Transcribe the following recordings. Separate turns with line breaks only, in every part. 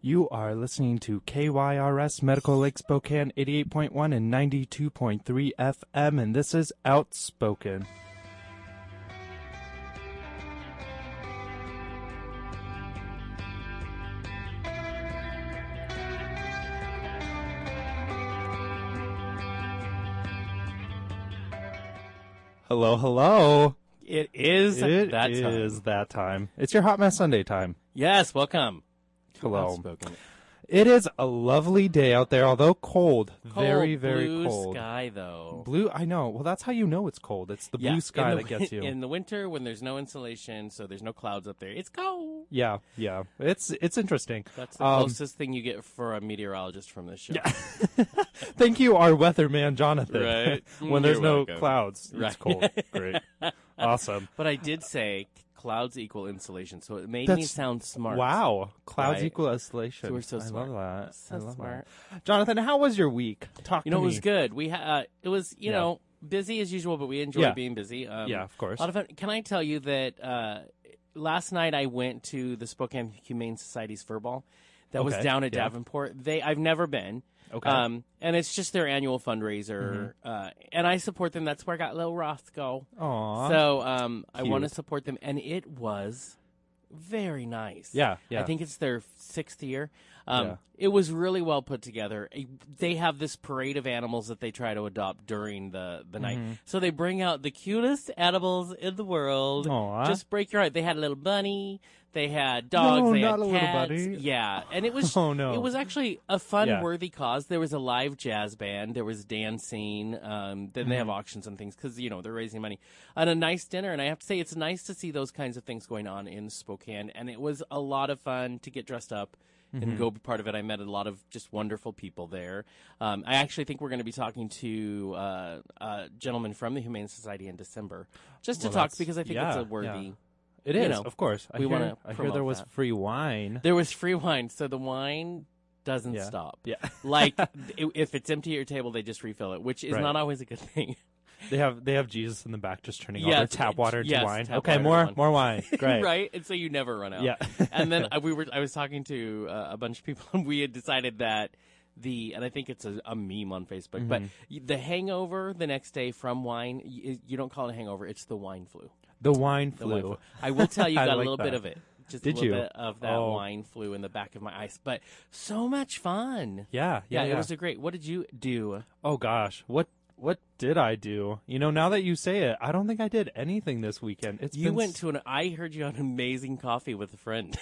You are listening to KYRS Medical Lake Spokane 88.1 and 92.3 FM, and this is Outspoken. Hello, hello.
It is
It
that
is
time.
that time. It's your Hot Mess Sunday time.
Yes, welcome.
Hello.
Outspoken.
It is a lovely day out there, although cold,
Cold
very, very
blue
cold.
sky though.
Blue, I know. Well, that's how you know it's cold. It's the
Yeah,
blue sky
in the
that gets
win-
you.
In the winter when there's no insulation, so there's no clouds up there. It's cold.
yeah, yeah. It's it's interesting.
That's the
Um,
closest thing you get for a meteorologist from this show.
Thank you, our weatherman Jonathan.
Right.
when there's
You're
no
welcome.
clouds, it's
Right.
cold. Great, awesome.
But I did say c- clouds equal insulation, so it made me
That's-
sound smart.
Wow, clouds
Right.
equal isolation.
So we're so
I
smart.
love that.
So
I love
smart.
that. Jonathan, how was your week? Talk
You
to
know,
me.
it was good. We ha- uh, it was you
Yeah.
know busy as usual, but we enjoy
Yeah.
being busy. Um,
Yeah, of course.
A lot of fun. Can I tell you that uh, last night I went to the Spokane Humane Society's Fur Ball that was
Okay,
down at
yeah.
Davenport. They I've never been.
Okay. Mm-hmm.
Um, and it's just their annual fundraiser, uh, and I support them. That's where I got Lil Roscoe.
Aw.
So um, I want to
Cute.
support them, and it was very nice.
yeah, yeah.
I think it's their sixth year. Um,
Yeah.
It was really well put together. Eh, They have this parade of animals that they try to adopt during the, the
Mm-hmm.
night. So they bring out the cutest animals in the world.
Aw.
Just break your heart. They had a little bunny. They had dogs.
No,
they
not
had
a little
cats.
bunny.
Yeah, and it was.
Oh, no.
It was actually a fun,
Yeah.
worthy cause. There was a live jazz band. There was dancing. Um, then they have
Mm-hmm.
auctions and things because you know they're raising money. And a nice dinner. And I have to say, it's nice to see those kinds of things going on in Spokane. And it was a lot of fun to get dressed up.
Mm-hmm.
And go be part of it. I met a lot of just wonderful people there. Um, I actually think we're going to be talking to uh, a gentleman from the Humane Society in December, just to
Well,
talk
that's-
because I think
yeah,
it's a
yeah.
worthy.
it
you
is.
know,
of course, I
we
hear,
wanna
I hear
promote
there was
that.
free wine.
There was free wine, so the wine doesn't
Yeah.
stop.
Yeah.
like i- if it's empty at your table, they just refill it, which is
Right.
not always a good thing.
They have they have Jesus in the back just turning all
Yes,
their tap water into
yes,
wine.
tap
Okay,
water
more
into wine.
more wine. Great.
right? And so you never run out.
Yeah.
and then I, we were I was talking to uh, a bunch of people and we had decided that the and I think it's a, a meme on Facebook, but
Mm-hmm.
y but the hangover the next day from wine, you, you don't call it a hangover, it's the wine flu.
The wine flu.
The wine flu. I will tell you
I
got a
like
little
that.
bit of it. Just
Did
a little
you?
bit of that
Oh.
wine flu in the back of my eyes, but so much fun.
Yeah, yeah.
it was a great. What did you do?
oh gosh, what what did I do? You know, now that you say it, I don't think I did anything this weekend. It's
You
been
went
s-
to an. I heard you had an amazing coffee with a friend.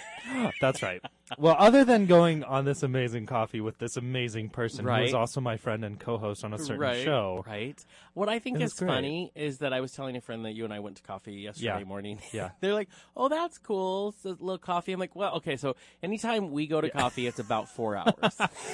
That's right. Well, other than going on this amazing coffee with this amazing person who is
Right.
also my friend and co-host on a certain
right,
show.
Right. What I think
It was
is
great.
funny is that I was telling a friend that you and I went to coffee yesterday
Yeah.
morning.
Yeah.
They're like, "Oh, that's cool. It's a little coffee." I'm like, "Well, okay. So anytime we go to coffee, it's about four hours,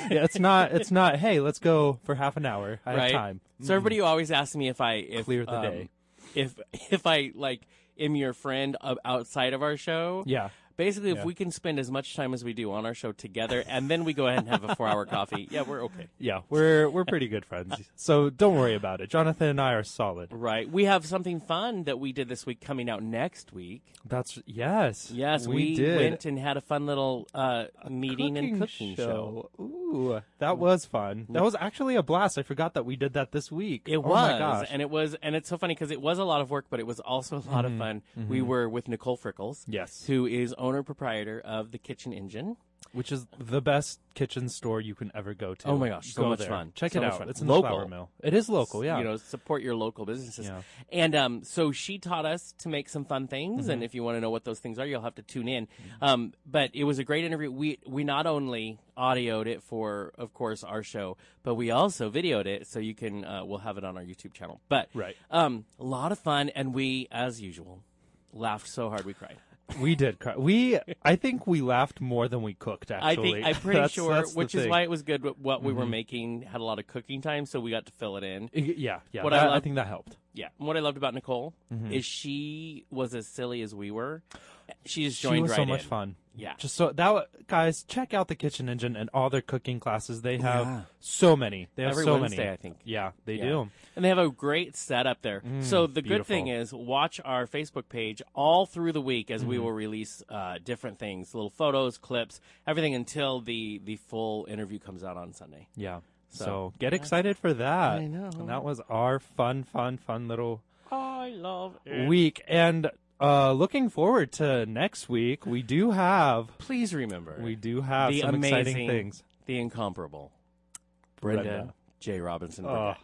Yeah, it's not it's not, hey, let's go for half an hour. I have
right?"
time. Mm-hmm.
So everybody always asks me if I if,
Clear the
um,
day.
if if I like am your friend uh, outside of our show.
Yeah.
Basically, if
Yeah.
we can spend as much time as we do on our show together, and then we go ahead and have a four-hour coffee, yeah, we're okay.
Yeah, we're we're pretty good friends. So don't worry about it. Jonathan and I are solid.
Right. We have something fun that we did this week coming out next week.
That's yes.
Yes, we,
did.
went and had a fun little uh, meeting and cooking show.
Ooh, that was fun. That was actually a blast. I forgot that we did that this week.
It
oh
was,
my gosh.
and it was, and it's so funny because it was a lot of work, but it was also a lot of fun. We were with Nicole Frickles,
Mm-hmm. Yes.
who is owner proprietor of the Kitchen Engine.
Which is the best kitchen store you can ever go to.
Oh my gosh, so
Go
much
there.
fun.
Check
So
it
much
out.
fun.
It's in
Local.
the flour mill. It is local, yeah.
you know, support your local businesses.
Yeah.
And um, so she taught us to make some fun things.
Mm-hmm.
And if you want to know what those things are, you'll have to tune in. Um, but it was a great interview. We we not only audioed it for, of course, our show, but we also videoed it, so you can. Uh, we'll have it on our YouTube channel. But
Right.
um, a lot of fun, and we, as usual, laughed so hard we cried.
we did cry. We I think we laughed more than we cooked
I
actually.
think I'm pretty
That's-
sure,
that's the
which
thing.
is
Mm-hmm.
why it was good. What what we were making had a lot of cooking time, so we got to fill it in.
yeah, yeah.
What
that-
I
I
love-
think that helped. Mm-hmm.
Yeah. And what I loved about Nicole is she was as silly as we were, She's
She
joined
was
right
so much
in.
fun.
Yeah.
Just so that wa- guys, check out the Kitchen Engine and all their cooking classes. They have
Yeah.
so many. They have
Every
so
Wednesday,
many.
I think.
Yeah, they
Yeah.
do. Mm,
And they have a great setup there. so the good
beautiful.
thing is, watch our Facebook page all through the week as
Mm-hmm.
we will release uh, different things, little photos, clips, everything until the the full interview comes out on Sunday.
Yeah. So,
So-
get excited for that.
I know.
And that was our fun, fun, fun little
I love
week. And uh looking forward to next week, we do have
Please remember
we do have
the
some
amazing,
exciting things.
the incomparable Brenda,
Brenda.
J. Robinson.
Oh.
Burnett.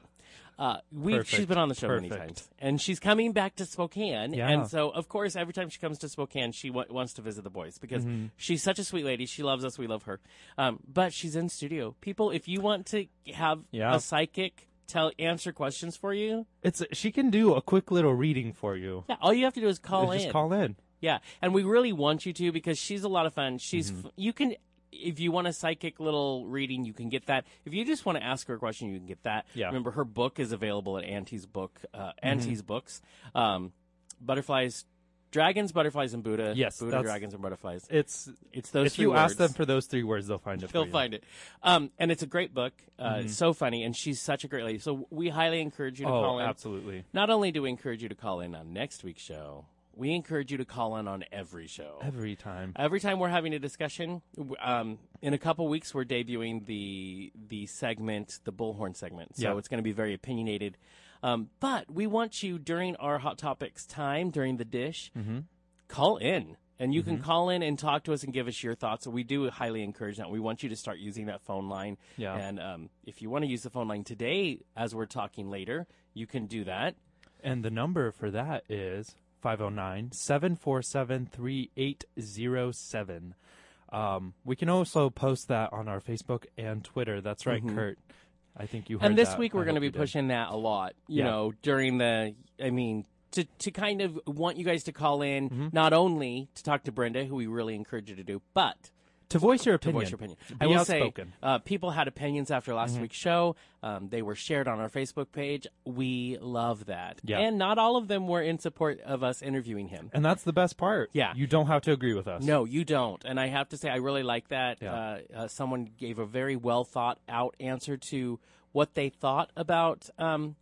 Uh, we she's
Perfect.
been on the show many
Perfect.
times, and she's coming back to Spokane.
Yeah.
And so, of course, every time she comes to Spokane, she w- wants to visit the boys because
Mm-hmm.
she's such a sweet lady. She loves us. We love her. Um, but she's in studio. People, if you want to have
Yeah.
a psychic tell answer questions for you,
It's she can do a quick little reading for you.
yeah, all you have to do is call
Just
in.
call in.
Yeah, and we really want you to because she's a lot of fun. She's
Mm-hmm.
f- you can if you want a psychic little reading, you can get that. If you just want to ask her a question, you can get that.
Yeah. Mm-hmm.
Remember, her book is available at Auntie's book, uh, Auntie's books, um, butterflies, dragons, butterflies, and Buddha.
Yes,
Buddha,
that's-
dragons, and butterflies.
It's
It's those.
if
three
you ask
words.
them for those three words, they'll find it.
They'll
for you. Mm-hmm.
find it. Um, and it's a great book. Uh, it's So funny. And she's such a great lady. So we highly encourage you to
Oh,
call in.
absolutely.
Not only do we encourage you to call in on next week's show, we encourage you to call in on every show.
Every time.
Every time we're having a discussion, w- um, in a couple weeks we're debuting the the segment, the bullhorn segment. So
Yeah.
it's going to be very opinionated. Um, but we want you during our hot topics time during the dish,
Mm-hmm.
call in. And you can call in and talk to us and give us your thoughts. We do highly encourage that. We want you to start using that phone line.
Yeah.
And um, if you want to use the phone line today, as we're talking later, you can do that.
And the number for that is 509 747 3807. Um, We can also post that on our Facebook and Twitter. That's right, Kurt. I think you heard
and this
that.
week
I
we're going to
hope
be
you did.
pushing that a lot you
Yeah.
know during the i mean to, to kind of want you guys to call in
Mm-hmm.
not only to talk to brenda who we really encourage you to do but
to voice your
to
opinion.
voice your opinion
Be
i will
outspoken. Mm-hmm.
say uh, people had opinions after last week's show um, they were shared on our facebook page we love that
Yeah.
and not all of them were in support of us interviewing him
and that's the best part.
Yeah.
You don't have to agree with us.
no, you don't. And I have to say, I really like that.
Yeah.
Uh, uh, someone gave a very well thought out answer to what they thought about um,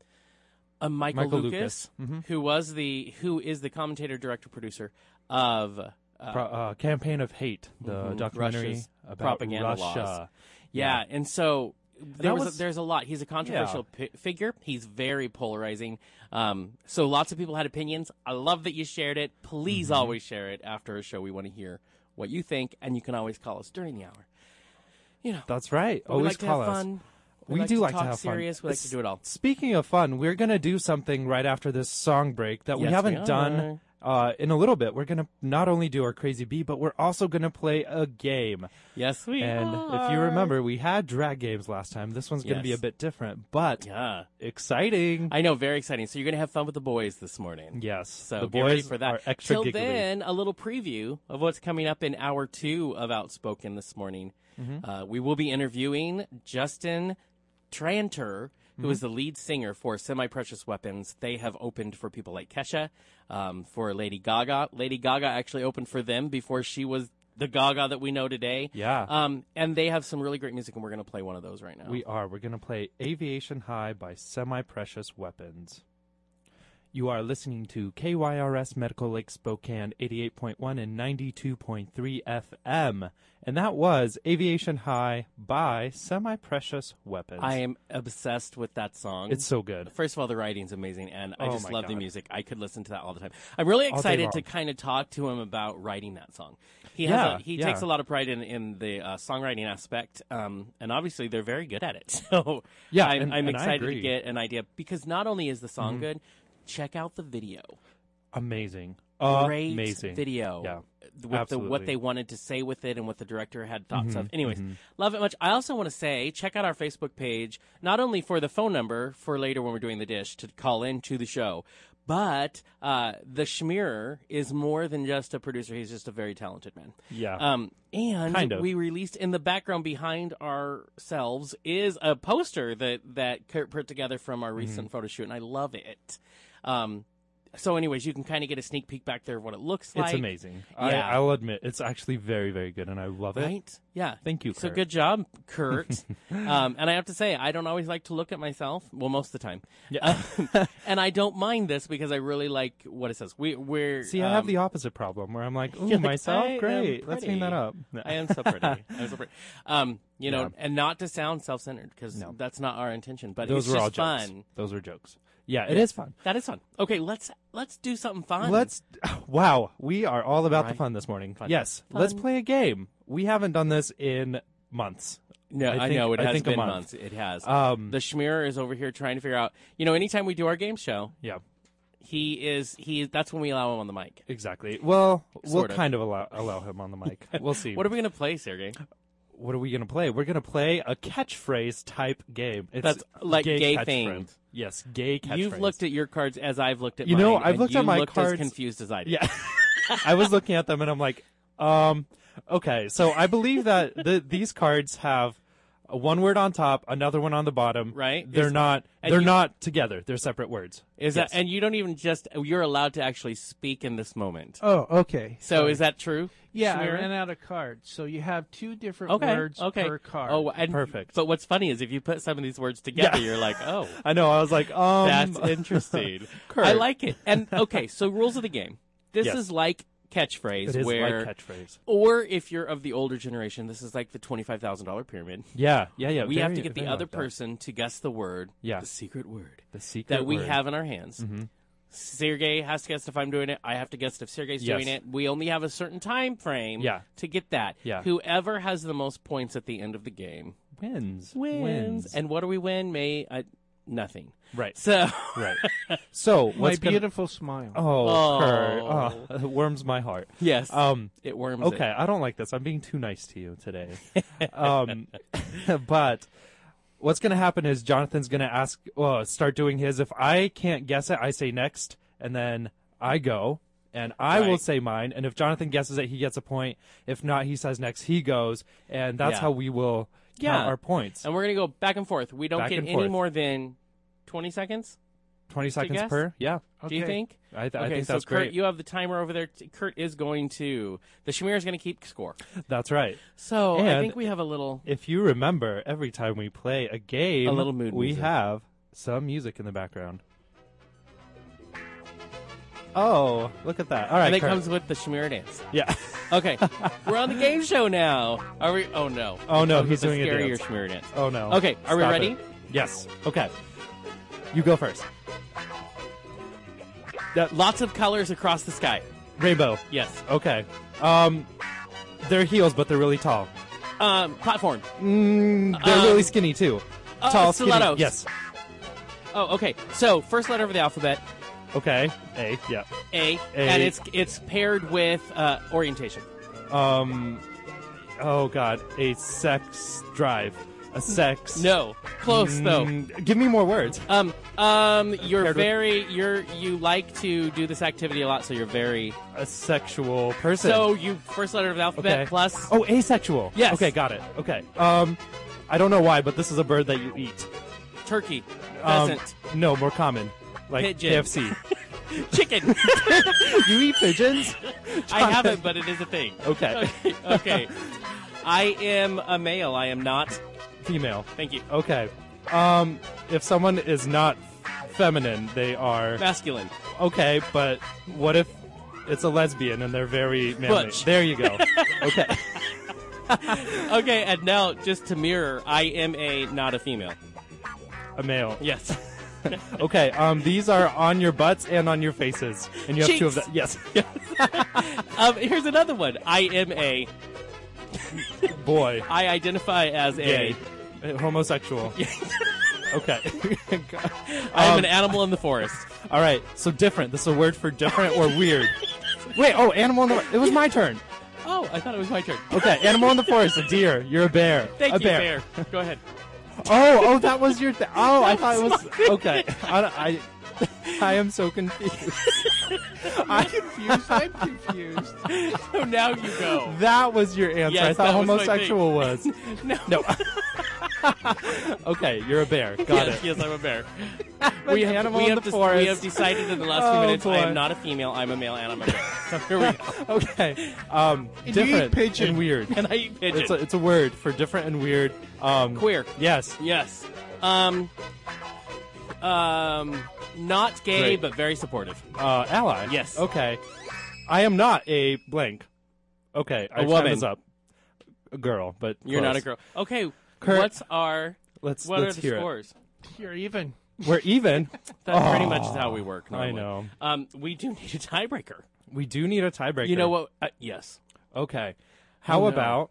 uh, Michael,
Michael
Lucas, who was the who is the commentator, director, producer of. Uh,
Pro- uh, Campaign of Hate, the documentary
Mm-hmm. Russia's
about
propaganda laws.
Russia.
yeah. and so there
that
was,
was-
there's a lot. He's a controversial pi- figure. He's very polarizing. Um, so lots of people had opinions. I love that you shared it. Please always share it after a show. We want to hear what you think, and you can always call us during the hour. You know,
That's right.
we
Always
like to
call
have
us.
fun.
We do
to
like to
talk
have fun.
serious. We like to do it all.
Speaking of fun, we're going to do something right after this song break that we
Yes, we
haven't
are.
done uh, in a little bit. We're going to not only do our Crazy Bee, but we're also going to play a game.
Yes, we
And if you remember, we had drag games last time. This one's going to be
Yes.
a bit different, but
yeah,
exciting.
I know, very exciting. So you're gonna have fun with the boys this morning.
yes.
So
the
get ready
boys
for that.
are extra
Till
giggly.
then, a little preview of what's coming up in hour two of Outspoken this morning.
Mm-hmm.
Uh, we will be interviewing Justin Tranter, who is
Mm-hmm.
the lead singer for Semi Precious Weapons. They have opened for people like Kesha, um, for Lady Gaga. Lady Gaga actually opened for them before she was the Gaga that we know today.
Yeah.
Um, and they have some really great music, and we're going to play one of those right now.
We are. We're going to play Aviation High by Semi Precious Weapons. You are listening to KYRS Medical Lake Spokane 88.1 and 92.3 FM. And that was Aviation High by Semi Precious Weapons.
I am obsessed with that song.
It's so good.
First of all, the writing's amazing, and I
Oh
just
my
love the
God.
music. I could listen to that all the time. I'm really
day
excited to
long.
kind of talk to him about writing that song. He
Yeah,
has a, he
yeah.
takes a lot of pride in in the uh, songwriting aspect, um, and obviously they're very good at it. So
Yeah,
I'm,
and-
I'm
and I
excited to
agree. Mm-hmm.
get an idea because not only is the song good, check out the video.
Amazing.
Great
Amazing.
video.
Yeah.
With the what
Absolutely. Mm-hmm.
they wanted to say with it and what the director had thoughts of. Anyways, love it much. I also want to say check out our Facebook page, not only for the phone number for later when we're doing the dish to call in to the show, but uh, the Schmearer is more than just a producer. He's just a very talented man.
Yeah.
Um, and
Kind of.
we released in the background behind ourselves is a
Mm-hmm.
poster that that Kurt put together from our recent photo shoot, and I love it. Um, So, anyways, you can kind of get a sneak peek back there of what it looks like.
it's amazing.
yeah.
I, I'll admit, it's actually very, very good, and I love it.
Right? Yeah.
Thank you.
So
Kurt.
good job, Kurt. um, and I have to say, I don't always like to look at myself. Well, most of the time.
Yeah.
Um, and I don't mind this because I really like what it says. We, we're
See, I have
um,
the opposite problem where I'm like, ooh,
You're like,
myself,
I am
great. Let's clean that
pretty.
up.
I am so pretty. I'm so pretty. Um, you know,
Yeah.
and not to sound self-centered because
No.
that's not our intention. But
Those
it's
were
just
all jokes.
fun.
Those were jokes. Yeah, it is fun.
That is fun. Okay, let's let's do something fun.
Let's. Wow, we are all about the
Right.
fun this morning.
Fun.
Yes, let's
Fun.
play a game. We haven't done this in months.
No,
I
I,
think-
know it
I
has
think a
been
month.
months. It has.
Um,
the schmear is over here trying to figure out. You know, anytime we do our game show,
yeah,
he is he. That's when we allow him on the mic.
exactly. Well, we'll
Sort of.
kind of allow allow him on the mic. We'll see.
What are we gonna play, Sergey?
what are we gonna play? We're gonna play a catchphrase type game. It's
That's like gay
catchphrase.
things.
Yes, gay catchphrase.
You've looked at your cards as I've looked at
You
mine.
know, I've
and
looked
you
at my
looked
cards-
as confused as I did.
Yeah. I was looking at them and I'm like, um, okay. So I believe that the, these cards have a one word on top, another one on the bottom.
Right.
They're
Is-
not.
and
They're
you-
not together. They're separate words.
Is
Yes.
that and you don't even just you're allowed to actually speak in this moment.
Oh, okay.
So is that true?
Yeah, I
Shmira?
ran out of cards. So you have two different
okay.
words
okay.
per card.
Oh, and,
Perfect.
But what's funny is if you put some of these words together,
Yeah.
you're like, oh,
I know. I was like, um,
that's interesting.
Kurt.
I like it. And okay, so rules of the game. This
Yes.
is like catchphrase,
It is
where,
like catchphrase.
or if you're of the older generation, this is like the twenty-five thousand dollar pyramid.
Yeah, yeah, yeah.
we have
very-
to get the
very
other
like that.
person to guess the word,
Yeah.
the secret word
The secret
that we
word. Mm-hmm.
have in our hands. Sergey has to guess if I'm doing it. I have to guess if Sergey's
Yes.
doing it. We only have a certain time frame
Yeah.
to get that.
Yeah.
Whoever has the most points at the end of the game
wins.
And what do we win? May I, nothing.
right,
So
right. So
my
what's gonna-
beautiful smile.
Oh,
Oh.
Kurt. Oh, it warms my heart.
yes,
Um,
it worms.
Okay, I don't like this. I'm being too nice to you today. um, but what's going to happen is Jonathan's going to ask, uh, start doing his. If I can't guess it, I say next, and then I go, and I will
Right.
say mine. And if Jonathan guesses it, he gets a point. If not, he says next, he goes, and that's
Yeah.
how we will count
Yeah.
our points.
And we're gonna go back and forth. We don't
Back
get
and
any
forth.
more than twenty seconds.
Twenty seconds
guess?
per. Yeah,
Oh, Do you
Okay.
think?
I, th-
okay,
I think
so
that's
Kurt,
great.
you have the timer over there. T- Kurt is going to the Shamir is going to keep score.
That's right.
So I
And-
think we have a little
If you remember, every time we play a game,
A little mood
we
music.
have some music in the background. Oh, look at that! All right,
and it
Kurt.
comes with the Shamir dance.
yeah.
Okay, we're on the game show now. Are we? Oh no!
Oh, no,
It comes
he's
with
doing a
the scarier
dance.
Shamir dance.
Oh no.
Okay, are we
Stop
ready?
it. Yes. Okay. You go first. That lo-
Lots of colors across the sky.
rainbow.
Yes.
Okay. Um, they're heels, but they're really tall.
Um, platform.
Mm, they're
Um,
really skinny too.
uh,
tall, skinny.
stilettos.
Yes.
Oh, okay. So first letter of the alphabet,
Okay. A. Yeah.
A,
A.
and it's it's paired with uh, orientation.
Um. Oh God. A sex drive. A sex.
No, close though.
Mm, Give me more words.
Um, um, you're
Paired with-
very you're you like to do this activity a lot, so you're very.
A sexual person.
So you first letter of the alphabet
Okay.
plus.
oh, asexual.
Yes.
Okay, got it. Okay. Um, I don't know why, but this is a bird that you eat.
Turkey,
Um,
pheasant,
No, more common. Like
Pigeon.
KFC.
chicken.
you eat pigeons?
I haven't, but it is a thing.
Okay.
okay. I am a male. I am not.
Female.
Thank you.
Okay. Um, if someone is not feminine, they are
Masculine.
okay. But what if it's a lesbian and they're very manly?
Butch.
There you go. okay.
Okay, and now just to mirror, I am a not a female.
A male.
Yes.
Okay, um, these are on your butts and on your faces, and you have two of
Cheeks.
them. Yes, yes,
Um, here's another one. I am a.
boy,
I identify as
gay,
a.
Uh, homosexual. okay,
I am
Um,
an animal in the forest.
all right. So different. This is a word for different or weird. Wait, oh, animal in the. It was my turn.
Oh, I thought it was my turn.
Okay, animal in the forest. A deer. You're a bear.
Thank
a
you, bear. Go ahead.
Oh, oh, that was your. Th- oh, I thought it was okay. I, don't- I, I am so confused.
I'm confused. I'm confused.
So now you go.
That was your answer.
Yes,
I thought
that was my thing.
homosexual was.
No.
No. okay, you're a bear. Got
yes,
it.
yes, I'm a bear.
an animal
we
in
have
the
des-
forest.
We have decided in the last
Oh,
few minutes I
boy.
am not a female, I'm a male, and I'm a bear. So here we go.
Okay. Um,
And you eat
different
pigeon.
and weird.
And I eat pigeon.
It's a, it's a word for different and weird. Um,
Queer.
Yes.
Yes. Um, um, not gay,
Great.
but very supportive.
Uh, ally.
Yes.
Okay. I am not a blank. Okay. I
A
time
woman.
is up. A girl, but
You're not a
close.
girl. Okay.
Kurt,
what's our
Let's
what
let's
are the
hear
scores?
You're even.
it. We're even.
That pretty
Oh,
much is how we work. Normally.
know.
Um, we do need a tiebreaker.
We do need a tiebreaker.
You know what? Uh, yes.
Okay. How
Oh, no.
about?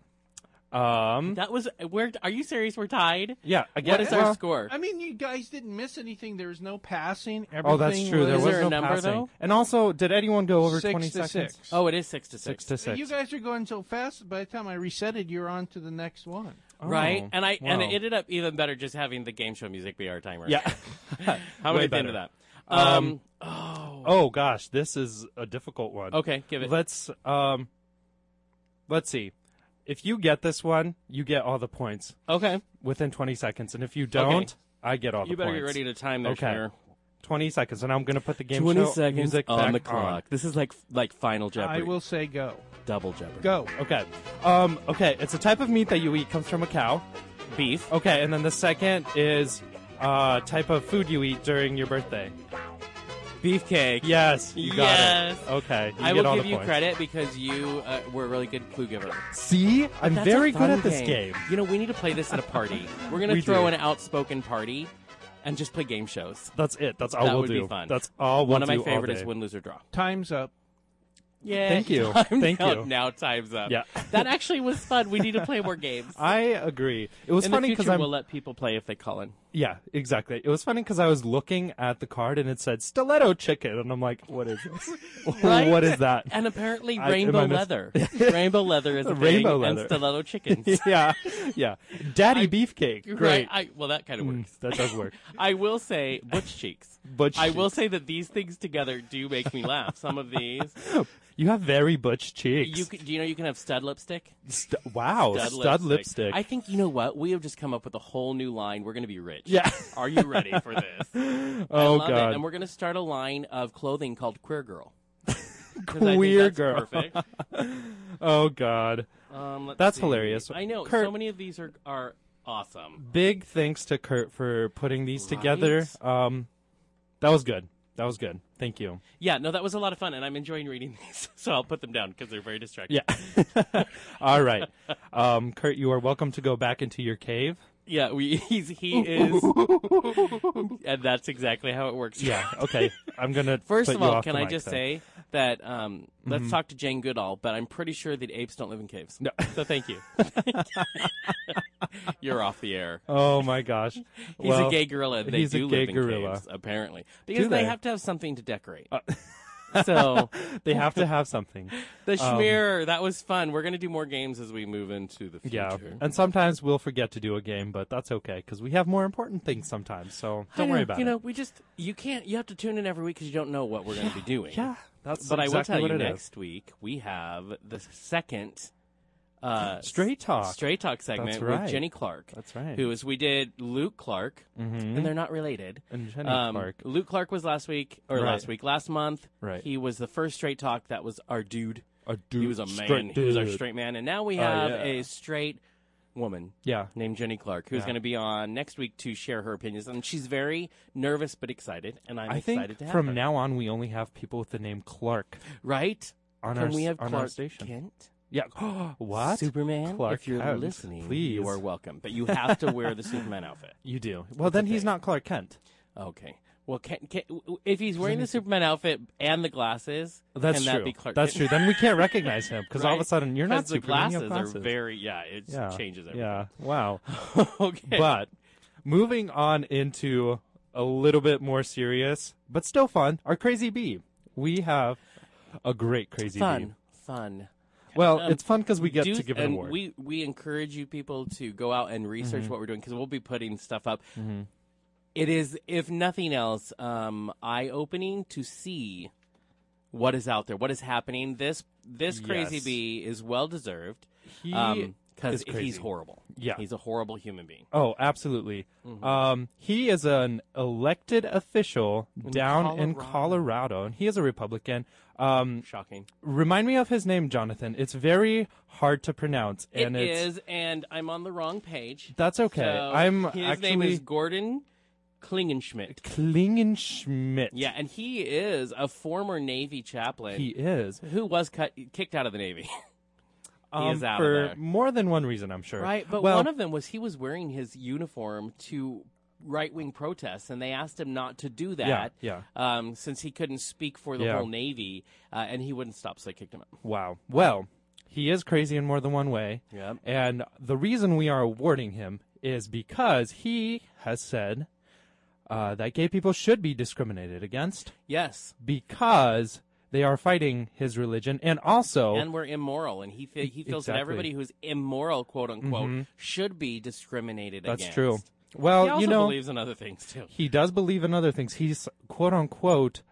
Um.
That was. We're. Are you serious? We're tied.
Yeah. I guess,
What is
well,
our score?
I mean, you guys didn't miss anything. There was no passing. Everything
Oh, that's true. There
Is
was
there
no
a number,
passing.
though?
And also, did anyone go over
six
twenty
to
seconds?
six.
oh, it is six to
Six
six.
to six.
You guys are going so fast. By the time I reset it, you're on to the next one.
Right.
Oh,
and I and
wow.
it ended up even better just having the game show music be our timer.
Yeah.
How
Way
many
better.
into that? Um,
Oh gosh, this is a difficult one.
Okay. Give it.
Let's um let's see. If you get this one, you get all the points
okay.
within 20 seconds, and if you don't, I get all
You
the
better
points.
get ready to time there,
Okay.
Tanner.
20 seconds, and I'm going to put the game
20
show
seconds
music
on the
back
clock. This is like like Final Jeopardy.
I will say go.
double Jeopardy.
Go.
Okay. Um okay, it's a type of meat that you eat comes from a cow.
Beef.
Okay, and then the second is uh type of food you eat during your birthday.
Beefcake.
Yes, you got
Yes.
it. Okay, you
I
get
will
all
give
the
you
points.
credit because you uh, were a really good clue giver.
See? I'm
That's
very
a
good
fun
at this game.
You know, we need to play this at a party. We're gonna
We
throw
do.
an outspoken party and just play game shows.
That's it. That's all
that
we'll
would
do.
be fun.
That's all we'll
One of my
do all
favorite is
day.
win, lose, or draw.
Time's up.
Yeah.
Thank you.
Time
Thank
now,
you.
Now time's up.
Yeah.
that actually was fun. We need to play more games.
I agree. It was
in
funny
the
because
future,
I'm.
we'll let people play if they call in.
yeah, exactly. It was funny because I was looking at the card and it said stiletto chicken, and I'm like, what is this?
Right?
what is that?
And apparently,
I- am
rainbow
I miss-
leather. rainbow leather is a
Rainbow
thing,
leather.
and stiletto chickens.
yeah, yeah. Daddy beefcake. Great. Mm.
Right? I, well, that kind of works.
that does work.
I will say butch cheeks.
Butch.
I will
cheeks.
say that these things together do make me laugh. Some of these,
You have very butch cheeks.
you can, do you know you can have stud lipstick?
St- wow, stud, lipstick.
I think you know what we have just come up with a whole new line. We're going to be rich.
Yeah.
Are you ready for this? I
oh
love
god.
It. And we're going to start a line of clothing called Queer Girl. 'Cause I think
Queer
that's
girl.
Perfect.
Oh god.
Um, let's
That's
see.
hilarious.
I know.
Kurt-
So many of these are are awesome.
Big thanks to Kurt for putting these together. Um, that was good. That was good. Thank you.
Yeah. No, that was a lot of fun, and I'm enjoying reading these. So I'll put them down because they're very distracting.
Yeah. All right. Um, Kurt, you are welcome to go back into your cave.
Yeah, we he's he is, and that's exactly how it works.
Yeah. Okay. I'm gonna.
First
put
of
you
all,
off
can
the
I
mic
just
then. Mm-hmm.
say that um, let's talk to Jane Goodall, but I'm pretty sure that apes don't live in caves. No. So thank you. You're off the air.
Oh my gosh.
He's
well,
a gay gorilla. and They
he's a
do
gay
live in
gorilla.
caves, apparently, because
they? Uh,
they have to have something to decorate. so
They have to have something.
the schmear that was fun. We're gonna do more games as we move into the future.
Yeah. And sometimes we'll forget to do a game, but that's okay because we have more important things sometimes. So
I
don't
know,
worry about
You
it.
know, we just you can't. You have to tune in every week because you don't know what we're going to be doing.
yeah. That's
but
exactly
I will
what
tell you
it is.
next week we have the second uh,
Straight talk.
Straight Talk segment
right.
with Jenny Clark.
That's right. Mm-hmm.
Who is we did Luke Clark, and they're not related. Um,
And Jenny Clark.
Luke Clark was last week or
Right.
last week last month.
Right.
He was the first Straight Talk that was our dude.
A
He
dude-
was a man.
straight
He was our
dude. Oh,
straight man, and now we have
yeah.
a straight woman
Yeah.
named Jenny Clark, who's going to be on next week to share her opinions. And she's very nervous but excited, and I'm
I
excited
think
to have
from
her.
now on we only have people with the name Clark
right?
on
Can
our
we have
on
Clark
our station.
Kent?
Yeah. what?
Superman?
Clark
if you're
Kent,
listening,
please.
you are welcome, but you have to wear the Superman outfit.
You do. Well, then he's not Clark Kent.
Okay. Well, can, can, if he's wearing the Superman outfit and the glasses,
That's
can
true.
that be Clark?
That's
Kent?
true. Then we can't recognize him because all of a
Right?
sudden you're not
'Cause the
Superman. you
glasses,
have
are very yeah. It
yeah.
changes everything.
Yeah. Wow.
okay.
but moving on into a little bit more serious, but still fun. Our crazy bee. We have a great crazy bee.
fun, fun.
Well,
Um,
it's fun because we get
do-
to give an
and
award. Mm-hmm.
We we encourage you people to go out and research what we're doing because we'll be putting stuff up. It is, if nothing else, um, eye opening to see what is out there, what is happening. This this crazy
Yes.
bee is well deserved
He
because
is crazy.
he's horrible.
Yeah.
He's a horrible human being.
Oh, absolutely.
Mm-hmm.
Um, he is an elected official down in
Colorado.
Colorado, and he is a Republican. Um,
Shocking.
remind me of his name, Jonathan. It's very hard to pronounce, and
it
it's
is, and I'm on the wrong page.
that's okay.
So
I'm
his
actually
name is Gordon Klingenschmidt.
Klingenschmidt.
Yeah, and he is a former Navy chaplain
he is.
who was cut, kicked out of the Navy.
Um,
is out of
for
there.
more than one reason, I'm sure.
Right, but
well,
one of them was he was wearing his uniform to right wing protests, and they asked him not to do that.
yeah.
Um, since he couldn't speak for the
Yeah.
whole Navy, uh, and he wouldn't stop, so they kicked him out.
Wow. Well, he is crazy in more than one way.
Yep.
And the reason we are awarding him is because he has said uh, that gay people should be discriminated against
Yes,
because they are fighting his religion and also
and we're immoral, and he fe- he feels that
Oh. Exactly.
everybody who's immoral, quote unquote, should be discriminated
that's
against.
true.
He
Well,
also
you know,
believes in other things too.
he does believe in other things. He's quote unquote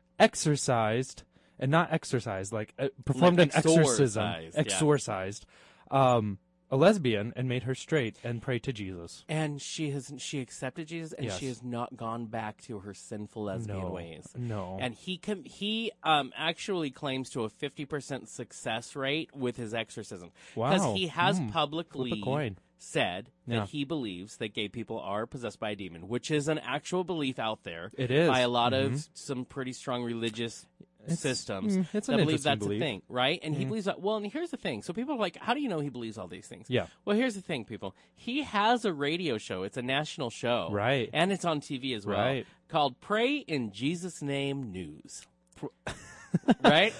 exercised and not exercised, like uh, performed an exorcism,
exorcised, yeah.
exorcised, um, a lesbian and made her straight and pray to Jesus.
And she has she accepted Jesus, and she
Yes.
has not gone back to her sinful lesbian
No,
ways.
no.
and he com- he um actually claims to a fifty percent success rate with his exorcism because
Wow.
he has
Mm.
publicly
Flip a coin.
said
Yeah.
that he believes that gay people are possessed by a demon, which is an actual belief out there.
It is.
by a lot of some pretty strong religious. systems
mm, it's
that
an
believe
interesting
that's
belief.
a thing, right? And he
Mm-hmm.
believes that. Well, and here's the thing. So people are like, "How do you know he believes all these things?"
Yeah.
Well, here's the thing, people. He has a radio show. It's a national show,
Right.
And it's on TV as well,
Right.
Called "Pray in Jesus' Name News." right?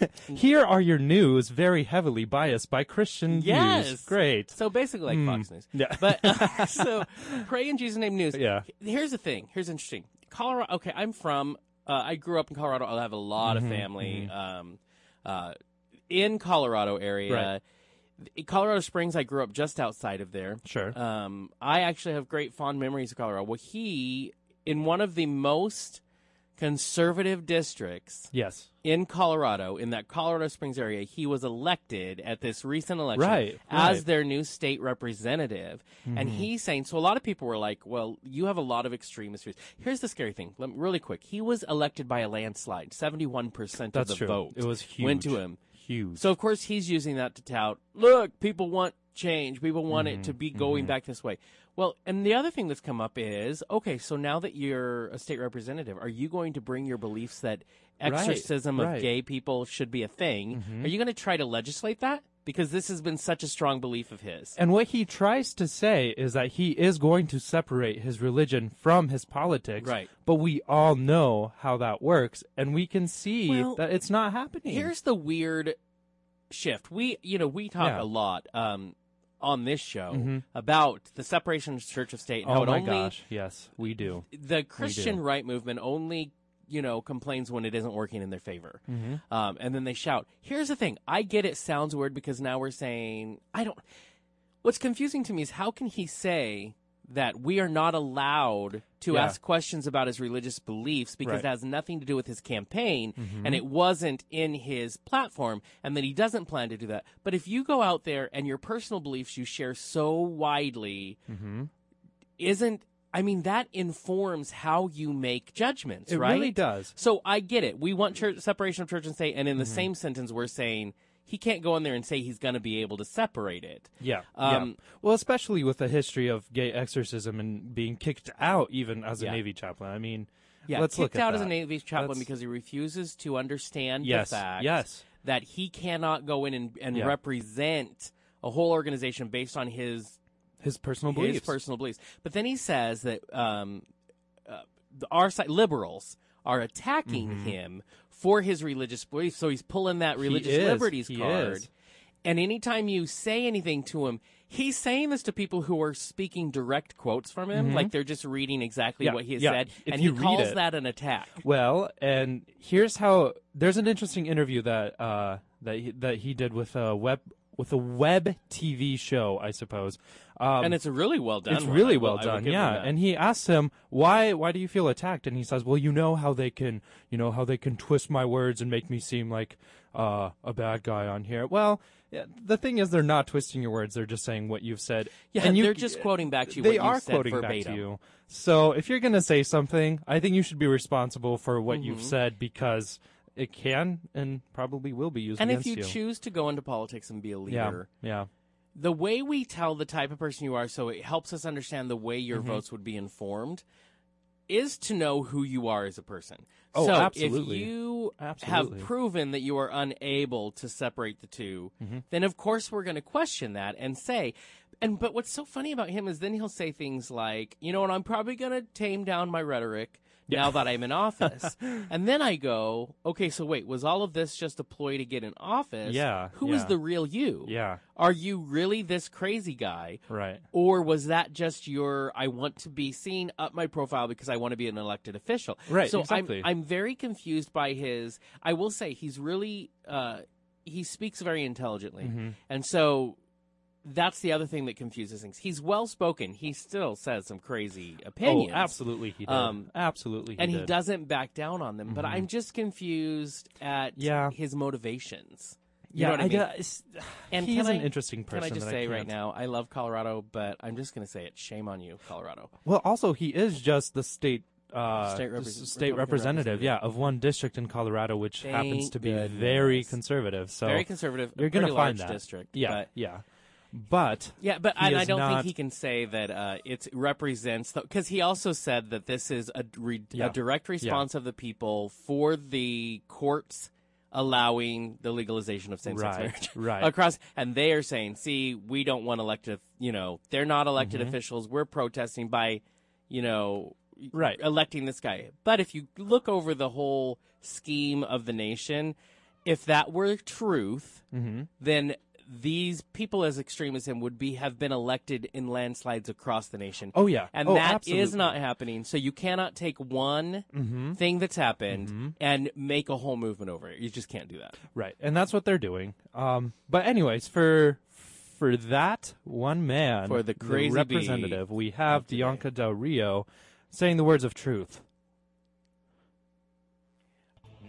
Mm.
Here are your news, very heavily biased by Christian views.
Yes.
Great.
So basically, like
Hmm.
Fox News.
Yeah.
But uh, so, pray in Jesus' name news.
Yeah.
Here's the thing. Here's interesting. Colorado. Okay, I'm from. Uh, I grew up in Colorado. I have a lot
Mm-hmm,
of family um, uh, in Colorado area.
Right.
In Colorado Springs. I grew up just outside of there.
Sure.
Um, I actually have great fond memories of Colorado. Well, he in one of the most conservative districts
yes.
in Colorado, in that Colorado Springs area, he was elected at this recent election
Right,
as
right. Mm-hmm.
their new state representative. And he's saying, so a lot of people were like, well, you have a lot of extremist views. Here's the scary thing, Let me, really quick. He was elected by a landslide. 71%
That's
of the
true.
vote
It was huge.
went to him.
Huge.
So, of course, he's using that to tout, look, people want change. People want it to
Mm-hmm.
be going back this way. Well, and the other thing that's come up is okay, so now that you're a state representative, are you going to bring your beliefs that
Right,
exorcism
right. Mm-hmm.
of gay people should be a thing? Are you going to try to legislate that? Because this has been such a strong belief of his.
and what he tries to say is that he is going to separate his religion from his politics.
Right.
But we all know how that works, and we can see
Well,
that it's not happening.
Here's the weird shift. We, you know, we talk
Yeah. Mm-hmm.
a lot um, on this show about the separation of church of state and how
oh
it
my
only
gosh. Yes, we do.
the Christian right movement only you know complains when it isn't working in their favor
Mm-hmm.
um, and then they shout here's the thing i get it sounds weird because now we're saying i don't what's confusing to me is how can he say that we are not allowed to
Yeah.
ask questions about his religious beliefs because
Right. Mm-hmm.
that has nothing to do with his campaign and it wasn't in his platform and that he doesn't plan to do that but if you go out there and your personal beliefs you share so widely isn't I mean that informs how you make judgments,
It
right?
really does.
So I get it. We want church, separation of church and state, and in the
Mm-hmm.
same sentence, we're saying he can't go in there and say he's going to be able to separate it.
Yeah. yeah.
Um,
Well, especially with the history of gay exorcism and being kicked out even as a
Yeah.
Navy chaplain. I mean,
Yeah,
let's
kicked
look at
out as
that.
a Navy chaplain
That's-
because he refuses to understand
Yes,
the fact
yes.
that he cannot go in and, and
Yeah.
represent a whole organization based on his
his personal
his
beliefs.
personal beliefs. But then he says that um, uh, the, our side liberals are attacking
Mm-hmm.
him for his religious beliefs. So he's pulling that religious
is.
liberties
He
card.
is.
And anytime you say anything to him, he's saying this to people who are speaking direct quotes from him, like they're just reading exactly
Mm-hmm. Yeah,
what he has
yeah.
said,
If
and
you
he
read
calls
it-
that an attack.
Well, and here's how. There's an interesting interview that uh, that he, that he did with uh, Web with a web TV show, I suppose. Um,
and it's a really well done.
it's
one.
really
I will-
well
I will
done,
give him
yeah.
that.
And he asks him why why do you feel attacked? And he says, well, you know how they can you know how they can twist my words and make me seem like uh, a bad guy on here. Well, yeah, the thing is, they're not twisting your words; they're just saying what you've said.
yeah,
and you,
they're just quoting back to you.
They
what
are
you said
quoting
verbatim.
back to you. So if you're gonna say something, I think you should be responsible for what you've
Mm-hmm.
said because it can and probably will be used
And if
against
you,
you.
choose to go into politics and be a
yeah,
leader,
yeah.
the way we tell the type of person you are, so it helps us understand the way your
Mm-hmm.
votes would be informed, is to know who you are as a person.
Oh,
so
absolutely.
If you
Absolutely.
have proven that you are unable to separate the 2
Mm-hmm.
then of course we're going to question that and say, and but what's so funny about him is then he'll say things like, you know what, I'm probably going to tame down my rhetoric. Now that I'm in office. and then I go, okay, so wait, was all of this just a ploy to get in office?
Yeah,
Who is
yeah.
the real you?
Yeah.
Are you really this crazy guy?
Right.
Or was that just your I want to be seen up my profile because I want to be an elected official?
Right,
So
exactly.
I'm I'm very confused by his I will say he's really uh he speaks very intelligently.
Mm-hmm.
And so that's the other thing that confuses things. He's well spoken. He still says some crazy opinions.
Oh, absolutely he did.
Um,
absolutely, he
And he
did.
doesn't back down on them, but I'm just confused at
Yeah.
his motivations. You
Yeah,
know what I, mean?
guess-
And
he's
can
an
I-
interesting person.
Can I just
that
say right
can't-
now, I love Colorado, but I'm just going to say it. Shame on you, Colorado.
Well, also he is just the state. Uh,
State repre-
s- state
Republican
representative,
representative.
yeah, of one district in Colorado, which happens
Thank
to be very
goodness.
conservative. So
Very conservative.
You're
going to
find
large
that
district.
Yeah,
but-
yeah, but
yeah, but
He
and I
is
don't
not-
think he can say that uh, it represents because he also said that this is a, re-
Yeah.
a direct response of the people for the courts allowing the legalization of same-sex
Right,
marriage
right.
across, and they are saying, "See, we don't want elected. You know, they're not elected
Mm-hmm.
officials. We're protesting by, you know,
Right.
electing this guy. But if you look over the whole scheme of the nation, if that were truth,
Mm-hmm.
then these people as extreme as him would be have been elected in landslides across the nation.
Oh, yeah.
and
Oh,
that is
absolutely. Mm-hmm.
not happening. So you cannot take one thing that's happened and make a whole movement over it. You just can't do that.
Right, and that's what they're doing. Um, but anyways, for for that one man,
For the crazy
representative,
bee
we have
today.
Bianca Del Rio saying the words of truth.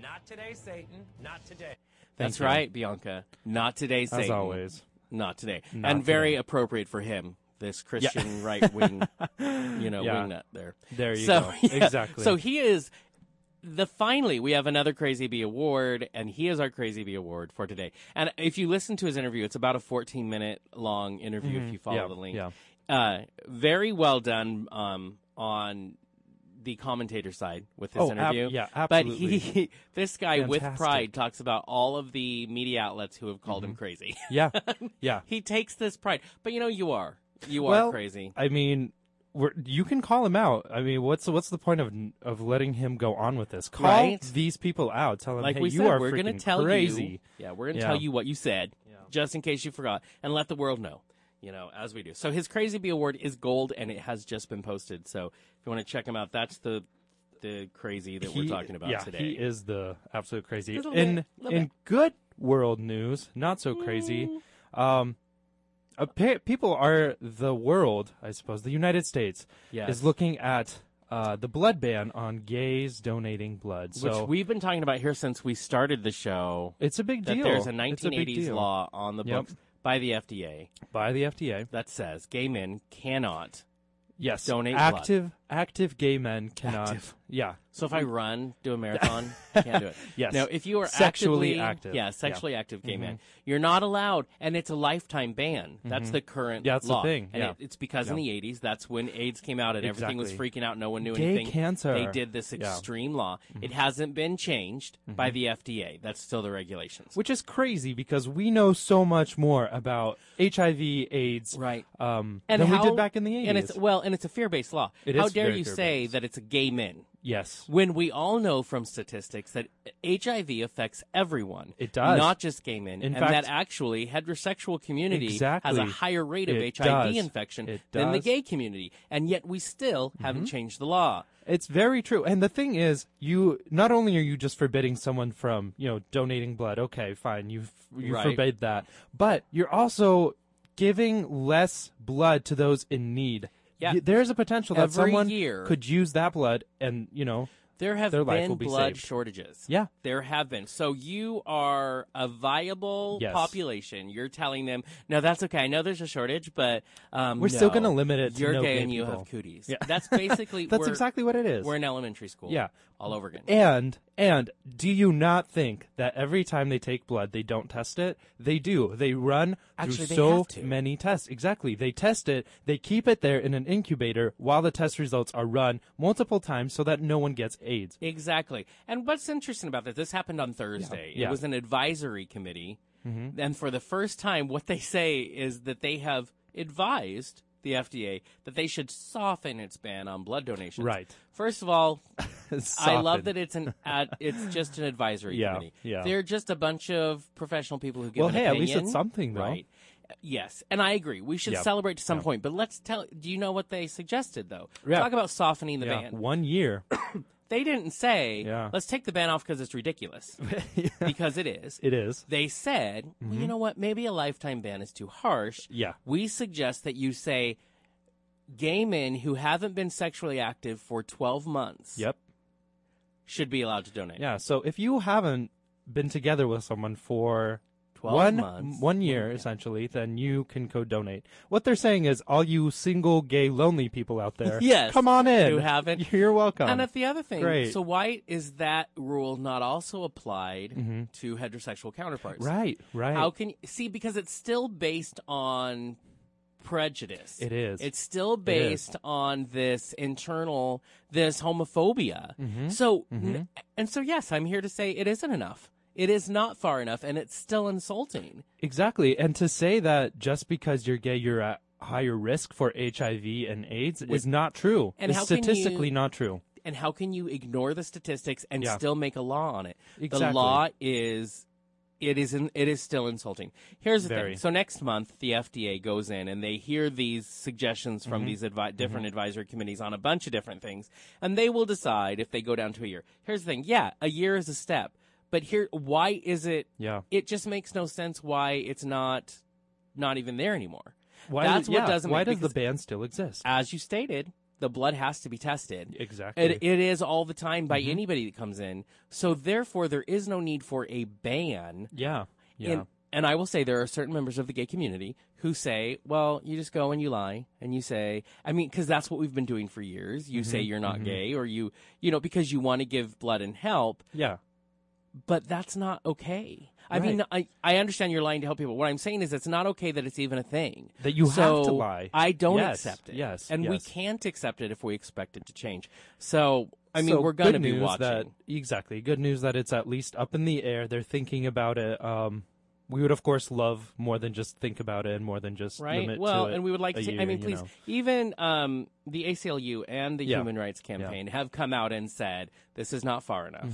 Not today, Satan. Not today.
Thank
that's
you.
right, Bianca. Not today, Satan.
As always,
Not today.
Not
and very appropriate for him, this Christian right wing, you know,
Yeah.
wingnut there.
there you
so,
go.
yeah.
Exactly.
So he is the finally we have another Crazy Bee award, and he is our Crazy Bee award for today. And if you listen to his interview, it's about a 14 minute long interview. If you follow
Mm-hmm. Yeah,
the link,
yeah.
uh, very well done um, on the commentator side with this
Oh, ab-
interview.
yeah,
But
absolutely.
he, this guy with
Fantastic. Mm-hmm.
pride talks about all of the media outlets who have called him crazy.
yeah, yeah.
he takes this pride, but you know you are you are
well,
crazy.
I mean, we're, you can call him out. I mean, what's what's the point of of letting him go on with this? Call
Right?
these people out. Tell them,
like
hey,
we
you
said,
are
we're gonna
freaking
tell
crazy.
you. Yeah, we're gonna
Yeah.
tell you what you said, just in case you forgot, and let the world know. You know, as we do. So his Crazy Bee Award is gold, and it has just been posted. So if you want to check him out, that's the the crazy that we're
He-
talking about
yeah,
today.
he is the absolute crazy.
Little
in
bit, little
in good world news, not so crazy.
Mm.
Um, a pe- people are the world, I suppose. The United States
Yes.
is looking at uh, the blood ban on gays donating blood.
Which
So
we've been talking about here since we started the show.
it's a big
That
deal.
there's a
It's big
1980s
deal.
law on the
Yep.
books by the FDA
by the FDA.
that says gay men cannot.
Yes,
Donate blood.
active active gay men cannot.
Active.
Yeah,
So if I run, do a marathon, can't do it.
Mm-hmm. Yes.
Now, if you are
Sexually
actively,
active.
yeah,
Yeah. Mm-hmm.
sexually active gay man, you're not allowed, and it's a lifetime ban. That's the current
Mm-hmm. Yeah, that's the
law.
thing,
And
yeah.
it, it's because in the '80s, that's when AIDS came out, and everything was
Exactly.
freaking out. No one knew
Gay
anything.
cancer.
They did this
Yeah. Mm-hmm.
extreme law. It hasn't been changed by the FDA. That's still the regulations.
which is crazy because we know so much more about HIV, AIDS,
Right.
Um,
and
than
how,
we did back in the 80s.
And it's well, and it's a fear-based law.
It
how
is
dare
very
you
queer
say
bands.
that it's gay men
Yes.
when we all know from statistics that HIV affects everyone.
It does.
Not just gay men.
In
and
fact-
that actually heterosexual community has
Exactly.
a higher rate of
It
HIV
does.
infection
It
than the
does. Mm-hmm.
gay community. And yet we still haven't changed the law.
It's very true. And the thing is, you not only are you just forbidding someone from, you know, donating blood. Okay, fine. You you
Right.
forbade that. But you're also giving less blood to those in need.
Yeah.
Y- There's a potential that
Every
someone
year-
could use that blood and, you know,
There have
Their life
been
will be
blood
saved.
shortages.
Yeah.
There have been. So you are a viable
Yes.
population. You're telling them, no, that's okay. I know there's a shortage, but um,
We're still
no.
gonna limit it to
You're
no
gay
gay
and you
people."
have cooties. That's basically
that's
we're,
exactly what it is.
We're in elementary school.
Yeah.
All over again.
And and do you not think that every time they take blood they don't test it? They do. They run
Actually,
through
they
so
have to.
many tests. Exactly. They test it, they keep it there in an incubator while the test results are run multiple times so that no one gets AIDS.
Exactly. And what's interesting about this, this happened on Thursday.
Yeah. Mm-hmm.
It was an advisory committee. And for the first time, what they say is that they have advised the FDA that they should soften its ban on blood donations.
Right.
First of all, I love
Soften.
that it's an ad, it's just an advisory
Yeah,
committee.
yeah.
They're just a bunch of professional people who give
Well,
an
hey, at least
opinion,
it's something, though.
right? Yes, and I agree. We should
Yeah,
celebrate to some point, but let's tell. Do you know what they suggested though?
Yeah.
Talk about softening the
Yeah,
ban
one year.
they didn't say
Yeah.
let's take the ban off because it's ridiculous because it is
it is.
they said
Mm-hmm.
well, you know what maybe a lifetime ban is too harsh
Yeah.
we suggest that you say gay men who haven't been sexually active for 12 months
Yep.
should be allowed to donate
Yeah. So if you haven't been together with someone for
12
one
months
one year essentially, then you can co-donate. What they're saying is, all you single, gay, lonely people out there,
Yes,
come on in.
who haven't.
You're welcome.
and that's the other thing
Great.
so why is that rule not also applied
Mm-hmm.
to heterosexual counterparts
right, right.
How can you see? Because it's still based on prejudice.
It is.
It's still based on this internal, this homophobia.
Mm-hmm.
So, n- and so, yes, I'm here to say it isn't enough. It is not far enough, and it's still insulting.
exactly. And to say that just because you're gay, you're at higher risk for HIV and AIDS is not true.
And
it's
how can you-
statistically not true.
And how can you ignore the statistics and
Yeah.
still make a law on it? The
Exactly.
law is. It is in, it is still insulting. Here's the
Very.
thing. So next month the FDA goes in and they hear these suggestions
Mm-hmm.
from these advi- different advisory committees on a bunch of different things and they will decide if they go down to a year. Here's the thing. Yeah, a year is a step. But here why is it
Yeah.
it just makes no sense why it's not not even there anymore.
Why
That's
do-
what
yeah,
doesn't
Why
make,
does the
because-
ban still exist?
as you stated, the blood has to be tested.
Exactly.
It, it is all the time by anybody that comes in. So therefore, there is no need for a ban.
yeah. Yeah.
And, and I will say there are certain members of the gay community who say, well, you just go and you lie and you say, I mean, because that's what we've been doing for years. You say you're not gay or you, you know, because you want to give blood and help,
yeah.
but that's not okay. I
Right.
mean, I, I understand you're lying to help people. What I'm saying is it's not okay that it's even a thing.
That you have
So
to lie.
I don't
Yes,
accept it.
yes,
And we
yes.
can't accept it if we expect it to change. So, I mean,
So
we're going to
good
be
news
watching.
That, exactly. Good news that it's at least up in the air. They're thinking about it. Um, we would, of course, love more than just think about it and more than just
right?
limit
Well,
to it
and we would like
a
to.
year,
I mean,
you
please,
know.
even um, the ACLU and the
Yeah. Mm-hmm.
Human Rights Campaign have come out and said this is not far enough.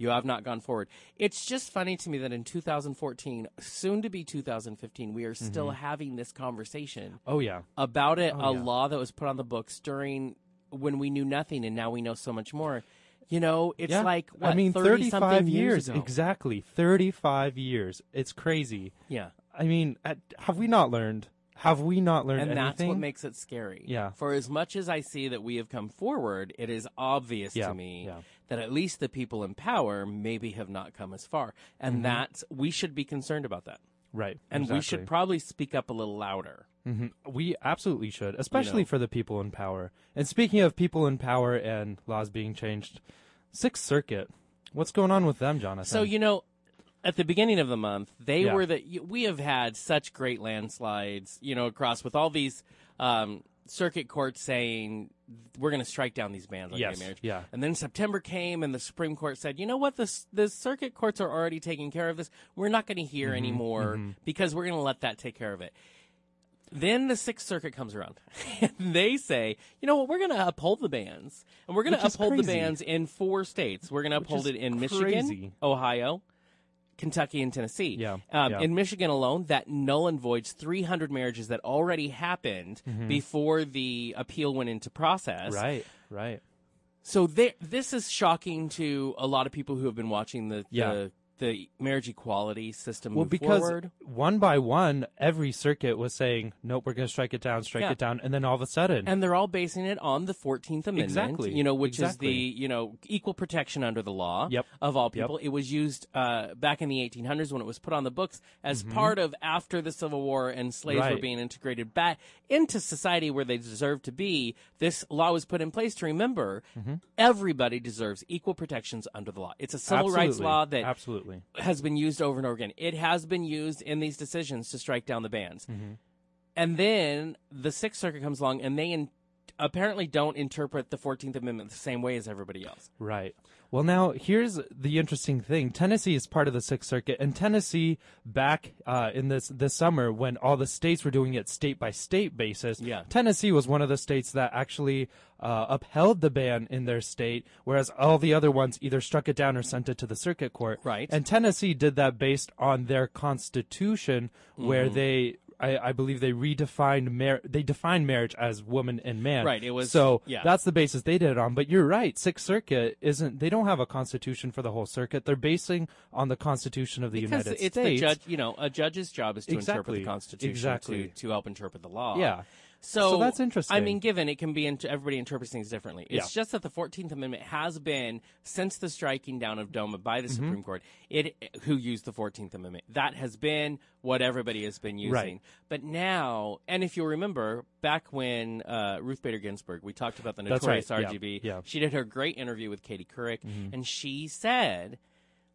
You have not gone forward. It's just funny to me that in 2014, soon to be 2015, we are
Mm-hmm.
still having this conversation
Oh, yeah.
about it. a law that was put on the books during when we knew nothing, and now we know so much more. You know, it's
Yeah.
like what,
I mean,
30 something
thirty-five
years, ago.
exactly. Thirty-five years. It's crazy.
Yeah.
I mean, at, have we not learned? Have we not learned
and
anything?
that's what makes it scary.
Yeah.
For as much as I see that we have come forward, it is obvious
Yeah,
to me
yeah.
that at least the people in power maybe have not come as far, and
Mm-hmm.
that's we should be concerned about that,
right.
and we
exactly.
should probably speak up a little louder.
We absolutely should, especially for the people in power. And speaking of people in power and laws being changed, Sixth Circuit. What's going on with them, Jonathan?
So you know, at the beginning of the month, they
Yeah.
were the y- we have had such great landslides, you know, across with all these um, circuit courts saying we're going to strike down these bans on
Yes,
gay marriage.
yeah.
And then September came, and the Supreme Court said, you know what, the s- the circuit courts are
Mm-hmm.
already taking care of this. We're not going to hear anymore because we're going to let that take care of it. Then the Sixth Circuit comes around and they say, you know what, we're going to uphold the bans. And we're going to
Which is
uphold the
crazy.
bans in four states. We're going to uphold
is
it in
crazy.
Michigan, Ohio, Kentucky, and Tennessee.
Yeah,
Um,
yeah.
In Michigan alone, that null and voids 300 marriages that already happened before the appeal went into process.
Mm-hmm. Right, right.
So there, this is shocking to a lot of people who have been watching the,
Yeah.
the, the marriage equality system
Well,
move
because
forward.
one by one, every circuit was saying, nope, we're going to strike it down, strike
Yeah.
it down. And then all of a sudden,
And they're all basing it on the Fourteenth Amendment,
Exactly.
You know, which
Exactly.
is the you know equal protection under the law
Yep.
of all
Yep.
people. It was used uh, back in the 1800s when it was put on the books as part of after the Civil War and slaves
Mm-hmm. Right.
were being integrated back into society where they deserved to be. This law was put in place to remember
Mm-hmm.
everybody deserves equal protections under the law. It's a civil rights
Absolutely.
law that
Absolutely.
has been used over and over again. It has been used in these decisions to strike down the bans. And then the Sixth Circuit comes along and they in- apparently don't interpret the 14th Amendment the same way as everybody else.
Right. Well, now here's the interesting thing. Tennessee is part of the Sixth Circuit, and Tennessee back uh, in this this summer when all the states were doing it state by state basis.
Yeah.
Tennessee was one of the states that actually uh, upheld the ban in their state, whereas all the other ones either struck it down or sent it to the circuit court.
Right.
And Tennessee did that based on their constitution,
Mm-hmm.
where they. I, I believe they redefined mar- they defined marriage as woman and man.
Right, it was-
so
yeah.
that's the basis they did it on. But you're right, Sixth Circuit isn't. They don't have a constitution for the whole circuit. They're basing on the Constitution of the
Because
United
it's
States.
the judge, you know, a judge's job is to interpret
Exactly.
the Constitution
Exactly.
to, to help interpret the law.
Yeah.
So,
So that's interesting.
I mean, given it can be int- everybody interprets things differently. It's
Yeah.
just that the Fourteenth Amendment has been since the striking down of DOMA by the
Mm-hmm.
Supreme Court. It who used the Fourteenth Amendment that has been what everybody has been using.
Right.
But now, and if you'll remember, back when uh, Ruth Bader Ginsburg, we talked about the
That's
notorious
right. Yeah.
RGB.
Yeah. Mm-hmm.
She did her great interview with Katie Couric, and she said,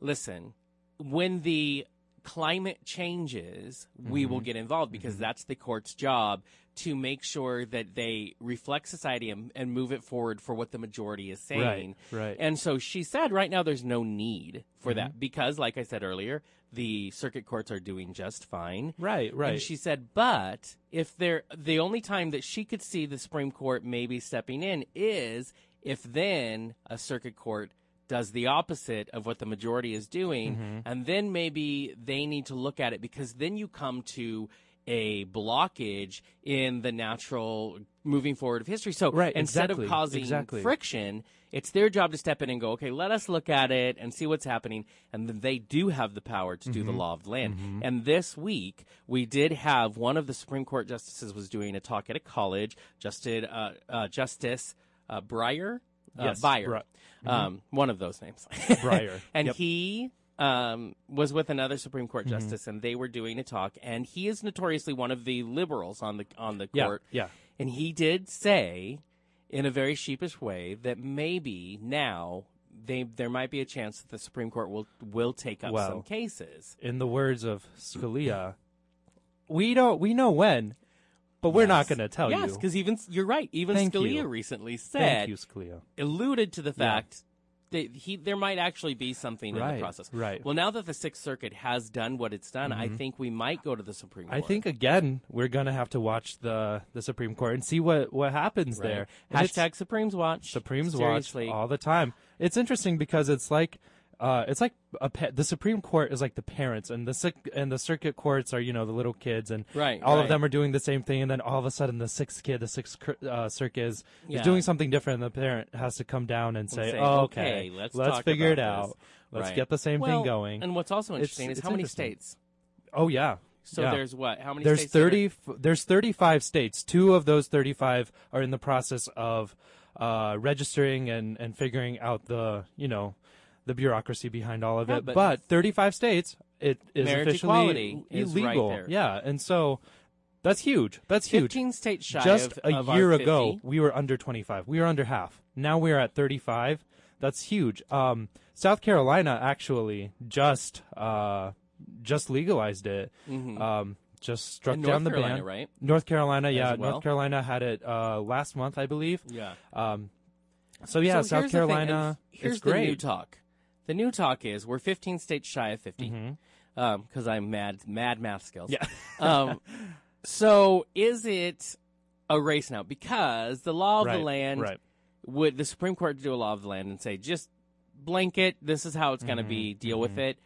"Listen, when the climate changes, we
Mm-hmm.
will get involved because that's the court's job to make sure that they reflect society and, and move it forward for what the majority is saying.
right. Mm-hmm.
And so she said right now there's no need for that because, like I said earlier, the circuit courts are doing just fine.
Right, right.
And she said, but if they're the only time that she could see the Supreme Court maybe stepping in is if then a circuit court does the opposite of what the majority is doing,
Mm-hmm.
and then maybe they need to look at it because then you come to a blockage in the natural moving forward of history. So
Right,
instead
exactly,
of causing
exactly.
friction, it's their job to step in and go, okay, let us look at it and see what's happening. And then they do have the power to
Mm-hmm.
do the law of the land. And this week, we did have one of the Supreme Court justices was doing a talk at a college, Justin, uh, uh, Justice uh, Breyer. Uh,
Yes,
Breyer.
Bre-
um, one of those names.
Breyer.
and
Yep. Mm-hmm.
he um, was with another Supreme Court justice, and they were doing a talk. And he is notoriously one of the liberals on the on the
Yeah,
court.
yeah.
And he did say, in a very sheepish way, that maybe now they there might be a chance that the Supreme Court will will take up
Well.
some cases.
in the words of Scalia, we don't. We know when, but we're not going to tell
yes,
you.
because even you're right. Even
Thank
Scalia
you.
recently
Thank
said
you, Scalia.
alluded to the fact that he there might actually be something in
Right,
the process.
right. Mm-hmm.
Well, now that the Sixth Circuit has done what it's done, I think we might go to the Supreme
I
Court.
think again we're gonna have to watch the the Supreme Court and see what what happens
Right.
there. And it's-
Hashtag Supremes watch.
Supremes
Seriously.
watch all the time. It's interesting because it's like uh, it's like a pa- the Supreme Court is like the parents, and the sic- and the circuit courts are you know the little kids, and
Right,
all
right.
of them are doing the same thing, and then all of a sudden the sixth kid, the sixth cir- uh, circuit is,
Yeah.
is doing something different, and the parent has to come down and say,
say,
oh, okay,
"Okay, let's talk
figure it
about
out,
this."
let's
Right.
get the same
Well,
thing going.
And what's also
It's-
interesting is
it's
how many
interesting.
states?
oh yeah,
So
yeah.
there's what? How many?
There's
states that are-
30. f- There's 35 states. Two of those 35 are in the process of uh, registering and and figuring out the you know the bureaucracy behind all of
Yeah,
it.
but
But, 35 states, it is
Marriage
officially
equality is right
illegal.
there.
Yeah, and so that's huge. That's huge.
Fifteen states shy
Just
of,
a
of our
year
50.
ago, we were under 25. We were under half. Now we're at 35. That's huge. Um, South Carolina actually just uh, just legalized it. Um, just struck
And
down
Mm-hmm. North
the
Carolina,
ban.
right?
North Carolina, yeah.
well.
North Carolina had it uh, last month, I believe.
Yeah.
Um, so yeah,
So
South
here's the thing, and
Carolina.
Here's
it's
the
great.
new talk. The new talk is we're
Mm-hmm.
Um, 15 states shy of 50 because I'm mad, mad math skills.
Yeah.
um, So is it a race now? Because the law of
right,
the land
Right.
would the Supreme Court do a law of the land and say just blanket this is how it's going to
Mm-hmm.
be deal with it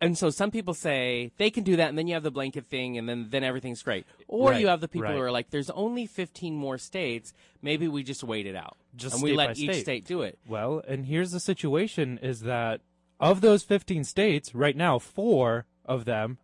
and so some people say they can do that and then you have the blanket thing and then then everything's great or
Right,
you have the people who
right.
are like there's only 15 more states maybe we just wait it out
Just
and we
state
let
by
each
state.
do it
Well, and here's the situation is that of those 15 states, right now, four of them,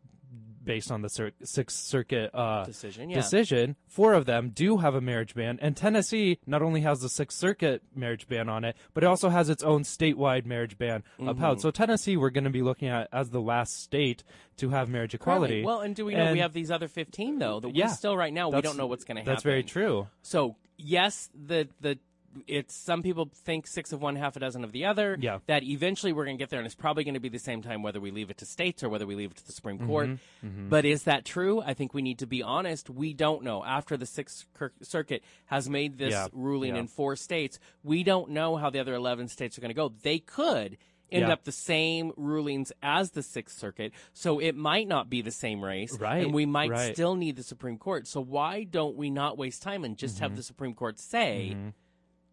based on the cir- Sixth Circuit uh,
Decision, yeah.
decision, four of them do have a marriage ban. And Tennessee not only has the Sixth Circuit marriage ban on it, but it also has its own statewide marriage ban
Mm-hmm.
upheld. So Tennessee, we're going to be looking at as the last state to have marriage equality.
Right. well and do we know
And
we have these other 15 though that
Yeah.
we still right now we
that's-
don't know what's going to happen
That's very true.
So yes, the the it's some people think six of one, half a dozen of the other.
Yeah.
That eventually we're going to get there, and it's probably going to be the same time whether we leave it to states or whether we leave it to the Supreme Court.
Mm-hmm.
But is that true? I think we need to be honest. We don't know. After the Sixth Cir- Circuit has made this
Yeah,
ruling
yeah.
in four states, we don't know how the other eleven states are going to go. They could. End
Yeah.
up the same rulings as the Sixth Circuit, so it might not be the same race,
Right,
And we might
right.
still need the Supreme Court. So why don't we not waste time and just have the Supreme Court say,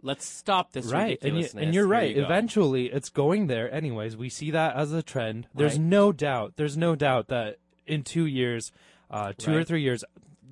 "Let's stop this
Mm-hmm. right and, you,
ridiculousness"?
and you're
Here
right
you go.
eventually it's going there anyways we see that as a trend there's
Right.
no doubt there's no doubt that in two years uh, two or
Right.
three years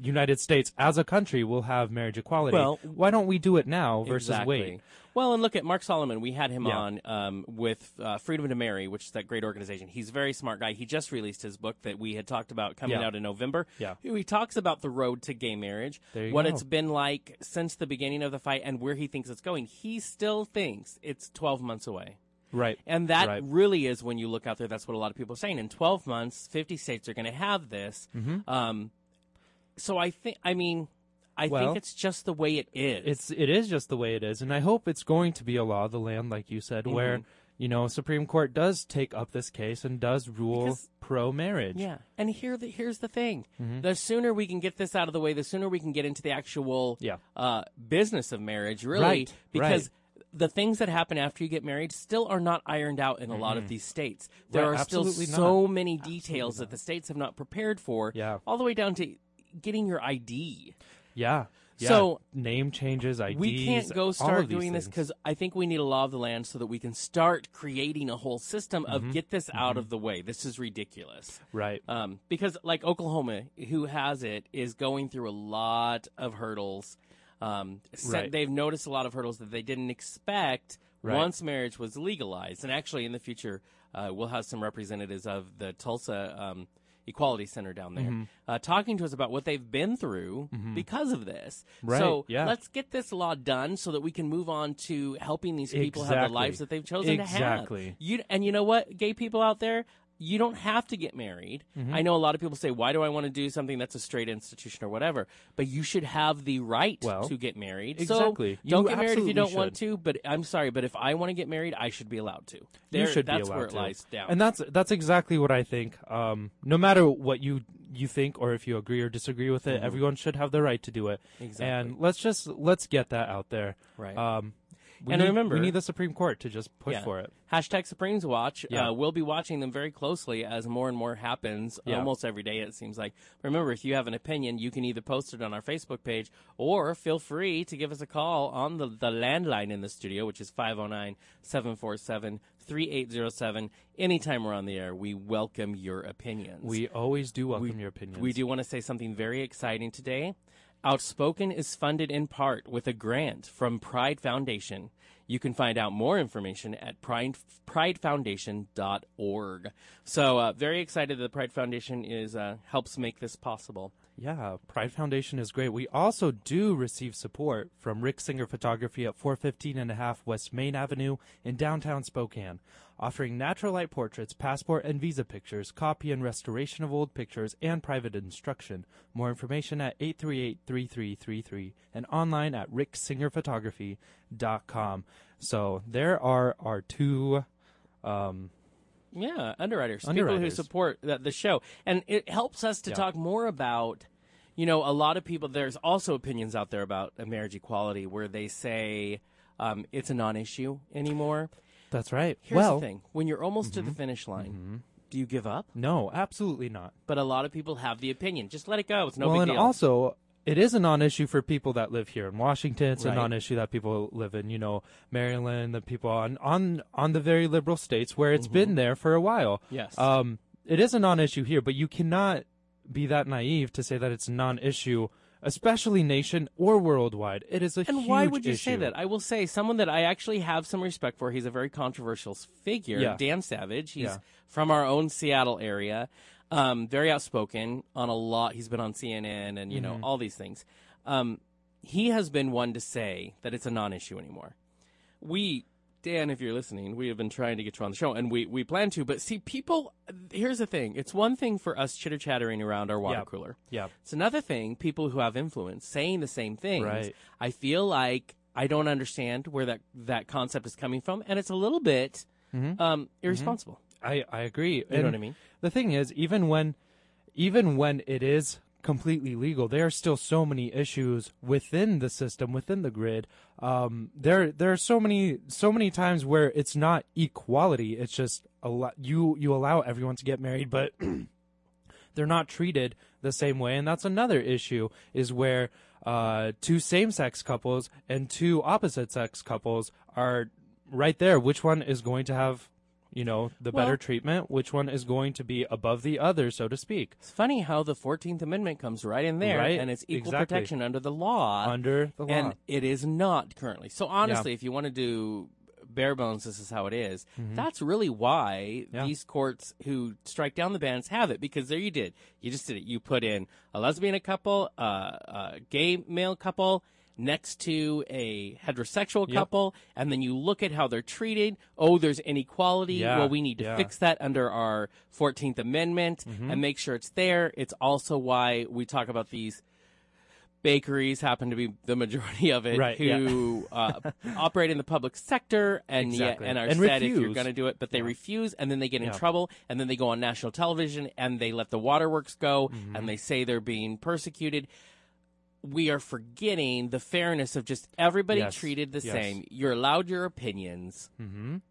united states as a country will have marriage equality
Well-
why don't we do it now versus
exactly.
wait
Well, and look at Mark Solomon. We had him
Yeah.
on um, with uh, Freedom to Marry, which is that great organization. He's a very smart guy. He just released his book that we had talked about coming
Yeah.
out in November.
Yeah.
He talks about the road to gay marriage,
There you
what
go.
it's been like since the beginning of the fight, and where he thinks it's going. He still thinks it's 12 months away.
right
And that
Right.
really is when you look out there, that's what a lot of people are saying. In 12 months, 50 states are going to have this.
Mm-hmm.
Um, so I think, I mean, I
Well,
think it's just the way it is.
it's it is just the way it is and i hope it's going to be a law of the land like you said where
Mm-hmm.
you know supreme court does take up this case and does rule
Because-
pro marriage
yeah. And here the, here's the thing
Mm-hmm.
the sooner we can get this out of the way, the sooner we can get into the actual
Yeah.
uh, business of marriage, really.
Right,
Because the things that happen after you get married still are not ironed out in a lot of these states. There
Right,
are still
absolutely not.
so many details that the states have not prepared for,
Yeah.
all the way down to getting your ID.
yeah yeah.
So-
name changes IDs.
we can't
all
go
of these
start doing this
things.
because I think we need a law of the land so that we can start creating a whole system
Mm-hmm.
of get this out of the way. This is ridiculous.
right
Um, because like Oklahoma, who has it, is going through a lot of hurdles. Um, se-
Right.
They've noticed a lot of hurdles that they didn't expect
Right.
once marriage was legalized. And actually, in the future, uh, we'll have some representatives of the Tulsa um, Equality Center down
Mm-hmm.
there uh, talking to us about what they've been through because of this.
Right,
So
yeah.
let's get this law done so that we can move on to helping these people have the
Exactly.
lives that they've chosen to have.
Exactly.
You and you know what, gay people out there, you don't have to get married.
Mm-hmm.
I know a lot of people say, "Why do I want to do something that's a straight institution or whatever?" But you should have the right
Well,
to get married.
exactly.
So don't
You
get married if
absolutely
you don't want
should.
to. But I'm sorry, but if I want to get married, I should be allowed to. There-
you should
that's
be allowed
where it
to.
lies down.
And that's that's exactly what I think. Um, no matter what you you think or if you agree or disagree with it, everyone should have the right to do it.
Mm-hmm. Exactly.
And let's just let's get that out there.
Right.
Um, we
And
need,
remember-
we need the Supreme Court to just push
Yeah.
for it.
Hashtag Supremes Watch.
Yeah.
Uh, we'll be watching them very closely as more and more happens
Yeah.
almost every day, it seems like. Remember, if you have an opinion, you can either post it on our Facebook page or feel free to give us a call on the, the landline in the studio, which is 509 747 3807. Anytime we're on the air, we welcome your opinions.
We always do welcome your opinions.
We do want to say something very exciting today. Outspoken is funded in part with a grant from Pride Foundation. You can find out more information at pride, pridefoundation.org. So, uh, very excited that the Pride Foundation is uh, helps make this possible.
Yeah, Pride Foundation is great. We also do receive support from Rick Singer Photography at 415 and a half West Main Avenue in downtown Spokane, offering natural light portraits, passport and visa pictures, copy and restoration of old pictures, and private instruction. More information at 838-3333 and online at ricksingerphotography.com. So there are our two um,
Yeah, underwriters, people who
Underwriters.
support the, the show, and it helps us to talk more about. You know, a lot of people. There's also opinions out there about uh, marriage equality where they say um, it's a non-issue anymore.
that's right.
Here's
well, Mm-hmm.
the thing: when you're almost to the finish line, Do you give up?
No, absolutely not.
But a lot of people have the opinion. Just let it go. It's no
well,
big
and
deal.
also, it is a non-issue for people that live here in Washington. It's
Right.
a non-issue that people live in, you know, Maryland, the people on on on the very liberal states where it's been there for a while.
Mm-hmm. Yes.
Um, it is a non-issue here, but you cannot be that naive to say that it's a non-issue, especially nation or worldwide. It is a
and why
huge
would you say
issue.
that? I will say someone that I actually have some respect for. He's a very controversial s- figure,
Yeah.
Dan Savage. He's
Yeah.
from our own Seattle area. Um, very outspoken on a lot. He's been on CNN and you
Mm-hmm.
know all these things. Um, he has been one to say that it's a non-issue anymore. We, Dan, if you're listening, we have been trying to get you on the show, and we we plan to. But see, people, here's the thing: it's one thing for us chitter chattering around our water
Yeah.
cooler.
Yeah.
It's another thing, people who have influence saying the same things.
Right.
I feel like I don't understand where that, that concept is coming from, and it's a little bit
Mm-hmm.
um, irresponsible.
I, I agree. You
know what I mean?
The thing is, even when even when it is completely legal, there are still so many issues within the system, within the grid. Um, there there are so many so many times where it's not equality. It's just a lot. You you allow everyone to get married, but they're not treated the same way and that's another issue is where uh, two same-sex couples and two opposite-sex couples are right there which one is going to have you know the
Well-
better treatment which one is going to be above the other so to speak
It's funny how the 14th Amendment comes right in there,
Right,
and it's equal
exactly.
protection under the law.
under the law
And it is not currently. So honestly, if you want to do bare bones, this is how it is. That's really why
Mm-hmm. Yeah.
these courts who strike down the bans have it because there you did. You just did it. You put in a lesbian couple, uh, a gay male couple next to a heterosexual
Yep.
couple, and then you look at how they're treated. Oh, there's inequality.
Yeah,
Well, we need to
yeah. Mm-hmm.
fix that under our 14th Amendment and make sure it's there. It's also why we talk about these bakeries happen to be the majority of it
Right,
who uh, operate in the public sector and
Exactly.
yeah, and are
And
said if you're
refuse.
going to do it, but they refuse and then they get in
Yeah.
trouble and then they go on national television and they let the waterworks go
Mm-hmm.
and they say they're being persecuted. We are forgetting the fairness of just everybody
Yes,
treated the
yes. Mm-hmm.
same. You're allowed your opinions,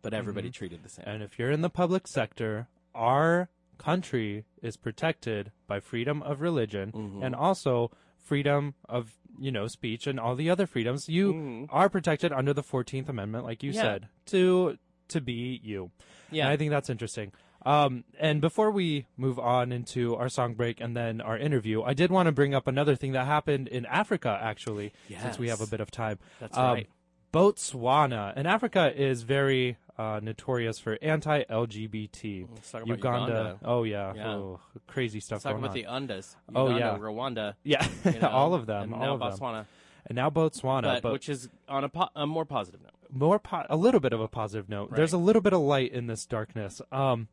but everybody treated the same.
and if you're in the public sector our country is protected by freedom of religion
Mm-hmm.
and also freedom of you know speech and all the other freedoms you are protected under the 14th amendment like you
Mm-hmm. Yeah.
said to to be you
Yeah.
And i think that's interesting um, and before we move on into our song break and then our interview i did want to bring up another thing that happened in africa actually since we
Yes.
have a bit of time Um,
That's right.
Botswana. And Africa is very uh, notorious for anti LGBT.
Let's talk about Uganda.
Oh, yeah.
Yeah.
Oh, crazy stuff
Talk
going on.
about the Undas, Uganda,
Oh, yeah.
Rwanda,
yeah,
you know,
all of them.
and
all
now
of them.
Botswana.
And now Botswana.
but,
But,
which is on a, po- a more positive note.
more po- a little bit of a positive note. There's a little bit of light in this darkness. Um,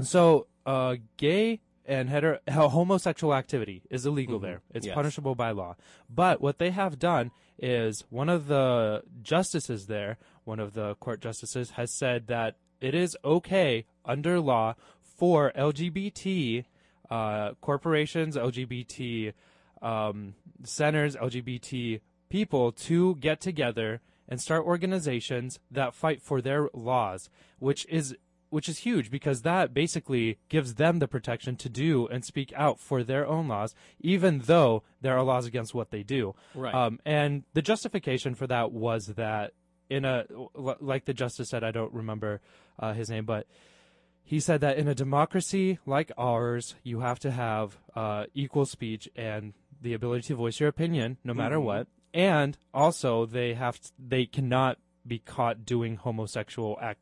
so uh, gay and hetero ho- homosexual activity is illegal there. It's
Yes.
punishable by law. But what they have done is one of the justices there, one of the court justices, has said that it is okay under law for LGBT uh, corporations, LGBT um, centers, LGBT people to get together and start organizations that fight for their laws, which is which is huge because that basically gives them the protection to do and speak out for their own laws, even though there are laws against what they do.
Right.
Um, and the justification for that was that in a like the justice said, I don't remember uh, his name, but he said that in a democracy like ours, you have to have uh, equal speech and the ability to voice your opinion, no matter
Mm-hmm.
what. And also, they have t- they cannot be caught doing homosexual ac-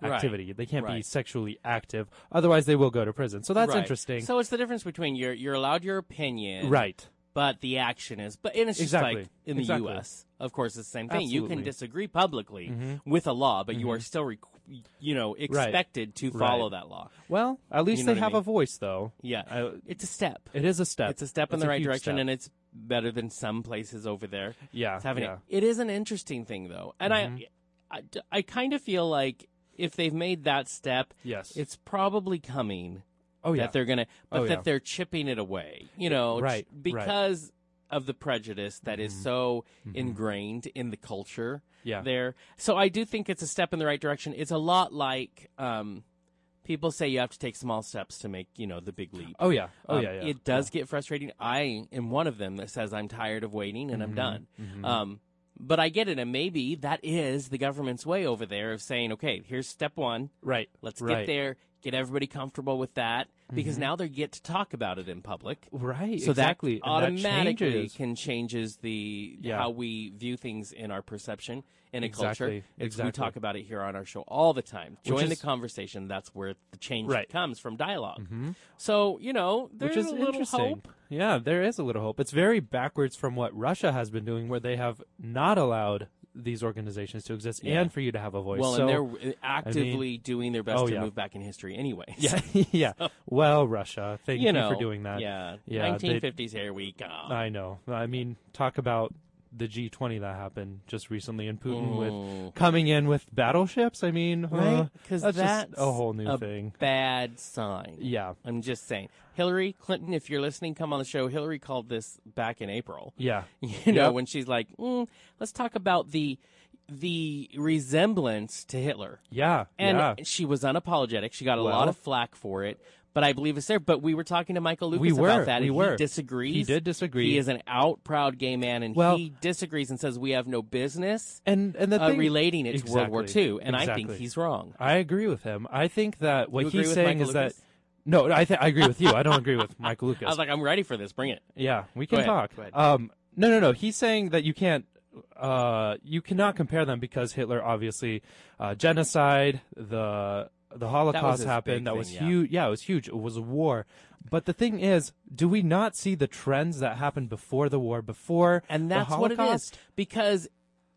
Right.
activity. They can't be
Right.
sexually active, otherwise they will go to prison. So that's
Right.
interesting,
So it's the difference between you're you're allowed your opinion,
right?
But the action is, but and it's just
Exactly.
like in the
Exactly.
U.S. Of course, it's the same thing. You can
Absolutely. Mm-hmm.
disagree publicly with a law, but you are still, requ you know, expected to follow that law.
Well, at least
You know
they
what I
have
mean.
a voice, though.
Yeah,
I-
it's a step.
It is a step.
It's a step in
It's
the
a
right
huge
direction,
step.
and it's better than some places over there.
Yeah,
It's having
yeah. Mm-hmm.
It is an interesting thing, though, and I, I, I kind of feel like if they've made that step,
Yes.
it's probably coming.
oh yeah,
that they're gonna, but
Oh,
that
yeah.
they're chipping it away, you know, ch-
Right, right.
Because of the prejudice that is so ingrained in the culture
Mm-hmm. Yeah.
there. So I do think it's a step in the right direction. It's a lot like um, people say you have to take small steps to make you know the big leap.
Oh yeah. Oh
Um,
yeah. Yeah.
It does get frustrating. I am one of them that says I'm tired of waiting and
Mm-hmm.
I'm done. Um, but I get it, and maybe that is the government's way over there of saying, okay, here's step one.
right.
Let's
right.
get there, get everybody comfortable with that, because now they get to talk about it in public.
Right.
So
exactly.
that
and that
automatically
changes.
can changes the
Yeah.
how we view things in our perception in a
Exactly,
culture. It's- We
exactly.
talk about it here on our show all the time.
Which
Join
is-
the conversation. That's where the change
Right. Mm-hmm.
comes from dialog So you know there's
which is
a little
interesting.
hope.
Yeah, there is a little hope. It's very backwards from what Russia has been doing, where they have not allowed these organizations to exist and for you to have a voice.
Well,
so,
and they're uh, actively doing their best
Oh,
to
yeah.
move back in history anyway.
yeah, yeah. Well, Russia, thank
you know
for doing that.
Yeah,
Yeah, they-
1950s here we go.
I know. I mean, talk about the G20 that happened just recently, and Putin with coming in with battleships. I mean, uh,
right? Because
that's,
that's,
just a whole new
a
thing.
Bad sign.
Yeah.
I'm just saying. Hillary Clinton, if you're listening, come on the show. Hillary called this back in April.
Yeah.
You know,
Yep.
when she's like, mm, let's talk about the the resemblance to Hitler.
Yeah.
And
yeah.
she was unapologetic. She got a lot
Well.
of flack for it. But I believe it's there. But we were talking to Michael Lucas
We were,
about that.
we
and
were.
He disagrees.
He did disagree.
He is an out proud gay man, and
Well-
he disagrees and says we have no business
and and the
uh,
thing
relating it to World War
Exactly.
II. And I think
Exactly.
he's wrong.
I agree with him. I think that what
You agree
he's
with
saying
Michael
is
Lucas?
that no, I th- I agree with you. I don't agree with Michael Lucas.
I was like, I'm ready for this. Bring it.
yeah, we can
ahead,
talk.
go ahead.
Um, no, no, no. He's saying that you can't, uh, you cannot compare them because Hitler obviously uh, genocide the the Holocaust
his big
happened. That
thing,
was
yeah.
huge. Yeah, it was huge. It was a war. But the thing is, do we not see the trends that happened before the war, before
And that's
the
what it is.
Holocaust?
Because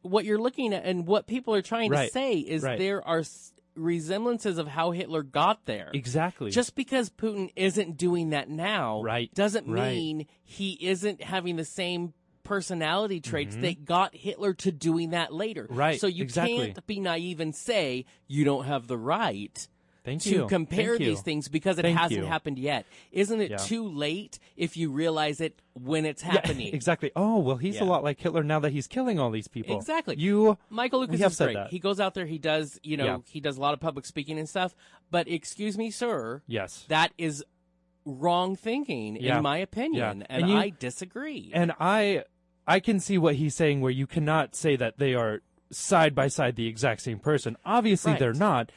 what you're looking at and what people are trying to
Right.
say is
Right.
there are s- resemblances of how Hitler got there.
Exactly.
Just because Putin isn't doing that now
Right.
doesn't
Right.
mean he isn't having the same personality traits that got Hitler to doing that later.
Right.
So you
Exactly.
can't be naive and say you don't have the right
Thank
to
you.
compare
Thank you.
these things because it
Thank
hasn't
you.
happened yet. Isn't it
Yeah.
too late if you realize it when it's
Yeah,
happening?
exactly. Oh well, he's a
Yeah.
lot like Hitler now that he's killing all these people.
Exactly.
You,
Michael Lucas
we have
is
said
great.
that.
He goes out there, he does, you know,
Yeah.
he does a lot of public speaking and stuff. But excuse me, sir,
yes.
that is wrong thinking,
Yeah.
in my opinion,
Yeah.
and,
And you-
I disagree.
and I, I can see what he's saying where you cannot say that they are side by side the exact same person. Obviously,
Right.
they're not.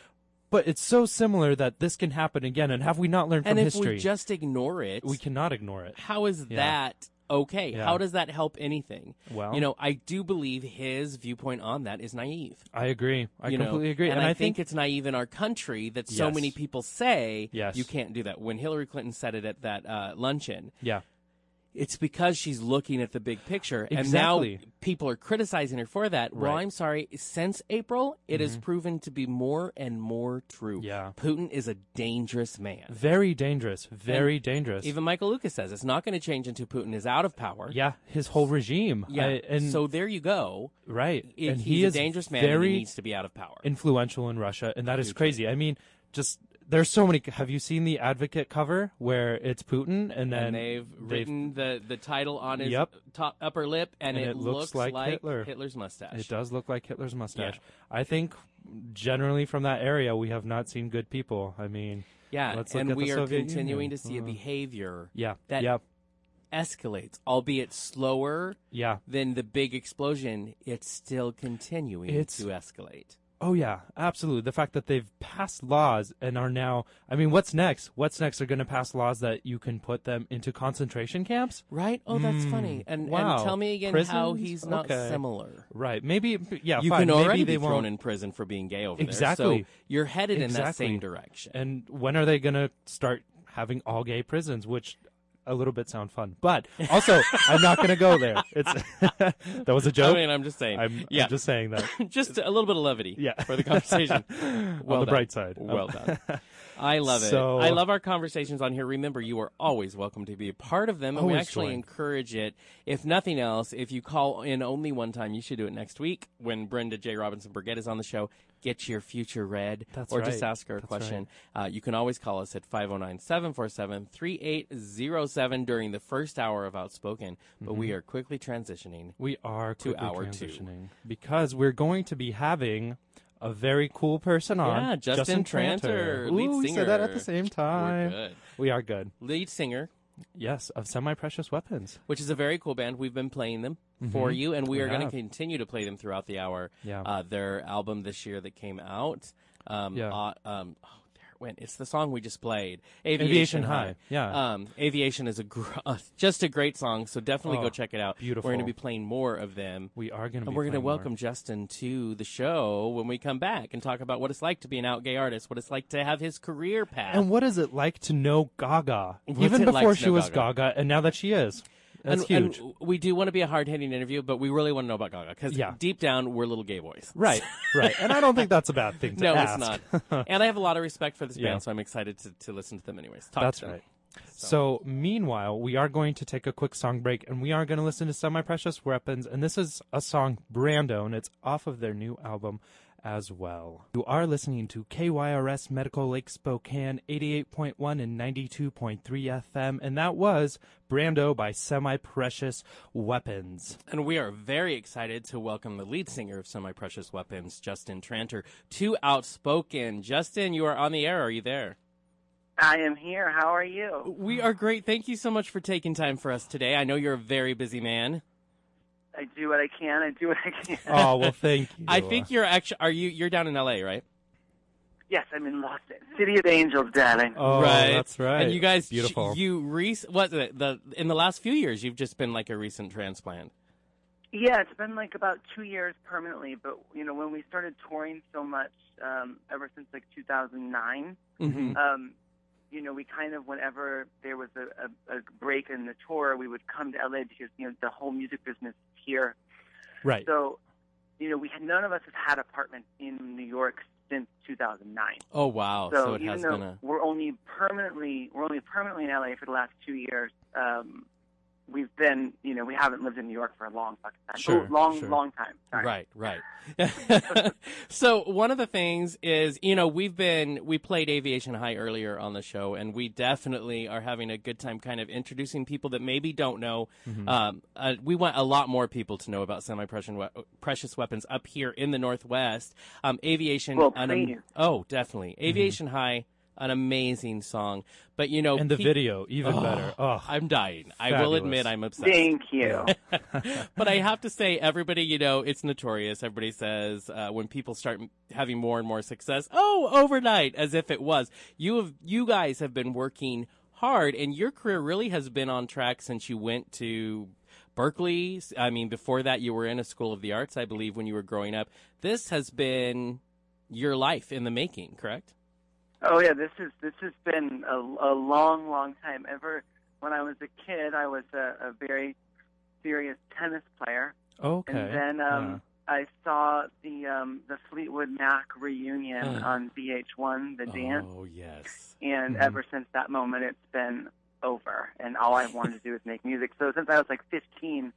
But it's so similar that this can happen again. And have we not learned
And
from
if
history?
we just ignore it,
We cannot ignore it.
how is
Yeah.
that okay?
Yeah.
How does that help anything?
Well-
you know, I do believe his viewpoint on that is naive.
I agree. I
you know?
completely agree.
And,
I,
I, think, it's naive in our country that so
Yes.
many people say
Yes.
you can't do that. When Hillary Clinton said it at that uh, luncheon,
yeah,
it's because she's looking at the big picture. And now
Exactly.
people are criticizing her for that. Well,
Right. Mm-hmm.
I'm sorry. Since April, it has proven to be more and more true.
Yeah.
Putin is a dangerous man.
very dangerous. Very dangerous.
Even Michael Lucas says it's not going to change until Putin is out of power.
yeah, his whole regime.
Yeah.
I- and
so there you go.
right.
I-
and
he's
he
a
is
dangerous man and
Very
he needs to be out of power.
influential in Russia, and that is crazy. I mean, just there's so many. Have you seen the Advocate cover where it's Putin and then
and they've written the, the title on his
Yep.
top upper lip, and,
And it looks like Hitler.
Hitler's mustache.
It does look like Hitler's mustache. I think generally from that area we have not seen good people. I mean,
Yeah,
Let's look
and
at the
we are
Soviet
continuing
Union. Uh-huh.
to see a behavior
yeah,
that
yeah,
escalates, albeit slower
yeah.
than the big explosion, it's still continuing
It's-
to escalate.
Oh yeah, absolutely. The fact that they've passed laws and are now I mean, what's next? What's next? They're going to pass laws that you can put them into concentration camps?
Right? Oh, that's funny. And, and
Hmm. wow.
tell me again how
Prisons?
he's not
Okay.
similar.
Right. Maybe yeah,
You
fine.
can already
Maybe
be
they
thrown
won't
in prison for being gay over there.
Exactly.
So you're headed in that
Exactly.
same direction.
And when are they going to start having all gay prisons? Which a little bit sound fun, but also I'm not going to go there. It's that was a
I
joke.
mean, I'm just saying.
I'm,
yeah,
I'm just saying that
just, a little bit of levity
Yeah.
for the conversation. well
on the
done.
bright side. Um,
Well done. I love it.
So-
I love our conversations on here. Remember, you are always welcome to be a part of them, and we
Always
actually
join.
encourage it. If nothing else, if you call in only one time, you should do it next week when Brenda J. Robinson Burgett is on the show. Get your future read
That's
or just
right.
ask her a
That's
question. Uh, you can always call us at 509 747 3807 during the first hour of Outspoken, but
Mm-hmm.
we are quickly transitioning.
we are
To
quickly
hour two.
transitioning because we're going to be having a very cool person on.
Yeah, Justin Tranter, lead
Ooh, we said that at the
singer.
same
We're
time.
good.
We are good.
Lead singer,
Yes, of Semi Precious Weapons.
which is a very cool band. We've been playing them for you, and
Mm-hmm.
we
We
are going to
have.
continue to play them throughout the hour.
Yeah.
Uh, their album this year that came out. Um,
Yeah.
uh, um, oh, there it went. It's the song we just played.
Aviation High. Yeah.
Um, Aviation is a gr- uh, just a great song, so definitely go
Oh,
check it out.
beautiful.
We're going to be playing more of them.
We are going to be.
And we're going to
playing more.
welcome Justin to the show when we come back and talk about what it's like to be an out gay artist, what it's like to have his career path.
And what is it like to know Gaga?
What's
Even
it like
before
to
she
know
was
Gaga?
Gaga? and now that she is, that's
And- and
huge.
we do want to be a hard hitting interview, but we really want to know about Gaga because
Yeah.
deep down we're little gay boys.
right, right. And I don't think that's a bad thing to
No,
ask.
it's not. and I have a lot of respect for this band,
Yeah.
so I'm excited to, to listen to them anyways. Talk
That's
to them.
right. So. meanwhile, we are going to take a quick song break and we are going to listen to Semi Precious Weapons. And this is a song, Brando, and it's off of their new album as well. You are listening to KYRS Medical Lake Spokane 88.1 and 92.3 FM. And that was Brando by Semi Precious Weapons.
And we are very excited to welcome the lead singer of Semi Precious Weapons, Justin Tranter, to Outspoken. Justin, you are on the air. Are you there?
I am here. How are you?
We are great. Thank you so much for taking time for us today. I know you're a very busy man.
I do what I can. I do what I can.
Oh, well, thank you.
I think you're actually are you you're down in LA, right?
Yes, I'm in Los Angeles, City of Angels, darling.
Oh,
right.
that's right.
And you guys
beautiful.
You rec- what the, the in the last few years you've just been like a recent transplant.
Yeah, it's been like about two years permanently, but you know when we started touring so much um, ever since like 2009,
Hmm.
Mm-hmm.
um, you know we kind of whenever there was a, a, a break in the tour, we would come to LA because you know the whole music business is here.
right.
So, you know we had none of us have had apartments in New York since 2009.
Oh wow. So,
So,
it
even
has
though
been a
we're only permanently we're only permanently in LA for the last two years, um, we've been you know we haven't lived in New York for a long fucking time.
Sure,
oh, long
sure.
long time. Sorry.
Right, right. so one of the things is, you know, we've been we played Aviation High earlier on the show, and we definitely are having a good time, kind of introducing people that maybe don't know.
Mm-hmm.
Um, uh, we want a lot more people to know about semi-precious we- precious weapons up here in the Northwest. Um, aviation,
Well,
an
please.
oh, definitely,
Mm-hmm.
Aviation High, an amazing song, but you know,
and the
pe-
video, even better. Oh,
I'm dying. I will
Fabulous.
admit, I'm obsessed
Thank you.
but I have to say, everybody, you know, it's notorious. Everybody says uh, when people start m- having more and more success, oh, overnight, as if it was. You have, you guys have been working hard, and your career really has been on track since you went to Berkeley. S- I mean, before that, you were in a school of the arts, I believe, when you were growing up. This has been your life in the making, correct?
Oh yeah, this is this has been a, a long, long time. Ever when I was a kid, I was a, a very serious tennis player,
okay.
and then um, I saw the um, the Fleetwood Mac reunion
Uh.
on VH1, The Dance.
Oh yes.
And
Mhm.
ever since that moment, it's been over. And all I wanted to do was make music. So since I was like 15,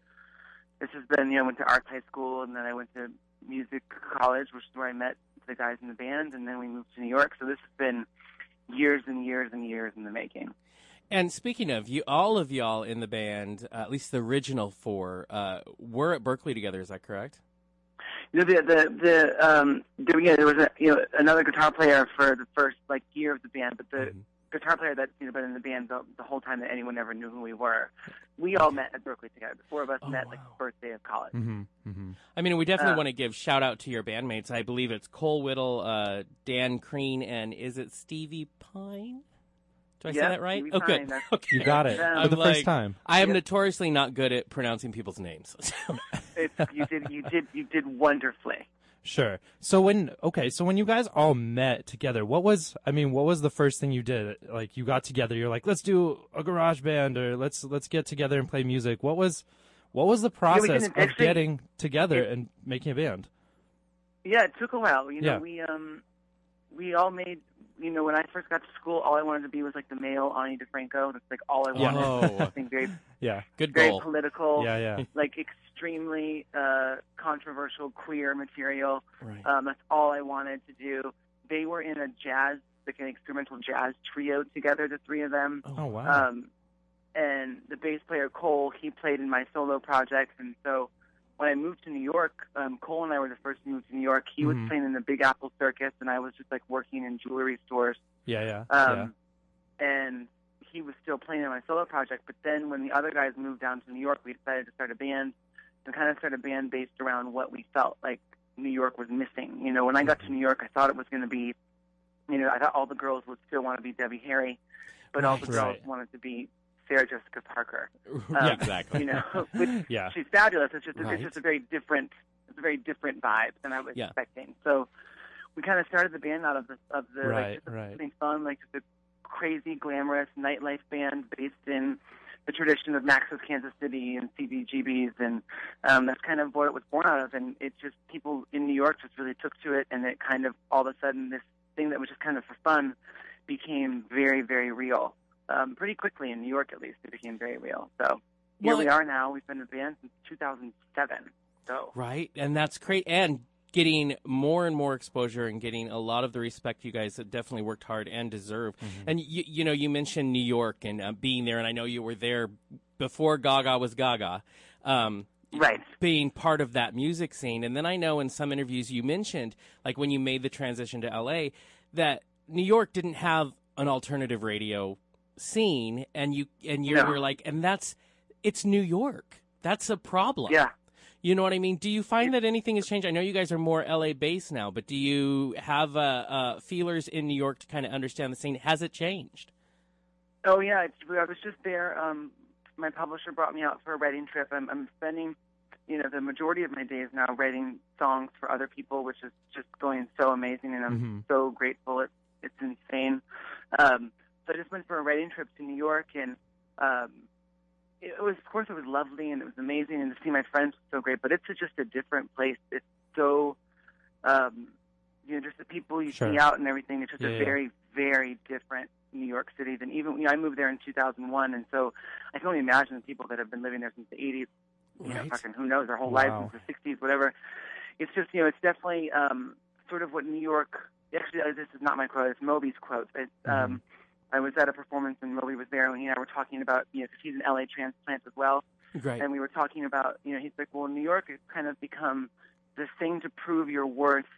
this has been, you know, I went to arts high school and then I went to music college, which is where I met the guys in the band. And then we moved to New York. So this has been years and years and years in the making.
And speaking of you, all of y'all in the band, uh, at least the original four, uh, were at Berkeley together. Is that correct?
You know, the, the, the, um, there, yeah, there was a, you know, another guitar player for the first like year of the band, but the
Mm-hmm.
guitar player that's, you know, been in the band the, the whole time that anyone ever knew who we were. We all met at Berkeley together. The four of us
Oh,
met like
wow.
the first day of college.
Mhm, mhm.
I mean, we definitely
Uh,
want to give shout out to your bandmates. I believe it's Cole Whittle, uh, Dan Crean, and is it Stevie Pine? Do I say
Yeah,
that right?
Stevie
oh, good.
Pine, that's-
Okay.
You got it
I'm
for the
like-
first time.
I am
Yeah.
notoriously not good at pronouncing people's names.
It's, you did, you did, you did wonderfully.
Sure. So when okay, so when you guys all met together, what was I mean, what was the first thing you did? Like you got together, you're like, let's do a garage band or let's let's get together and play music. What was what was the
we
process
didn't
of
actually-
getting together
it-
and making a band?
Yeah, it took a while. You know,
Yeah.
we um, we all made. You know, when I first got to school, all I wanted to be was like the male Ani DeFranco. That's like all I wanted.
Oh.
Something very,
Yeah.
good
very
goal.
political.
Yeah, yeah.
Like extremely uh, controversial queer material.
Right.
Um, that's all I wanted to do. They were in a jazz, like an experimental jazz trio together, the three of them.
Oh
uh,
wow.
Um, and the bass player Cole, he played in my solo projects, and so when I moved to New York, um, Cole and I were the first to move to New York. He
Mhm.
was playing in the Big Apple Circus, and I was just like working in jewelry stores.
Yeah, yeah. yeah.
Um, And he was still playing in my solo project. But then when the other guys moved down to New York, we decided to start a band and kind of start a band based around what we felt like New York was missing. You know, when I got to New York, I thought it was going to be, you know, I thought all the girls would still want to be Debbie Harry, but all the
Right.
girls wanted to be Sarah Jessica Parker.
yeah,
um,
exactly.
You know, which
yeah.
she's fabulous. It's just
Right.
it's just a very different it's a very different vibe than I was
Yeah.
expecting. So we kind of started the band out of the of the
Right,
like, just
right.
something fun, like just a crazy glamorous nightlife band based in the tradition of Max's Kansas City and CBGBs, and um, that's kind of what it was born out of. And it just people in New York just really took to it, and it kind of all of a sudden this thing that was just kind of for fun became very very real. Um, pretty quickly in New York, at least, it became very real. So here
Well,
we
it-
are now. We've been in the band since 2007. So
Right, and that's great. And getting more and more exposure and getting a lot of the respect you guys have definitely worked hard and deserve. And you, you know, you mentioned New York and uh, being there, and I know you were there before Gaga was Gaga. Um,
Right.
being part of that music scene. And then I know in some interviews you mentioned, like when you made the transition to LA, that New York didn't have an alternative radio scene, and you and you
No.
were like, and that's it's New York. That's a problem.
yeah,
You know what I mean? Do you find that anything has changed? I know you guys are more LA based now, but do you have uh, uh, feelers in New York to kind of understand the scene? Has it changed?
Oh yeah, it's, I was just there. Um, my publisher brought me out for a writing trip. I'm, I'm spending, you know, the majority of my days now writing songs for other people, which is just going so amazing, and I'm
Mhm.
so grateful. It's it's insane. Um, so I just went for a writing trip to New York, and um, it, it was of course it was lovely and it was amazing, and to see my friends was so great. But it's just a different place. It's so, um, you know, just the people you
Sure.
see out and everything. It's just
Yeah,
a
yeah.
very very different New York City than even you know I moved there in 2001, and so I can only imagine the people that have been living there since the 80s. You know,
Right.
fucking who knows their whole
Wow.
lives since the 60s, whatever. It's just you know it's definitely um, sort of what New York. Actually, uh, this is not my quote. It's Moby's quote. It's,
Mm-hmm.
um, I was at a performance and Moby was there, and he and I were talking about you know 'cause he's an LA transplant as well,
Right.
and we were talking about, you know, he's like, well, New York has kind of become this thing to prove your worth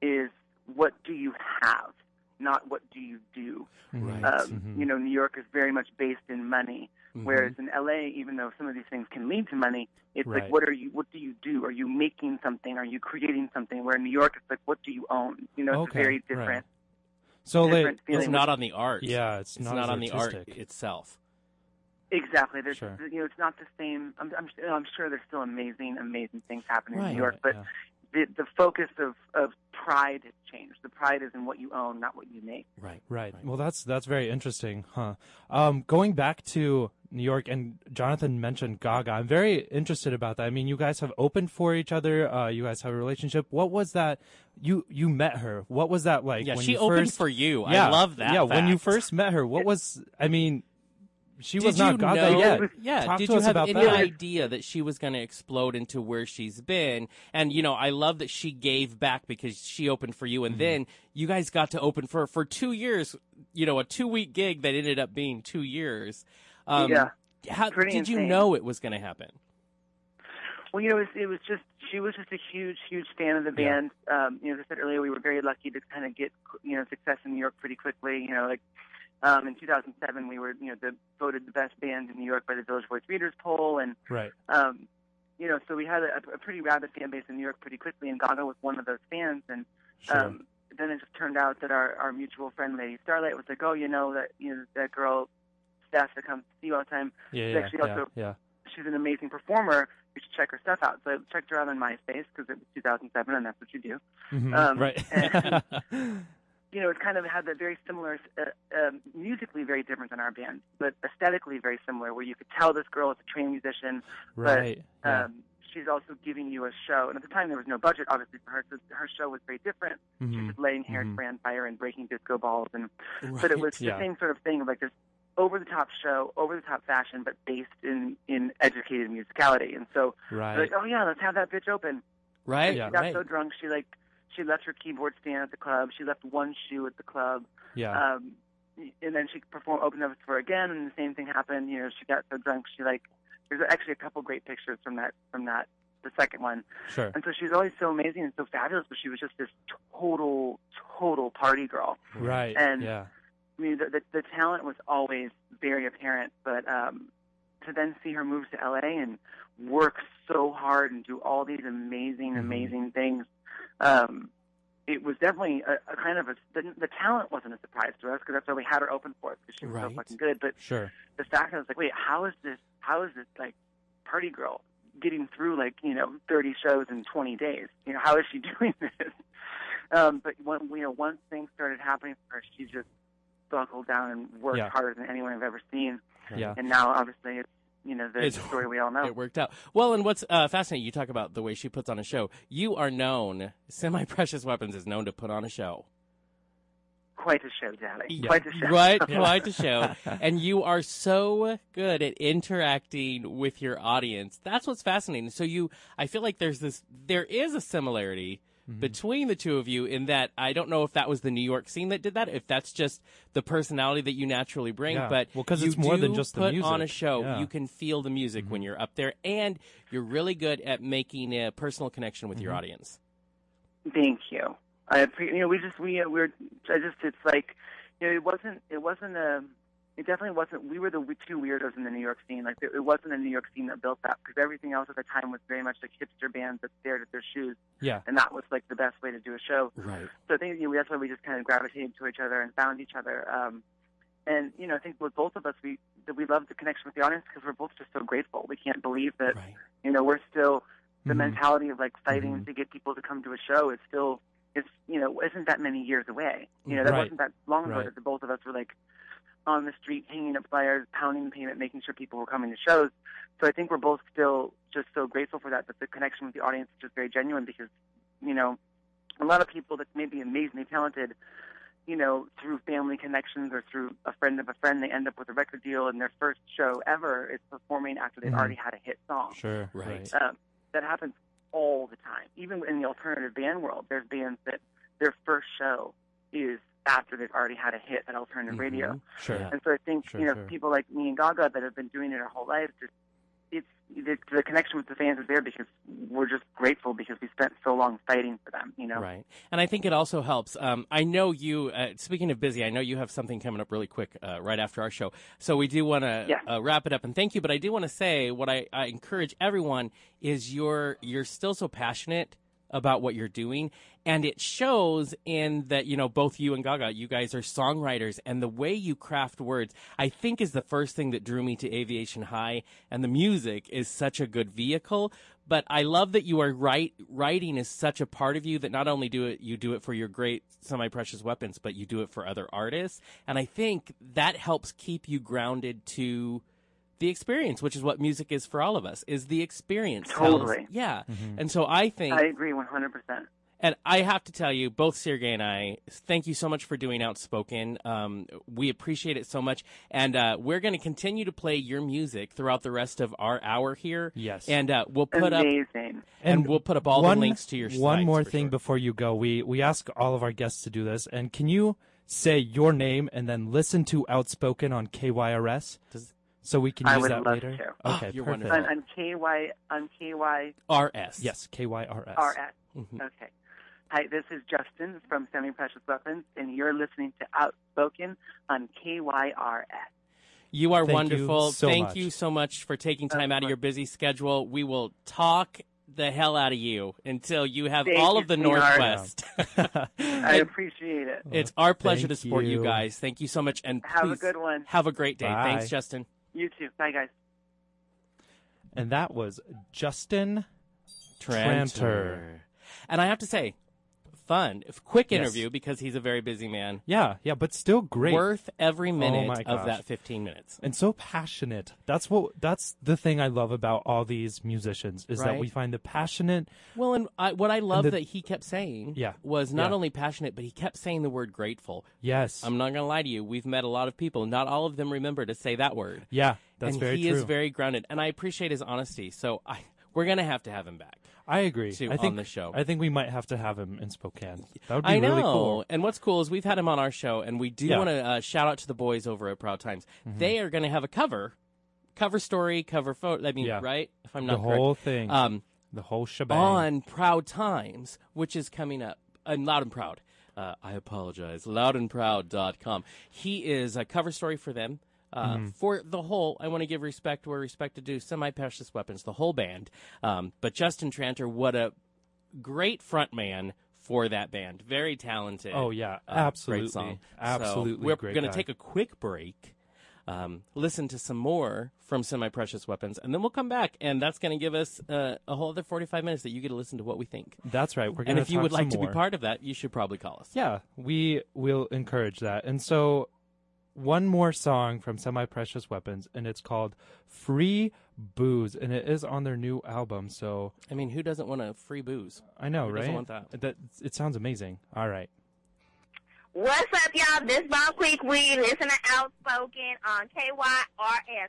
is what do you have, not what do you do.
Mhm.
Right. Mm-hmm.
Um, You know, New York is very much based in money,
Mm-hmm.
whereas in LA, even though some of these things can lead to money, it's
Right.
like, what are you? What do you do? Are you making something? Are you creating something? Where in New York, it's like, what do you own? You know, it's
Okay,
very
right.
different.
so like,
different
it's
feeling.
not on the art.
yeah, it's,
It's
not,
not,
as
on the art
artistic.
itself.
Exactly. There's,
Sure.
you know, it's not the same. I'm, I'm, I'm sure there's still amazing, amazing things happening in
Right.
New York, but
Yeah.
the, the focus of, of pride has changed. The pride is in what you own, not what you make.
Right.
Right.
Right.
Well, that's that's very interesting, huh? Um, going back to New York, and Jonathan mentioned Gaga. I'm very interested about that. I mean, you guys have opened for each other. Uh, you guys have a relationship. What was that? You you met her. What was that like?
Yeah,
when
she
you
opened
first-
for you.
Yeah,
I love that.
Yeah, when you
fact.
first met her, what was? I mean, she
Did
was not
you
Gaga
know-
yet.
Yeah,
Talk
did
to
you
us
have
about
any
that.
idea that she was going to explode into where she's been? And you know, I love that she gave back because she opened for
Mm-hmm.
you, and then you guys got to open for her for two years. You know, a two week gig that ended up being two years. Um,
Yeah.
how, did
Pretty
you
insane.
know it was going to happen?
Well, you know, it was, it was just she was just a huge, huge fan of the
Yeah.
band. Um, you know, as I said earlier, we were very lucky to kind of get you know success in New York pretty quickly. You know, like um, in 2007, we were you know the, voted the best band in New York by the Village Voice Readers poll, and
Right.
um, you know, so we had a, a pretty rabid fan base in New York pretty quickly, and Gaga was one of those fans, and
Sure.
Um, then it just turned out that our, our mutual friend, Lady Starlight, was like, "Oh, you know that you know that girl, Steph, that comes to see you all the time.
yeah. Yeah.
actually
yeah,
also-
yeah.
She's an amazing performer. You should check her stuff out." So I checked her out on MySpace because it was 2007, and that's what you do.
Mhm,
um,
right.
You know, it kind of had that very similar, uh, um musically very different than our band, but aesthetically very similar. Where you could tell this girl is a trained musician.
right. yeah.
Um, she's also giving you a show, and at the time there was no budget, obviously, for her. So her show was very different. She was
Mhm.
just laying hair
mhm.
spray on fire and breaking disco balls and but it was
yeah.
the same sort of thing of like this over the top show, over the top fashion, but based in in educated musicality. And so they're
Right.
uh,
like, oh yeah, let's have that bitch open.
Right.
she
Yeah.
got
right.
so drunk she like she left her keyboard stand at the club. She left one shoe at the club.
Yeah.
Um, and then she performed opened up for her again, and the same thing happened. You know, she got so drunk she like. There's actually a couple great pictures from that from that the second one.
Sure.
And so she was always so amazing and so fabulous, but she was just this total, total party girl.
Right.
And-
yeah.
I mean, the, the, the talent was always very apparent, but um, to then see her move to LA and work so hard and do all these amazing,
Mhm.
amazing things, um, it was definitely a, a kind of a the, the talent wasn't a surprise to us because that's why we had her open for us because she was
Right.
so fucking good. But
Sure.
the fact that I was like, wait, how is this? How is this like party girl getting through like you know thirty shows in twenty days? You know, how is she doing this? Um, but when you know once things started happening for her, she just buckled down and worked
Yeah.
harder than anyone I've ever seen.
Yeah.
And now obviously it's you know the
It's-
story we all know.
It worked out. Well, and what's uh, fascinating, you talk about the way she puts on a show. You are known, Semi Precious Weapons is known to put on a show.
Quite a show, Daddy.
Yeah.
Quite a show.
Right? Quite a show. And you are so good at interacting with your audience. That's what's fascinating. So you, I feel like there's this, there is a similarity
Mm-hmm.
between the two of you in that I don't know if that was the New York scene that did that, if that's just the personality that you naturally bring,
Yeah.
but
Well, 'cause
you
it's more than
do
just the
put
music.
on a show.
Yeah. Mm-hmm.
You can feel the music when you're up there, and you're really good at making a personal connection with
Mm-hmm.
your audience.
Thank you. I appre you know we just we uh, we were I just it's like you know it wasn't it wasn't a it definitely wasn't we were the we- two weirdos in the New York scene like it it wasn't a New York scene that built that because everything else at the time was very much like hipster bands that stared at their shoes
Yeah.
and that was like the best way to do a show
Right.
so I think you know, that's why we just kind of gravitated to each other and found each other. Um, and you know, I think with both of us, we that we love the connection with the audience because we're both just so grateful. We can't believe that
Right.
you know we're still the
Mhm.
mentality of like fighting
Mhm.
to get people to come to a show is still it's you know isn't that many years away. You know, that
Right.
wasn't that long ago
Right.
that the both of us were like on the street hanging up flyers, pounding the pavement, making sure people were coming to shows. So I think we're both still just so grateful for that. That the connection with the audience is just very genuine because you know a lot of people that may be amazingly talented, you know, through family connections or through a friend of a friend, they end up with a record deal and their first show ever is performing after they've
Mhm.
already had a hit song.
Sure.
Right.
Um, that happens all the time. Even in the alternative band world, there's bands that their first show is after they've already had a hit at alternative
Mhm.
radio.
Sure.
Yeah.
And so I think
Sure,
you know
sure.
people like me and Gaga that have been doing it our whole lives. Just, it's the, the connection with the fans is there because we're just grateful because we spent so long fighting for them. You know.
Right. And I think it also helps. Um, I know you, uh, speaking of busy, I know you have something coming up really quick uh, right after our show. So we do want to
Yeah.
uh, wrap it up and thank you. But I do want to say what I, I encourage everyone is you're, you're still so passionate about what you're doing. And it shows in that, you know, both you and Gaga, you guys are songwriters and the way you craft words, I think is the first thing that drew me to Aviation High and the music is such a good vehicle. But I love that you are right. Writing is such a part of you that not only do it, you do it for your great semi precious weapons, but you do it for other artists. And I think that helps keep you grounded to the experience, which is what music is for all of us, is the experience. tells-
Totally.
Yeah.
Mm-hmm.
And so I think
I agree 100. percent
and I have to tell you, both Sergey and I, thank you so much for doing Outspoken. Um, we appreciate it so much. And uh, we're going to continue to play your music throughout the rest of our hour here.
Yes.
And uh, we'll put up and,
Amazing.
we'll put up all
one,
the links to your
One
sites
more
for
thing
sure.
before you go. We we ask all of our guests to do this, and can you say your name and then listen to Outspoken on KYRS?
Does-
so we can
I
use
would
that
love
later.
to.
Ah,
Okay,
you're
perfect.
wonderful.
On, on KY on KY
RS.
Yes, KYRS.
Mhm.
Okay. Hi, this is Justin from Semi Precious Weapons, and you're listening to Outspoken on KYRS.
You are
Thank you
wonderful.
so
thank
much.
you so much for taking time
Of
out of
course.
your busy schedule. We will talk the hell out of you until you have
Thank
all
you,
of the
sweetheart.
Northwest.
I appreciate it.
It's our pleasure to
Thank
support you.
you.
guys. Thank you so much, and
Have a
please
good one.
Have a great day.
Bye.
Thanks, Justin.
You too. Bye, guys.
and that was Justin. Tranter.
And I have to say, fun, quick
Yes.
interview because he's a very busy man.
Yeah, yeah, but still great. Oh
Worth every minute
my
of
gosh.
that 15 minutes.
and so passionate. That's what that's the thing I love about all these musicians is
Right.
that we find the passionate
Well, and I, what I love
the-
that he kept saying
Yeah.
was not
Yeah.
only passionate, but he kept saying the word grateful.
yes.
I'm not going to lie to you. We've met a lot of people. Not all of them remember to say that word.
yeah, that's
and
very
he
true.
is very grounded, and I appreciate his honesty. So I, we're going to have to have him back.
I agree.
to
I
on
think
the show.
I think we might have to have him in Spokane. That would be
I know.
really cool.
And what's cool is we've had him on our show, and we do
Yeah. Mm-hmm.
want to uh, shout out to the boys over at Proud Times. They are going to have a cover, cover story, cover photo. I mean,
Yeah.
right? If I'm
The
not correct.
whole thing.
Um,
The whole shebang.
on Proud Times, which is coming up. And Loud and Proud. Uh, I apologize. Loudandproud.com. He is a cover story for them. Uh,
Mm-hmm.
For the whole, I want to give respect where respect to do. Semi Precious Weapons, the whole band. Um, but Justin Tranter, what a great frontman for that band. Very talented.
Oh, yeah.
Uh,
absolutely.
Great song.
Absolutely.
So we're
great
gonna
guy.
take a quick break, um, listen to some more from Semi Precious Weapons, and then we'll come back. And that's going to give us uh, a whole other 45 minutes that you get to listen to what we think.
That's right. We're gonna
And if you
talk
would like
some
to be
more.
part of that, you should probably call us.
Yeah, we will encourage that. And so, one more song from Semi Precious Weapons, and it's called Free Booze, and it is on their new album. So,
I mean, who doesn't want a free booze?
I know,
Who
right?
doesn't want that?
It sounds amazing. All right.
What's up, y'all? This Ball Creek Weed. Listen to Outspoken on KYRS.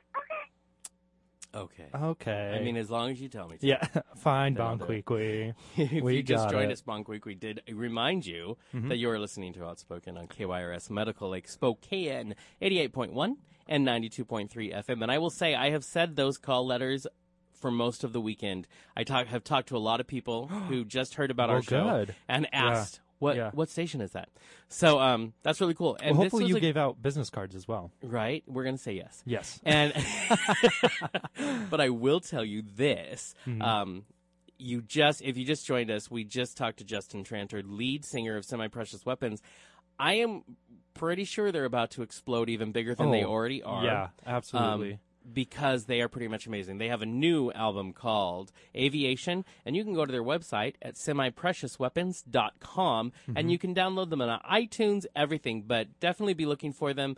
Okay.
Okay.
Okay.
I mean, as long as you tell me to.
yeah, fine,
I'll
Bon
do it.
Quickly.
if
We
you just
got
joined
it. Mm-hmm.
us, Bonk Week, we did remind you that you are listening to Outspoken on KYRS Medical Lake Spokane 88.1 and 92.3 FM. And I will say, I have said those call letters for most of the weekend. I talk, have talked to a lot of people who just heard about
Well,
our show
good.
and asked. What
Yeah.
what station is that? So um, that's really cool. And
Well,
this
hopefully,
was
you
a-
gave out business cards as well.
right. We're gonna say yes.
Yes.
And but I will tell you this.
Mm-hmm.
Um you just if you just joined us, we just talked to Justin Tranter, lead singer of Semi Precious Weapons. I am pretty sure they're about to explode even bigger than they
Oh,
already are.
Yeah,
um,
absolutely.
because they are pretty much amazing. They have a new album called Aviation, and you can go to their website at semipreciousweapons.com
Mm-hmm.
and you can download them on iTunes, everything, but definitely be looking for them.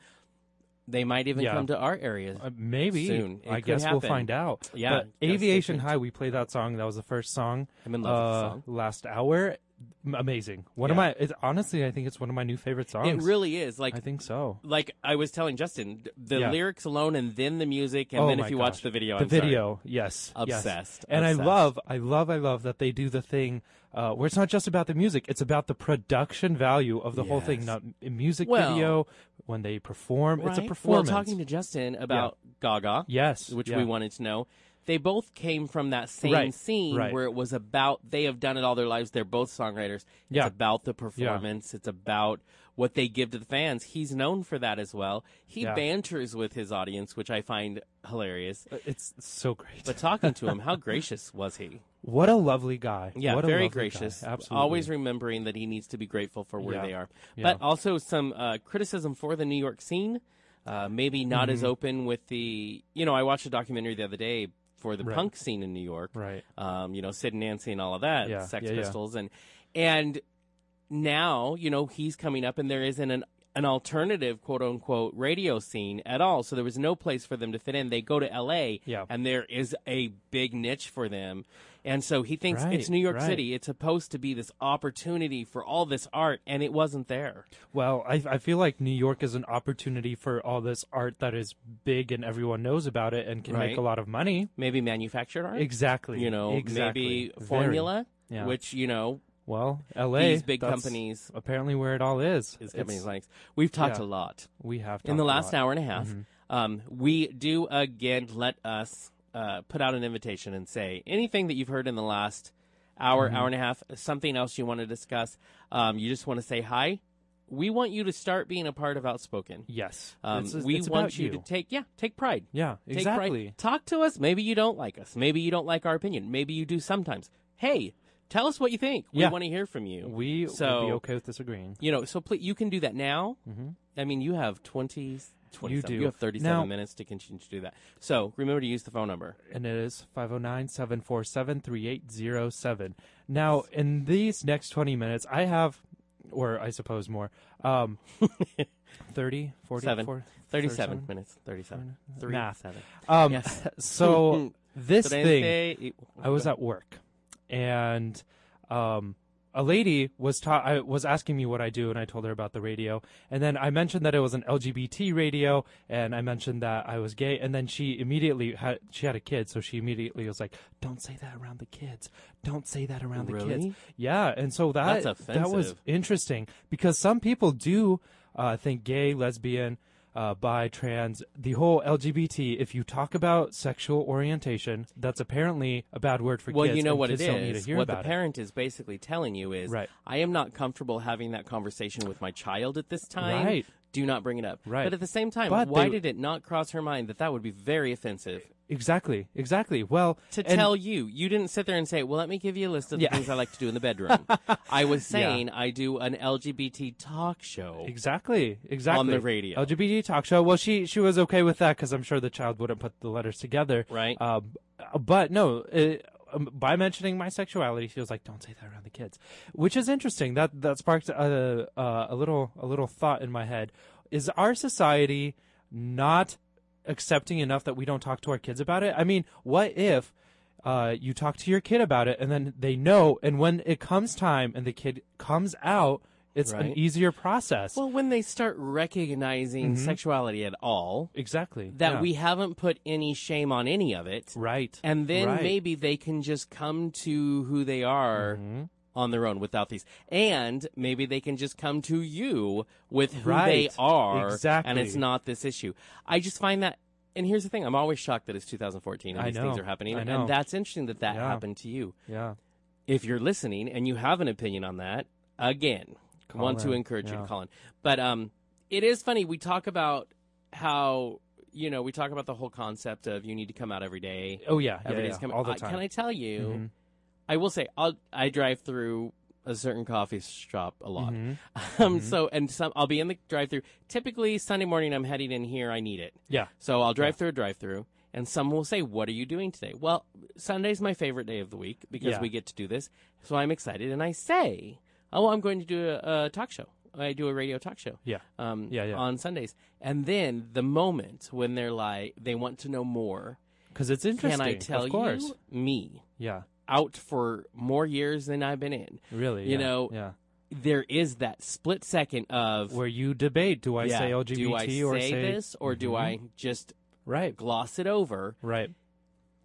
They might even
Yeah.
come to our area.
Uh, maybe.
soon. It
I
could
guess we'll
happen.
find out.
Yeah,
But
gotta stay
Aviation
tuned.
High, we played that song. That was the first song.
I'm in love with the
uh,
song.
Last hour, M- amazing. One of
Yeah.
my it's, honestly, I think it's one of my new favorite songs.
It really is like
I think so.
like I was telling Justin, th- the
Yeah.
lyrics alone, and then the music, and
oh
then
my
if you
gosh.
watch the video,
the
I'm sorry.
video, yes, yes.
Obsessed,
And I
obsessed.
love, I love, I love that they do the thing uh, where it's not just about the music; it's about the production value of the whole thing.
Yes.
Not in music
Well-
video when they perform, it's a
Right?
performance.
Well, talking to Justin about Gaga,
yes,
which
yeah.
we wanted to know. They both came from that same
Right,
scene
right.
where it was about they have done it all their lives. They're both songwriters. It's
Yeah.
about the performance. It's about what they give to the fans. He's known for that as well. He
Yeah.
banters with his audience, which I find hilarious.
Uh, It's so great.
But talking to him, how gracious was he?
What a lovely guy.
Yeah,
What a
very
lovely
gracious.
guy. Absolutely.
Always remembering that he needs to be grateful for where
Yeah.
they are.
Yeah.
But also some uh, criticism for the New York scene. Uh, maybe not as
Mm-hmm.
open with the. You know, I watched a documentary the other day for the
Right.
punk scene in New York.
Right.
Um, you know, Sid and Nancy and all of that,
Yeah,
Sex
yeah, yeah.
Pistols, and and now you know he's coming up, and there isn't an an alternative quote unquote radio scene at all. So there was no place for them to fit in. They go to L.A.
Yeah.
and there is a big niche for them, and so he thinks
Right,
it's New York
right.
City. It's supposed to be this opportunity for all this art, and it wasn't there.
Well, I, I feel like New York is an opportunity for all this art that is big and everyone knows about it and can make
Right.
a lot of money.
Maybe manufactured art,
Exactly.
You know,
Exactly.
maybe
Very.
formula,
Yeah.
which you know
Well, L.A.
These big
that's
companies-
Apparently, where it all is.
is
It's-
companies like we've talked
yeah.
a lot.
we have
in the
talked a lot.
last
Mm-hmm.
hour and a half. Um, we do again let us uh, put out an invitation and say anything that you've heard in the last hour,
Mm-hmm.
hour and a half, something else you want to discuss. Um, you just want to say hi. We want you to start being a part of Outspoken.
Yes.
Um,
It's-
we
it's
want
about
you, to take yeah, take pride.
Yeah.
Take pride.
Exactly.
Talk to us. Maybe you don't like us. Maybe you don't like our opinion. Maybe you do sometimes. Hey, tell us what you think.
Yeah.
We want to hear from you.
We
so
would be okay with disagreeing.
you know, so please, you can do that now. I mean, you have 20, 27,
Mm-hmm. do.
you have 37
Now-
minutes to continue to do that. So remember to use the phone number.
and it is 509-747-3807. Now, in these next 20 minutes, I have or I suppose more. Um 30, 40,
Seven.
40,
37 minutes. 37. Three,
Math.
seven.
Um
Yes.
so this
Today's
thing
day- it-
I was at work, and um, a lady was ta- I was asking me what I do, and I told her about the radio, and then I mentioned that it was an LGBT radio, and I mentioned that I was gay, and then she immediately had she had a kid, so she immediately was like, "Don't say that around the kids. Don't say that around the
Really?
kids." Yeah, and so that
That's
that was
offensive.
interesting because some people do uh, think gay, lesbian. uh, bi, trans, the whole LGBT. If you talk about sexual orientation, that's apparently a bad word for
well,
kids.
you know
and
what it
kids don't need to
is.
hear
What the
about it.
parent is basically telling you is,
Right.
I am not comfortable having that conversation with my child at this time.
Right.
Do not bring it up.
Right.
But at the same time,
But
why
they-
did it not cross her mind that that would be very offensive
Exactly, exactly. Well,
to
and-
tell you? You didn't sit there and say, "Well, let me give you a list of the
Yeah.
things I like to do in the bedroom." I was saying I do an LGBT talk show.
Exactly. Exactly.
radio.
LGBT talk show. Well, she she was okay with that because I'm sure the child wouldn't put the letters together.
Right.
Uh, but no. It, um, by mentioning my sexuality, she was like, "Don't say that around the kids," which is interesting. That that sparked a uh, a little a little thought in my head. Is our society not accepting enough that we don't talk to our kids about it? I mean, what if? Uh, you talk to your kid about it, and then they know. And when it comes time, and the kid comes out, it's an
Right.
easier process.
Well, when they start recognizing sexuality at all,
Exactly.
that
Mm-hmm. yeah.
we haven't put any shame on any of it,
right.
and then
right. Mm-hmm.
maybe they can just come to who they are on their own without these and maybe they can just come to you with who they
Right.
are and
Exactly.
it's not this issue i just find that and here's the thing i'm always shocked that it's 2014 and
I
these things
know.
are happening
I know.
and that's interesting that that
Yeah.
happened to you
Yeah.
if you're listening and you have an opinion on that, again,
Call
want to
in,
encourage you to
yeah.
call in. But um, it is funny. We talk about how you know we talk about the whole concept of you need to come out every day.
Oh yeah. Yeah.
Every day's
yeah,
coming
All the
I-
time.
can I tell you?
Mhm.
I will say I'll I drive through a certain coffee shop a lot.
Mhm.
Um, so and some I'll be in the drive through. Typically Sunday morning I'm heading in here. I need it.
Yeah.
So I'll drive through a drive through and someone will say, What are you doing today? Well, Sunday's my favorite day of the week because
Yeah.
we get to do this. So I'm excited and I say, Oh, I'm going to do a, a talk show. I do a radio talk show.
Yeah.
Um,
Yeah, yeah.
on Sundays. And then the moment when they're like, they want to know more.
Because it's interesting.
Can I tell
of course.
you me
Yeah.
out for more years than I've been in?
Really.
You
yeah,
know,
Yeah.
There is that split second of
Where you debate, do I
yeah,
say Mm-hmm. LGBT
do I
or
say this or do I just
Right.
gloss it over?
Right.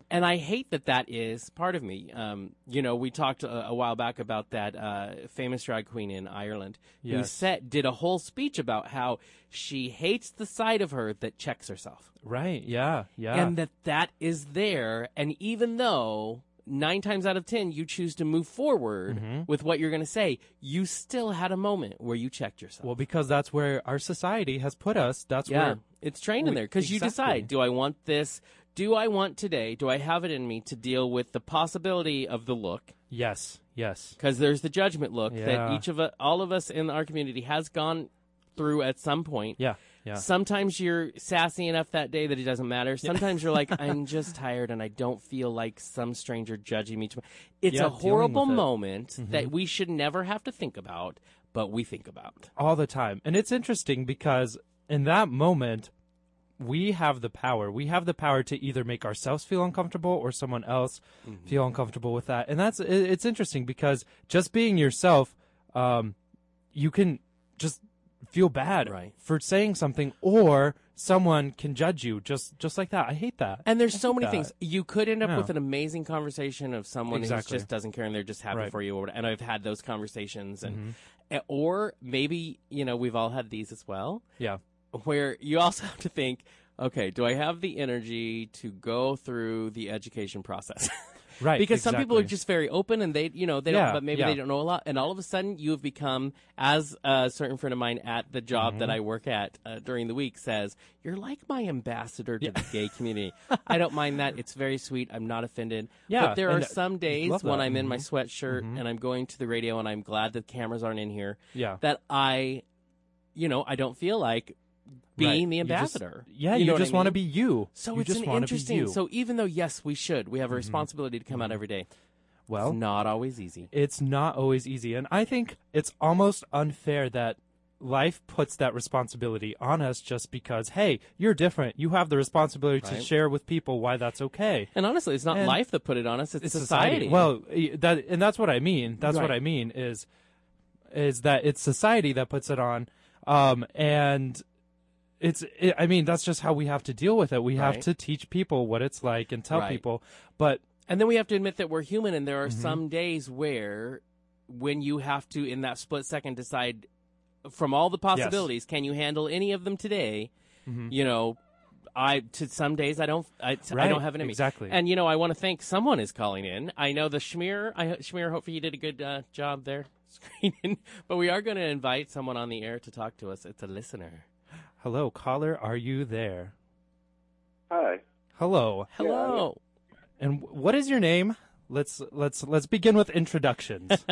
and I hate that that is part of me. Um, you know, we talked a, a while back about that uh, famous drag queen in Ireland who
Yes.
set did a whole speech about how she hates the side of her that checks herself,
Right. Yeah. Yeah.
and that that is there. And even though nine times out of ten you choose to move forward
Mm-hmm.
with what you're going to say, you still had a moment where you checked yourself.
well, because that's where our society has put us. That's
yeah,
where.
it's trained in
we-
there because you
exactly.
decide: do I want this? Do I want today? Do I have it in me to deal with the possibility of the look?
Yes. Yes.
because there's the judgment look that
Yeah.
each of u- all of us in our community has gone through at some point.
Yeah. Yeah.
Sometimes you're sassy enough that day that it doesn't matter. Sometimes you're like, I'm just tired and I don't feel like some stranger judging me. Tomorrow. It's
Yeah,
a
dealing
horrible
with it. Mm-hmm.
moment that we should never have to think about, but we think about.
all the time. And it's interesting because in that moment, we have the power. We have the power to either make ourselves feel uncomfortable or someone else
Mm-hmm.
feel uncomfortable with that. And that's it- it's interesting because just being yourself, um, you can just feel bad
Right.
for saying something, or someone can judge you just just like that. I hate that.
And there's so many
that.
things you could end up
Yeah.
with an amazing conversation of someone who
Exactly.
just doesn't care and they're just happy
Right. Mm-hmm.
for you. Or whatever. And I've had those conversations, and eh, or maybe you know we've all had these as well,
yeah,
where you also have to think, okay, do I have the energy to go through the education process?
right.
because some people are
exactly.
just very open and they you know they don't
Yeah,
but maybe
yeah.
they don't know a lot and all of a sudden you have become as a certain friend of mine at the job
Mm-hmm.
that i work at uh, during the week says you're like my ambassador to the gay community i don't mind that it's very sweet i'm not offended
Yeah,
but there are
and, uh,
some days
love
when
that. Mm-hmm.
i'm in my sweatshirt and i'm going to the radio and i'm glad the cameras aren't in here
yeah.
that i you know i don't feel like being
Right.
the
You just-
ambassador
yeah, you,
know what I
just want to
mean?
be you.
so
You
it's
just
an
wanna be
interesting.
you. Mm-hmm.
So even though yes, we should, we have a responsibility to come out every day.
well,
It's not always easy.
it's not always easy. And I think it's almost unfair that life puts that responsibility on us just because, hey, you're different. You have the responsibility to
Right.
share with people why that's okay.
And honestly, it's not
And-
life that put it on us; it's, society.
Well, y- that and that's what I mean. That's what
Right.
I mean is is that it's society that puts it on, um, and it's. It, I mean, that's just how we have to deal with it. We
Right.
have to teach people what it's like and tell
Right.
people. But
and then we have to admit that we're human,
Mm-hmm.
and there are some days where, when you have to, in that split second, decide from all the possibilities, can you handle any of them today?
Mhm.
you know, I to some days I don't I, I
Right,
don't have an enemy.
exactly.
And you know, I want to thank someone is calling in. I know the Schmear. I Schmear. Hopefully, you did a good uh, job there screening. But we are going to invite someone on the air to talk to us. It's a listener.
Hello, caller. Are you there?
Hi.
Hello.
Hello.
And wh- what is your name? Let's let's let's begin with introductions.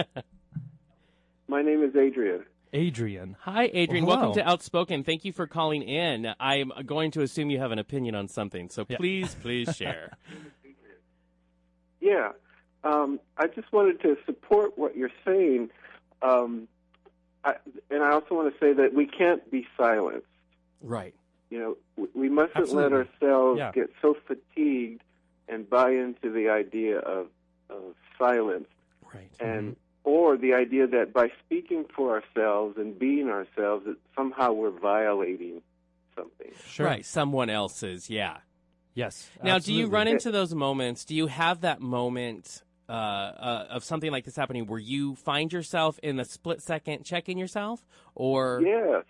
My name is Adrian.
Adrian.
Hi, Adrian.
Well,
Welcome
hello.
to Outspoken. Thank you for calling in. I'm going to assume you have an opinion on something, so
Yeah.
please, please share.
Yeah. Um, I just wanted to support what you're saying. Um, I, and I also want to say that we can't be silenced.
right.
You know, w- we mustn't let
Absolutely.
ourselves
Yeah.
get so fatigued and buy into the idea of, of silence
Right.
and or the idea that by speaking for ourselves and being ourselves that somehow we're violating something.
Sure.
Right. Someone else's. Yeah.
Yes.
Now, do you
absolutely.
run into those moments? Do you have that moment uh, uh, of something like this happening where you find yourself in the split second checking yourself? Or
Yes,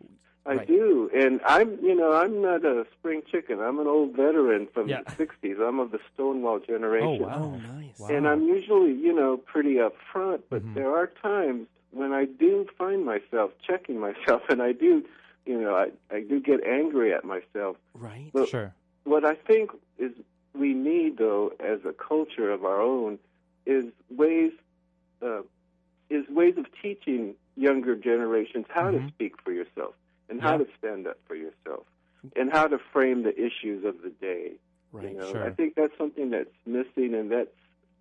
I
Right.
do, and I'm you know I'm not a spring chicken. I'm an old veteran from
Yeah.
the '60s. I'm of the Stonewall
Oh
generation,
wow.
Oh, nice.
Wow.
and I'm usually you know pretty upfront. But
Mhm.
there are times when I do find myself checking myself, and I do you know I I do get angry at myself.
right,
Well,
sure.
What I think is we need though as a culture of our own is ways uh, is ways of teaching younger generations how
Mhm.
to speak for yourself and how
Yeah.
to stand up for yourself and how to frame the issues of the day. you
right.
know?
sure.
I think that's something that's missing, and that's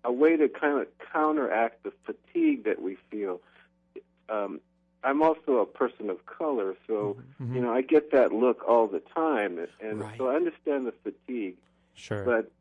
a way to kind of counteract the fatigue that we feel. Um, I'm also a person of color, so
Mhm.
you know I get that look all the time, and, and
Right.
so I understand the fatigue
Sure.
but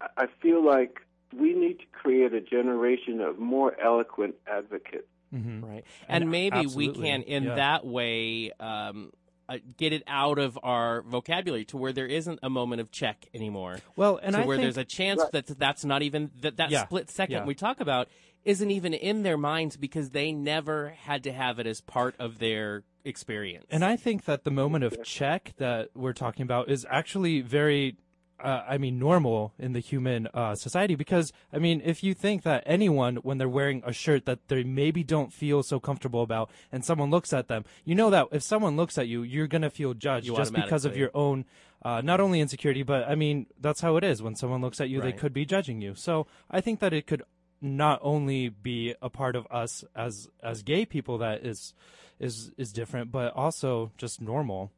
I- I feel like we need to create a generation of more eloquent advocates.
Mhm.
Right. Mm-hmm. And,
And
maybe
absolutely,
we can, in
yeah.
that way, um, uh, get it out of our vocabulary to where there isn't a moment of check anymore.
Well, and
to
I
where
think
there's a chance
Right.
that that's not even that that
Yeah,
split second
yeah.
we talk about isn't even in their minds because they never had to have it as part of their experience.
And I think that the moment of check that we're talking about is actually very, uh, I mean, normal in the human uh, society because, I mean, if you think that anyone, when they're wearing a shirt that they maybe don't feel so comfortable about and someone looks at them, you know that if someone looks at you, you're going to feel judged
You
just because of
automatically-
your own, uh, not only insecurity, but I mean, that's how it is. When someone looks at you, they
Right.
could be judging you. So I think that it could not only be a part of us as as gay people that is is is different, but also just normal.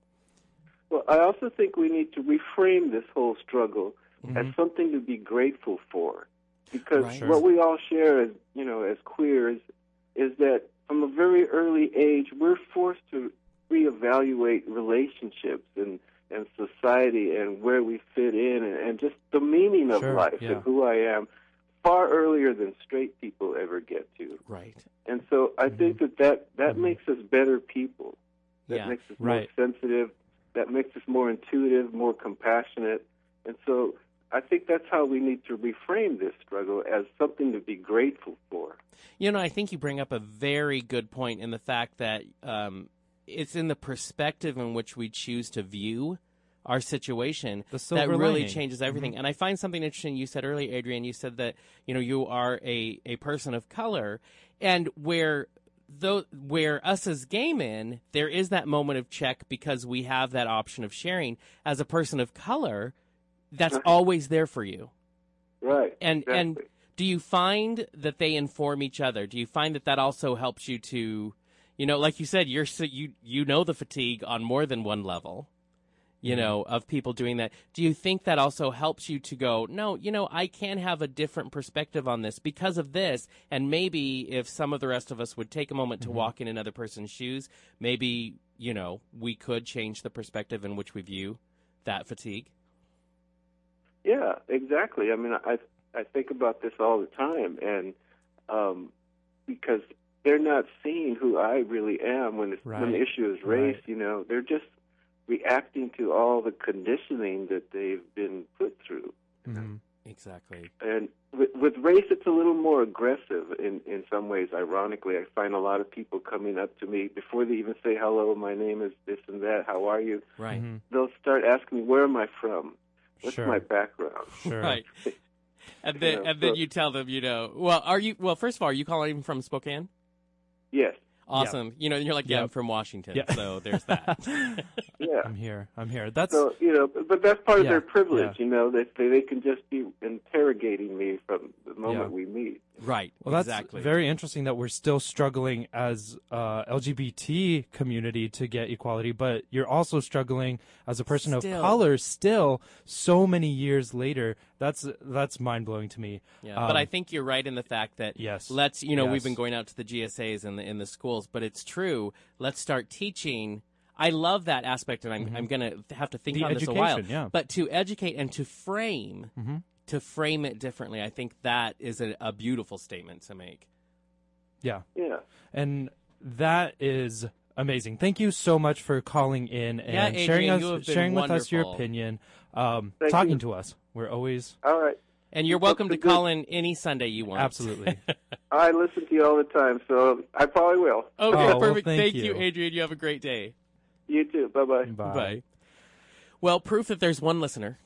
Well, I also think we need to reframe this whole struggle
Mm-hmm.
as something to be grateful for, because
Right.
what we all share as you know as queers is that from a very early age we're forced to reevaluate relationships and and society and where we fit in and, and just the meaning of
Sure,
life
yeah.
and who I am far earlier than straight people ever get to.
right.
And so I
Mm-hmm.
think that that, that
Mhm.
makes us better people. That
Yeah.
makes us
Right.
more sensitive. That makes us more intuitive, more compassionate. And so I think that's how we need to reframe this struggle as something to be grateful for.
You know, I think you bring up a very good point in the fact that um, it's in the perspective in which we choose to view our situation
The
that
silver
really
lining. Mm-hmm.
changes everything. And I find something interesting you said earlier, Adrian. You said that you know you are a a person of color, and where though where us as gay men, there is that moment of check because we have that option of sharing. As a person of color, that's always there for you
Right.
and and
exactly.
do you find that they inform each other do you find that that also helps you to you know like you said you're so you you know the fatigue on more than one level you know of people doing that do you think that also helps you to go no you know i can have a different perspective on this because of this and maybe if some of the rest of us would take a moment to walk in another person's shoes maybe you know we could change the perspective in which we view that fatigue
Yeah, exactly. I mean, I I think about this all the time, and um, because they're not seeing who I really am when it's, when
Right,
the issue is race.
right.
You know, they're just reacting to all the conditioning that they've been put through.
Mhm.
Exactly.
and with, with race, it's a little more aggressive in in some ways. Ironically, I find a lot of people coming up to me before they even say hello. My name is this and that. How are you?
Right.
Mhm.
They'll start asking me, "Where am I from? What's
Sure.
my background?"
Sure.
Right. And then
Yeah,
and then
so-
you tell them, you know, well, are you well, first of all, are you calling from Spokane?
Yes,
Awesome. You know, and you're like, yeah,
Yep.
I'm from Washington.
Yeah.
So there's that.
yeah.
I'm here. I'm here. That's
So you know, but that's part of
Yeah,
their privilege. You know, that they, they can just be interrogating me from the moment
Yeah.
we meet.
right.
well. That's
exactly.
very interesting that we're still struggling as uh, LGBT community to get equality, but you're also struggling as a person
Still.
of color still so many years later. That's that's mind blowing to me.
Yeah, but I
Um,
think you're right in the fact that
Yes.
let's you know we've been
Yes.
going out to the GSAs and the, in the schools, but it's true. Let's start teaching. I love that aspect, and I'm I'm gonna have to think
Mm-hmm. The
on this a while.
education, yeah. Mm-hmm.
But to educate and to frame to frame it differently, I think that is a, a beautiful statement to make.
yeah.
Yeah.
And that is amazing. Thank you so much for calling in and
Yeah,
sharing
Adrian, you have
us
been
sharing with us your
wonderful.
opinion. Um,
Thank
talking
you.
to us. We're always
All right.
And you're
That's
welcome to
a good-
call in any Sunday you want.
absolutely.
I listen to you all the time, so I probably will.
Okay,
Oh, well,
perfect.
thank
thank you,
you.
Adrian. You have a great day.
You too. Bye bye.
Bye. Well, proof that there's one listener.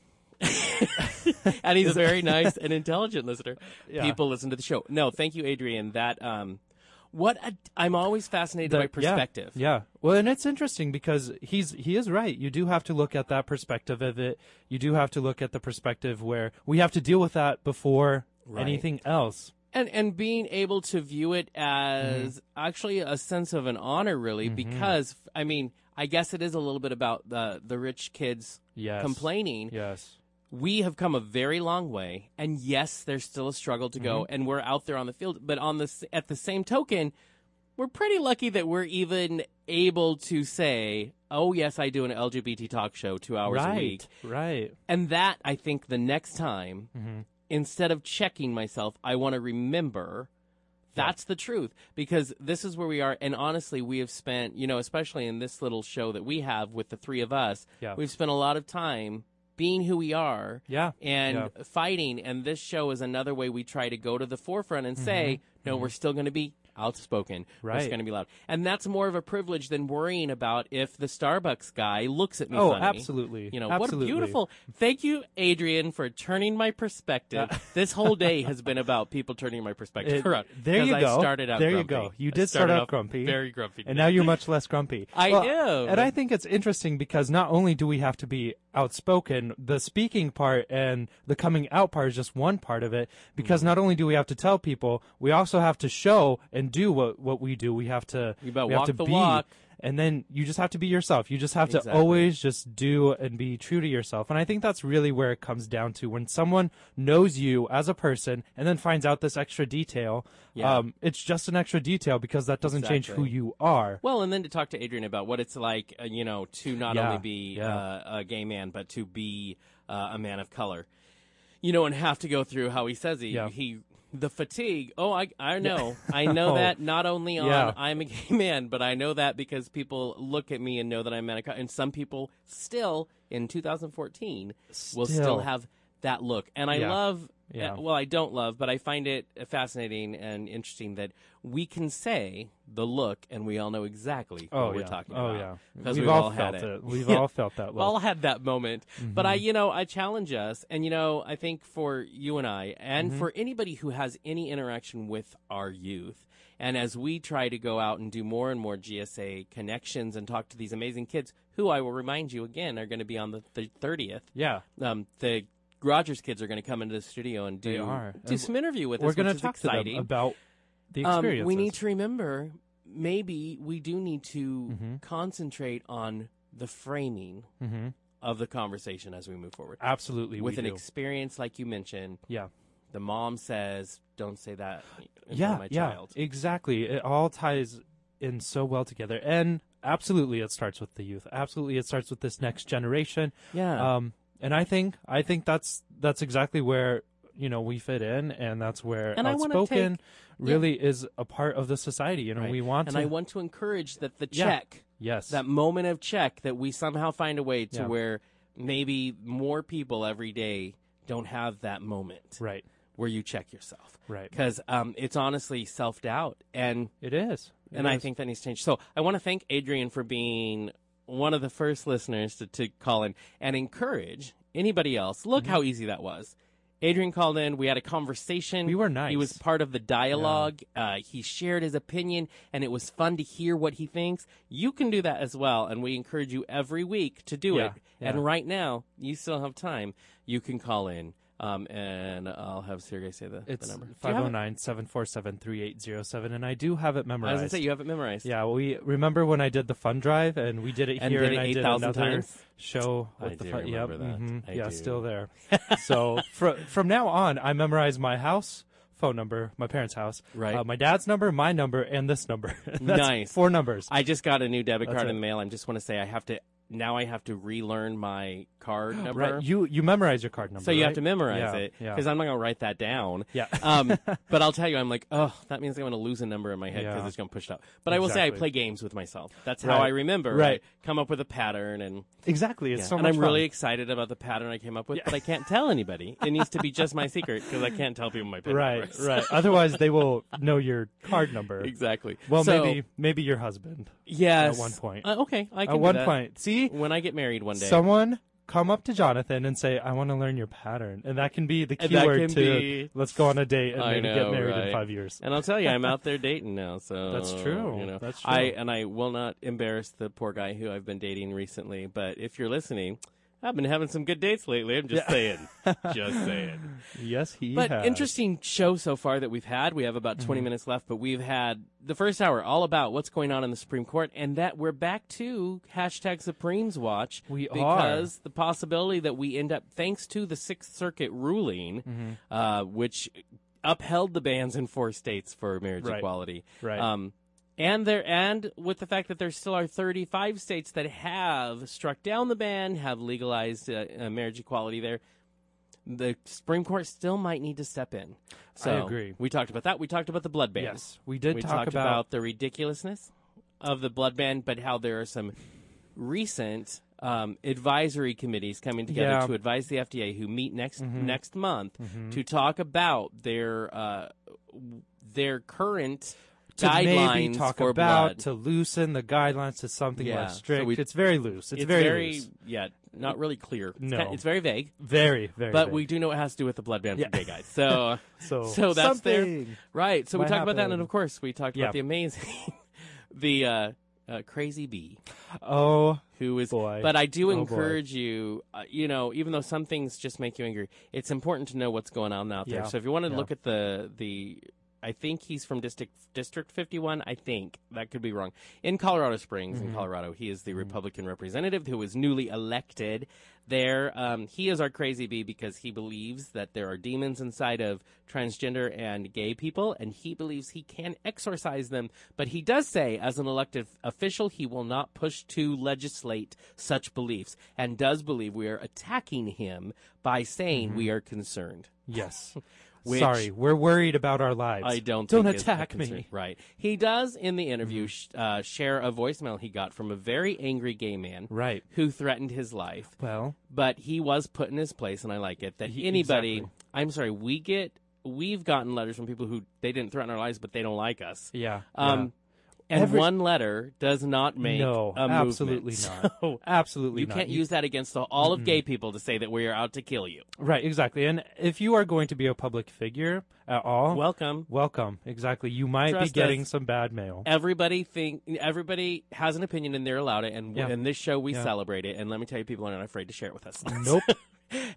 and he's a very nice and intelligent listener.
Yeah.
People listen to the show. No, thank you, Adrian. That um, what a, I'm always fascinated by
That-
perspective.
Yeah, yeah. Well, and it's interesting because he's he is right. You do have to look at that perspective of it. You do have to look at the perspective where we have to deal with that before
Right.
anything else.
and and being able to view it as
Mm-hmm.
actually a sense of an honor really because i mean i guess it is a little bit about the the rich kids
Yes.
complaining
Yes.
we have come a very long way and yes there's still a struggle to
Mm-hmm.
go and we're out there on the field but on this at the same token we're pretty lucky that we're even able to say oh yes i do an lgbt talk show two hours
right.
a week
Right.
and that i think the next time
Mm-hmm.
instead of checking myself i want to remember that's the truth because this is where we are and honestly we have spent you know especially in this little show that we have with the three of us
Yeah.
we've spent a lot of time being who we are
Yeah.
and
Yeah.
fighting. And this show is another way we try to go to the forefront and say, no, we're still going to be outspoken. We're
Mm-hmm. Right.
going to be loud. And that's more of a privilege than worrying about if the Starbucks guy looks at me
Oh,
funny.
absolutely.
You know,
Absolutely.
what a beautiful. Thank you, Adrian, for turning my perspective. this whole day has been about people turning my perspective
Uh, It-
around.
there
'Cause
you
I
go.
started out
There you
grumpy.
go. You
I
did start
started
out
off
grumpy.
Very grumpy.
And now you're much less grumpy.
I
Well,
am.
And I think it's interesting because not only do we have to be outspoken, the speaking part and the coming out part is just one part of it.
Mm-hmm.
Because not only do we have to tell people, we also have to show and do what, what we do. We have to,
You better
we have
walk
to
the
be.
walk.
And then you just have to be yourself. You just have to
Exactly.
always just do and be true to yourself. And I think that's really where it comes down to when someone knows you as a person and then finds out this extra detail.
Yeah.
Um, it's just an extra detail because that doesn't change who
Exactly.
you are.
Well, and then to talk to Adrian about what it's like, uh, you know, to not
Yeah,
only be
yeah.
uh, a gay man, but to be uh, a man of color, you know, and have to go through how he says he,
Yeah.
he the fatigue. Oh, I, I know. I know
No.
that not only on
Oh. Yeah.
I'm a gay man, but I know that because people look at me and know that I'm a man of color. And some people still in 2014 will still
Still.
have that look. And I
Yeah.
love
Yeah.
uh, well, I don't love, but I find it fascinating and interesting that we can say the look, and we all know exactly what we're
yeah.
talking
oh,
about.
yeah.
because
we've,
we've
all,
all had
felt
it.
it. We've all felt Mm-hmm. that.
Well,
Well,
I had that moment, but I, you know, I challenge us, and you know, I think for you and I, and
Mm-hmm.
for anybody who has any interaction with our youth, and as we try to go out and do more and more GSA connections and talk to these amazing kids, who I will remind you again are going to be on the thirtieth.
yeah.
Um, the Rogers kids are going to come into the studio and do
They are.
do
And
some interview with
We're
us. going
gonna talk to them about the experience.
um, we need to remember maybe we do need to
Mhm.
concentrate on the framing
hmm
of the conversation as we move forward.
Absolutely.
With
we
an
do.
experience like you mentioned,
yeah.
the mom says, "Don't say that in
yeah,
front of my
yeah,
child."
Exactly. It all ties in so well together. And absolutely it starts with the youth. Absolutely it starts with this next generation.
Yeah.
Um and I think I think that's that's exactly where you know we fit in and that's where
And I wanna
outspoken
take-
really is a part of the society and
Right.
we want
and
to
I want to encourage that the
Yeah.
check,
yes
that moment of check, that we somehow find a way to
Yeah.
where maybe more people every day don't have that moment
Right.
where you check yourself
Right.
because um, it's honestly self doubt and
It is. It
and I
is.
think that needs to change. So I want to thank Adrian for being one of the first listeners to, to call in and encourage anybody else. Look
Mm-hmm.
how easy that was. Adrian called in. We had a conversation.
We were nice.
He was part of the dialogue. Uh, he shared his opinion, and it was fun to hear what he thinks. You can do that as well, and we encourage you every week to do
Yeah,
it.
yeah.
And right now, you still have time. You can call in, um, and I'll have Sergey say the,
it's
the number. Do you have it?
509 747 3807, and I do have it
I was
memorized.
gonna say you have it memorized.
yeah, we remember when I did the fun drive and we did it
And
here
did
and
it
I did
8,000
another
times?
show
I
with the
do
fun.
remember
yep,
that.
mhm,
I
yeah,
do.
still there. so fr- from now on, I memorize my house phone number, my parents' house,
Right.
uh, my dad's number, my number, and this number. That's
Nice.
Four numbers.
I just got a new debit
That's
card
it.
in the mail. I just want to say I have to now. I have to relearn my card number.
Right, you you memorize your card number.
so you have
right?
to memorize
Yeah,
it
yeah.
because I'm not going to write that down.
Yeah.
um, but I'll tell you, I'm like, oh, that means I'm going to lose a number in my head because
Yeah.
it's going to push it up. But I will say I
Exactly.
play games with myself. That's how
Right.
I remember.
Right.
I come up with a pattern and
exactly. It's
yeah.
so
and
much
I'm
fun.
really excited about the pattern I came up with, but I can't tell anybody. It needs to be just my secret because I can't tell people my PIN
right,
numbers.
right. Otherwise, they will know your card number.
exactly.
Well,
So,
maybe maybe your husband.
yes.
at one point.
Uh, okay, I can
At
do
one
that.
point, see
when I get married one day.
someone come up to Jonathan and say, "I want to learn your pattern," and that can be the
And that
keyword
can
to
be-
let's go on a date and
I
maybe
know,
get married
right?
in five years.
And I'll tell you, I'm out there dating now, so
That's true.
You know,
That's
I
true.
and I will not embarrass the poor guy who I've been dating recently. But if you're listening, I've been having some good dates lately. I'm just saying, just saying.
Yes, he.
But
has. Mm-hmm.
interesting show so far that we've had. We have about 20 minutes left, but we've had the first hour all about what's going on in the Supreme Court, and that we're back to hashtag Supremes Watch.
We are.
because the possibility that we end up, thanks to the Sixth Circuit ruling,
Mm-hmm.
uh, which upheld the bans in four states for marriage
Right.
equality,
Right.
Um, and there, and with the fact that there still are 35 states that have struck down the ban, have legalized uh, uh, marriage equality there, the Supreme Court still might need to step in. So
agree.
We talked about that. We talked about the blood ban.
Yes, we did
we
talk
talked
about-
the ridiculousness of the blood ban, but how there are some recent um, advisory committees coming together
Yeah. Mm-hmm.
to advise the FDA, who meet next next month to talk about their uh, w- their current
to
guidelines
maybe talk
for
about
blood.
to loosen the guidelines to something
Yeah,
less
so
strict.
we-
it's very loose. It's, very, loose.
yeah, not really clear. It's
No.
kind- it's very vague.
very very.
But
vague.
we do know it has to do with the blood ban
Yeah.
for gay guys. So, uh,
So,
so that's there.
something
Right. So we
might
talked about that, and
happen.
of course we talked
Yeah.
about the amazing, the uh, uh, crazy bee
oh
who is.
Boy.
But I do
Oh, boy.
encourage you. Uh, you know, even though some things just make you angry, it's important to know what's going on out there.
Yeah.
So if you want to
Yeah.
look at the the. I think he's from District District 51. I think that could be wrong. In Colorado Springs, in Colorado, he is the Republican representative who was newly elected there. Um, he is our crazy bee because he believes that there are demons inside of transgender and gay people, and he believes he can exorcise them. But he does say, as an elected official, he will not push to legislate such beliefs, and does believe we are attacking him by saying we are concerned.
yes.
Which-
Sorry, we're worried about our lives.
I don't
Don't
think is a
attack
concern.
me. Mm-hmm.
Right. He does in the interview sh- uh, share a voicemail he got from a very angry gay man
Right.
who threatened his life
Well,
but he was put in his place, and I like it that
He-
anybody.
exactly.
I'm sorry, we get we've gotten letters from people who they didn't threaten our lives, but they don't like us.
yeah.
Um, and
Every-
one letter does not
yeah.
make
no,
a movement.
absolutely not.
So
absolutely
you
not.
can't use that against all- all of gay people to say that we are out to kill you.
Right, exactly. And if you are going to be a public figure at all,
Welcome.
welcome. Exactly. You might
Trust
be getting
us.
some bad mail.
Everybody think everybody has an opinion and they're allowed it, and
Yeah.
in this show we
Yeah.
celebrate it. And let me tell you, people are not afraid to share it with us.
Nope.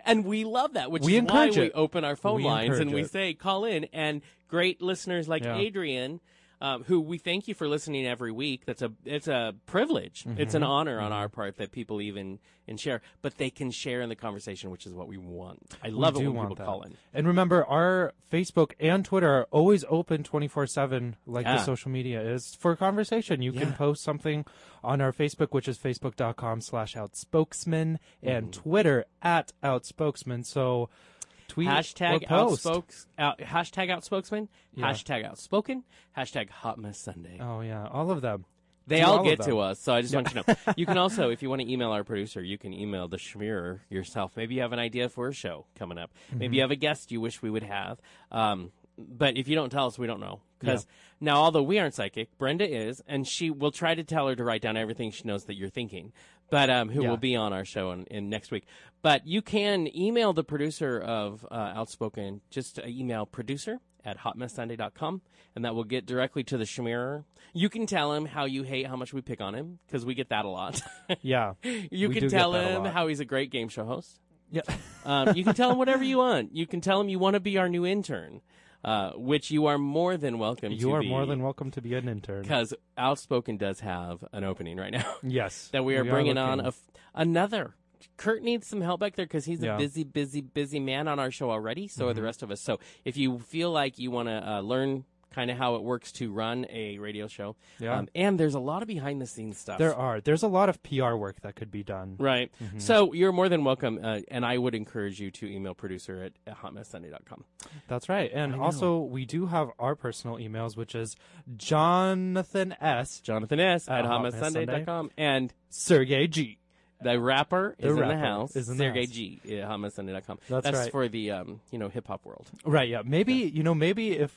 and we love that, which
We
is why
encourage
we
it.
open our phone
We
lines and
encourage
we
it.
say call in. And great listeners like
Yeah.
Adrian, um, who we thank you for listening every week. That's a it's a privilege,
Mm-hmm.
it's an honor on our part that people even and share, but they can share in the conversation, which is what we want. I love
we
it
do
when
want that.
people call in.
And remember, our Facebook and Twitter are always open 24 7, like
Yeah.
the social media is, for conversation. You can
Yeah.
post something on our Facebook, which is facebook.com slash outspokesman, and Twitter at outspokesman. So tweet
Hashtag
or post.
outspokes, out, hashtag outspokesman,
Yeah.
hashtag outspoken, hashtag hot mess Sunday.
Oh, yeah. All of them.
They
to
all,
all
get
of them.
to us, so I just want you to know. You can also, if you want to email our producer, you can email the Schmearer yourself. Maybe you have an idea for a show coming up.
Mm-hmm.
Maybe you have a guest you wish we would have. Um, but if you don't tell us, we don't know. Because now, although we aren't psychic, Brenda is, and she will try to tell her to write down everything she knows that you're thinking. But um, who
Yeah.
will be on our show in, in next week? But you can email the producer of uh, Outspoken. Just uh, email producer at hotmesssunday.com, and that will get directly to the Schmearer. You can tell him how you hate how much we pick on him because we get that a lot.
Yeah.
you
We do
can
get
tell
that a
him
lot.
how he's a great game show host.
Yeah.
Um, you can tell him whatever you want. You can tell him you want to be our new intern, uh, which you are more than welcome to
You are
be,
more than welcome to be an intern.
Because Outspoken does have an opening right now
Yes.
that we are bringing on a
looking-
f- another. Kurt needs some help back there because he's
Yeah. Mm-hmm.
a busy, busy, busy man on our show already. So are the rest of us. So if you feel like you want to uh, learn kind of how it works to run a radio show, um,
Yeah.
and there's a lot of behind the scenes stuff.
There are. Mm-hmm. There's a lot of PR work that could be done.
Right. So you're more than welcome. Uh, and I would encourage you to email producer at, at hotmesssunday.com.
That's right. And also, we do have our personal emails, which is Jonathan S.
Jonathan S.
At
at hotmesssunday.com. And
Sergey G.
the rapper
The
is
rapper
in the house.
is in the
Sergey
house.
G. at hotmessunday.com.
That's right.
for the, um, you know, hip hop world.
Right. Yeah. Maybe you know. Maybe if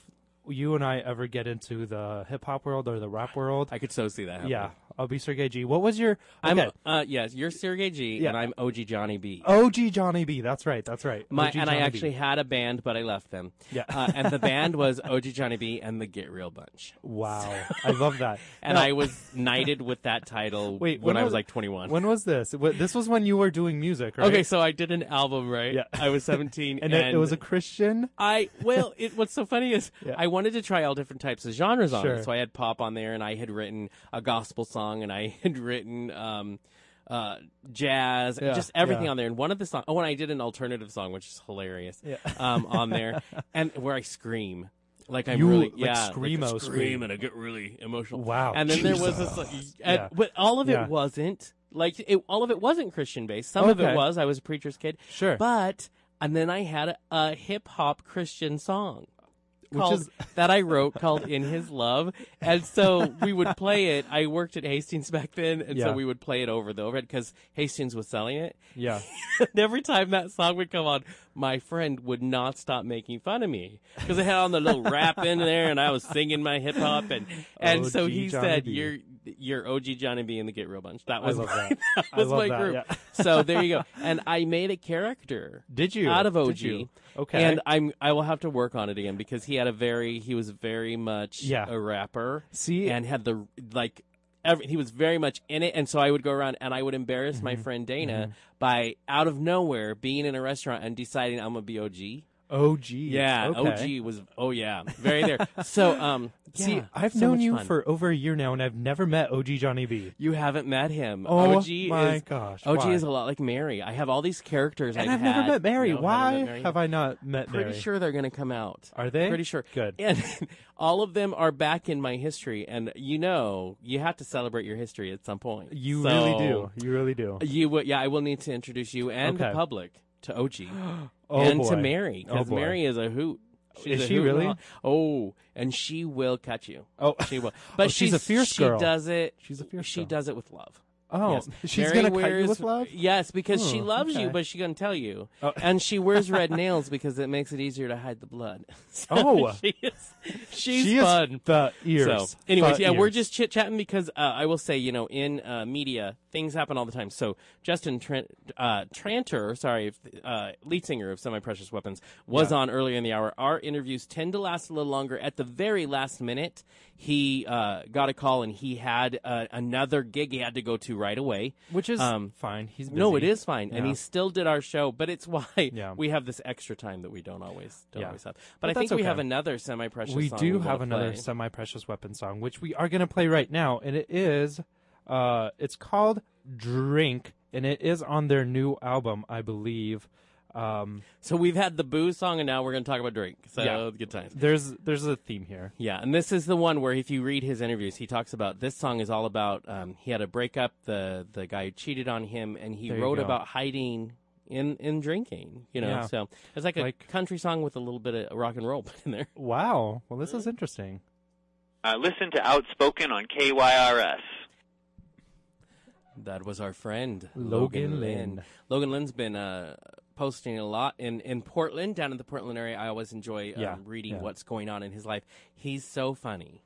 you and I ever get into the hip hop world or the rap world,
I could so see that happening.
yeah, I'll be Sergey G. What was your?
I'm
okay.
uh yes, you're Sergey G
Yeah.
and I'm OG Johnny B.
OG Johnny B. That's right. That's right.
My,
OG
and I
Johnny B.
actually had a band, but I left them.
Yeah.
Uh, and the band was OG Johnny B and the Get Real Bunch.
Wow. I love that.
And
Now-
I was knighted with that title
Wait,
when, I was like 21.
When was this? Wh- This was when you were doing music, right?
okay, so I did an album, right?
Yeah.
I was 17.
and, it, it was a Christian.
I well, it, what's so funny is
Yeah.
I wanted to try all different types of genres on
Sure.
it. So I had pop on there, and I had written a gospel song, and I had written um, uh, jazz,
Yeah,
just everything
yeah.
on there. And one of the songs, oh, and I did an alternative song, which is hilarious,
Yeah.
um, on there, and where I scream. Like I'm
You,
really
like,
yeah,
screamo
like I
scream.
scream and I get really emotional.
Wow.
And then there was this, like, and-
Yeah.
but all of it
Yeah.
wasn't like it. All of it wasn't Christian based. Some of
Okay.
it was. I was a preacher's kid.
Sure.
But and then I had a, a hip hop Christian song.
Which
called-
is-
that I wrote called "In His Love," and so we would play it. I worked at Hastings back then, and
Yeah.
so we would play it over the overhead because Hastings was selling it.
Yeah.
And every time that song would come on, my friend would not stop making fun of me because I had on the little rap in there, and I was singing my hip hop, and and so
OG
he
Johnny
said,
B.
"You're you're OG Johnny B and the Get Real Bunch." That was
love
my,
that. I
was
love
my
that,
group.
yeah.
so there you go. And I made a character.
Did you
out of
Did
OG?
you? Okay.
And I'm I will have to work on it again because he had a very he was very much
Yeah.
a rapper.
See-
and had the like. Every, he was very much in it, and so I would go around and I would embarrass
Mm-hmm.
my friend Dana by out of nowhere being in a restaurant and deciding I'm gonna be OG.
OG.
Yeah,
Okay.
OG was oh yeah, very there. so um,
See,
yeah,
I've
so
known
much
you
fun.
for over a year now, and I've never met OG Johnny B.
You haven't met him.
Oh
OG
my
is,
gosh,
OG
why?
is a lot like Mary. I have all these characters,
And
I've,
I've never
had.
met Mary.
No, haven't
Why
met Mary.
have I not met
Pretty
Mary?
sure they're going to come out.
Are they?
Pretty sure.
Good.
And all of them are back in my history, and you know you have to celebrate your history at some point.
You
So,
really do. You really do.
You will, yeah, I will need to introduce you and the
Okay.
public to OG
Oh
and
boy.
to Mary
Oh
because
boy.
Mary is a hoot.
Is
a
she
hoot and
really?
all. Oh, and she will cut you.
Oh.
she will. But
Oh, she's a fierce
she
girl.
does it.
She's a fierce
She
girl.
does it with love.
Oh,
Yes.
she's
Mary
gonna cut you
wears-
with love.
Yes, because she
Oh,
loves
okay.
you, but she gonna tell you.
Oh.
And she wears red nails because it makes it easier to hide the blood. So
Oh.
she is, she's
she
fun.
is the ears.
So, anyways,
The
yeah, we're
ears.
just chit chatting because uh, I will say, you know, in uh, media, things happen all the time. So Justin Trent, uh, Tranter, sorry, if, uh, lead singer of Semi Precious Weapons, was on earlier in the hour. Our interviews tend to last a little longer. At the very last minute, he uh, got a call and he had uh, another gig he had to go to right away.
which is
um,
fine. He's busy.
No, it is fine, and
Yeah.
he still did our show. But it's why
Yeah.
we have this extra time that we don't always don't
Yeah.
always have.
But
But, I think
that's
we
okay.
have another semi-precious.
We
song
do
wanna
have another
play.
semi-precious weapon song, which we are going to play right now, and it is, uh, it's called "Drink," and it is on their new album, I believe. Um,
So we've had the booze song, and now we're going to talk about drink. So
Yeah.
good times.
there's there's a theme here.
Yeah, and this is the one where if you read his interviews, he talks about this song is all about um, he had a breakup, the the guy cheated on him, and he
There you
wrote
go.
about hiding in in drinking. You know,
Yeah.
so it's like a
Like-
country song with a little bit of rock and roll put in there.
Wow. Well, this is interesting.
Uh, listen to Outspoken on KYRS.
That was our friend
Logan Lynn.
Logan Lynn's been uh, posting a lot in, in Portland, down in the Portland area. I always enjoy um,
Yeah,
reading
yeah.
what's going on in his life. He's so funny,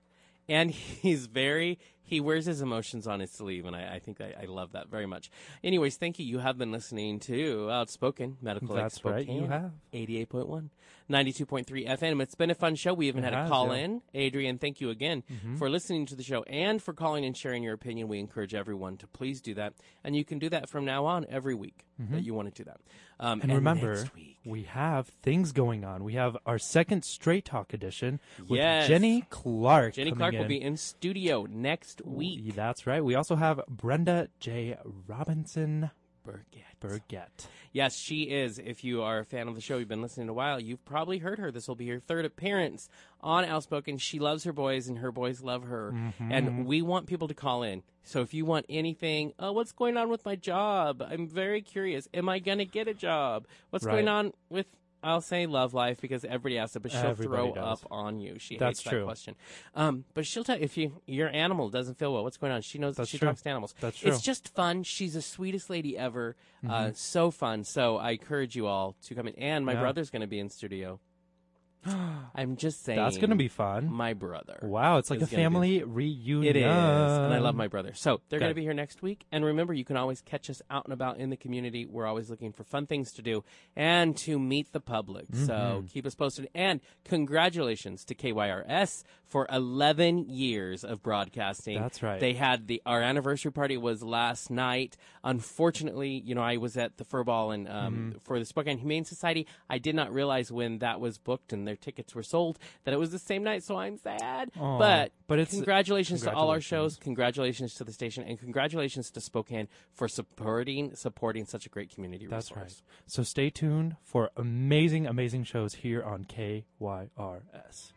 and he's very he wears his emotions on his sleeve, and I, I think I, I love that very much. Anyways, thank you. You have been listening to Outspoken Medical
That's
Expo
right, you have.
88.1, 92.3 FM. It's been a fun show. We even
It
had a
has,
call
yeah. Mm-hmm.
in. Adrian, thank you again for listening to the show and for calling and sharing your opinion. We encourage everyone to please do that. And you can do that from now on every week that you want to do that. Um,
Mm-hmm. And, remember,
next week-
we have things going on. We have our second Straight Talk edition with
Yes.
Jenny Clark.
Jenny
coming
Clark
in.
will be in studio next
We-
week.
That's right. We also have Brenda J. Robinson
Burgett.
Burgett.
Yes, she is. If you are a fan of the show, you've been listening a while, you've probably heard her. This will be her third appearance on Outspoken. She loves her boys, and her boys love her.
Mm-hmm.
And we want people to call in. So if you want anything, oh, what's going on with my job? I'm very curious. Am I going to get a job? What's
Right.
going on with. I'll say love life because everybody asks it, but she'll
Everybody
throw
does.
up on you. She
That's
hates that
true.
question. Um, but she'll tell if you your animal doesn't feel well, what's going on? She knows
That's
she
true.
talks to animals.
That's true.
It's just fun. She's the sweetest lady ever. Uh, so fun. So I encourage you all to come in. And my
Mm-hmm. Yeah.
brother's going to be in studio. I'm just saying.
That's going to be fun.
my brother.
Wow, it's like a
is gonna be-
family reunion.
It is, and I love my brother. So they're
Good.
going to be here next week. And remember, you can always catch us out and about in the community. We're always looking for fun things to do and to meet the public.
Mm-hmm.
So keep us posted. And congratulations to KYRS for 11 years of broadcasting.
That's right.
They had the our anniversary party was last night. Unfortunately, you know, I was at the Furball and um,
Mm-hmm.
for the Spokane Humane Society. I did not realize when that was booked and their tickets were sold that it was the same night. So I'm sad.
Aw,
but
but it's-
congratulations, to all our
congratulations.
shows. Congratulations to the station, and congratulations to Spokane for supporting supporting such a great community
That's right.
resource.
So stay tuned for amazing, amazing shows here on KYRS.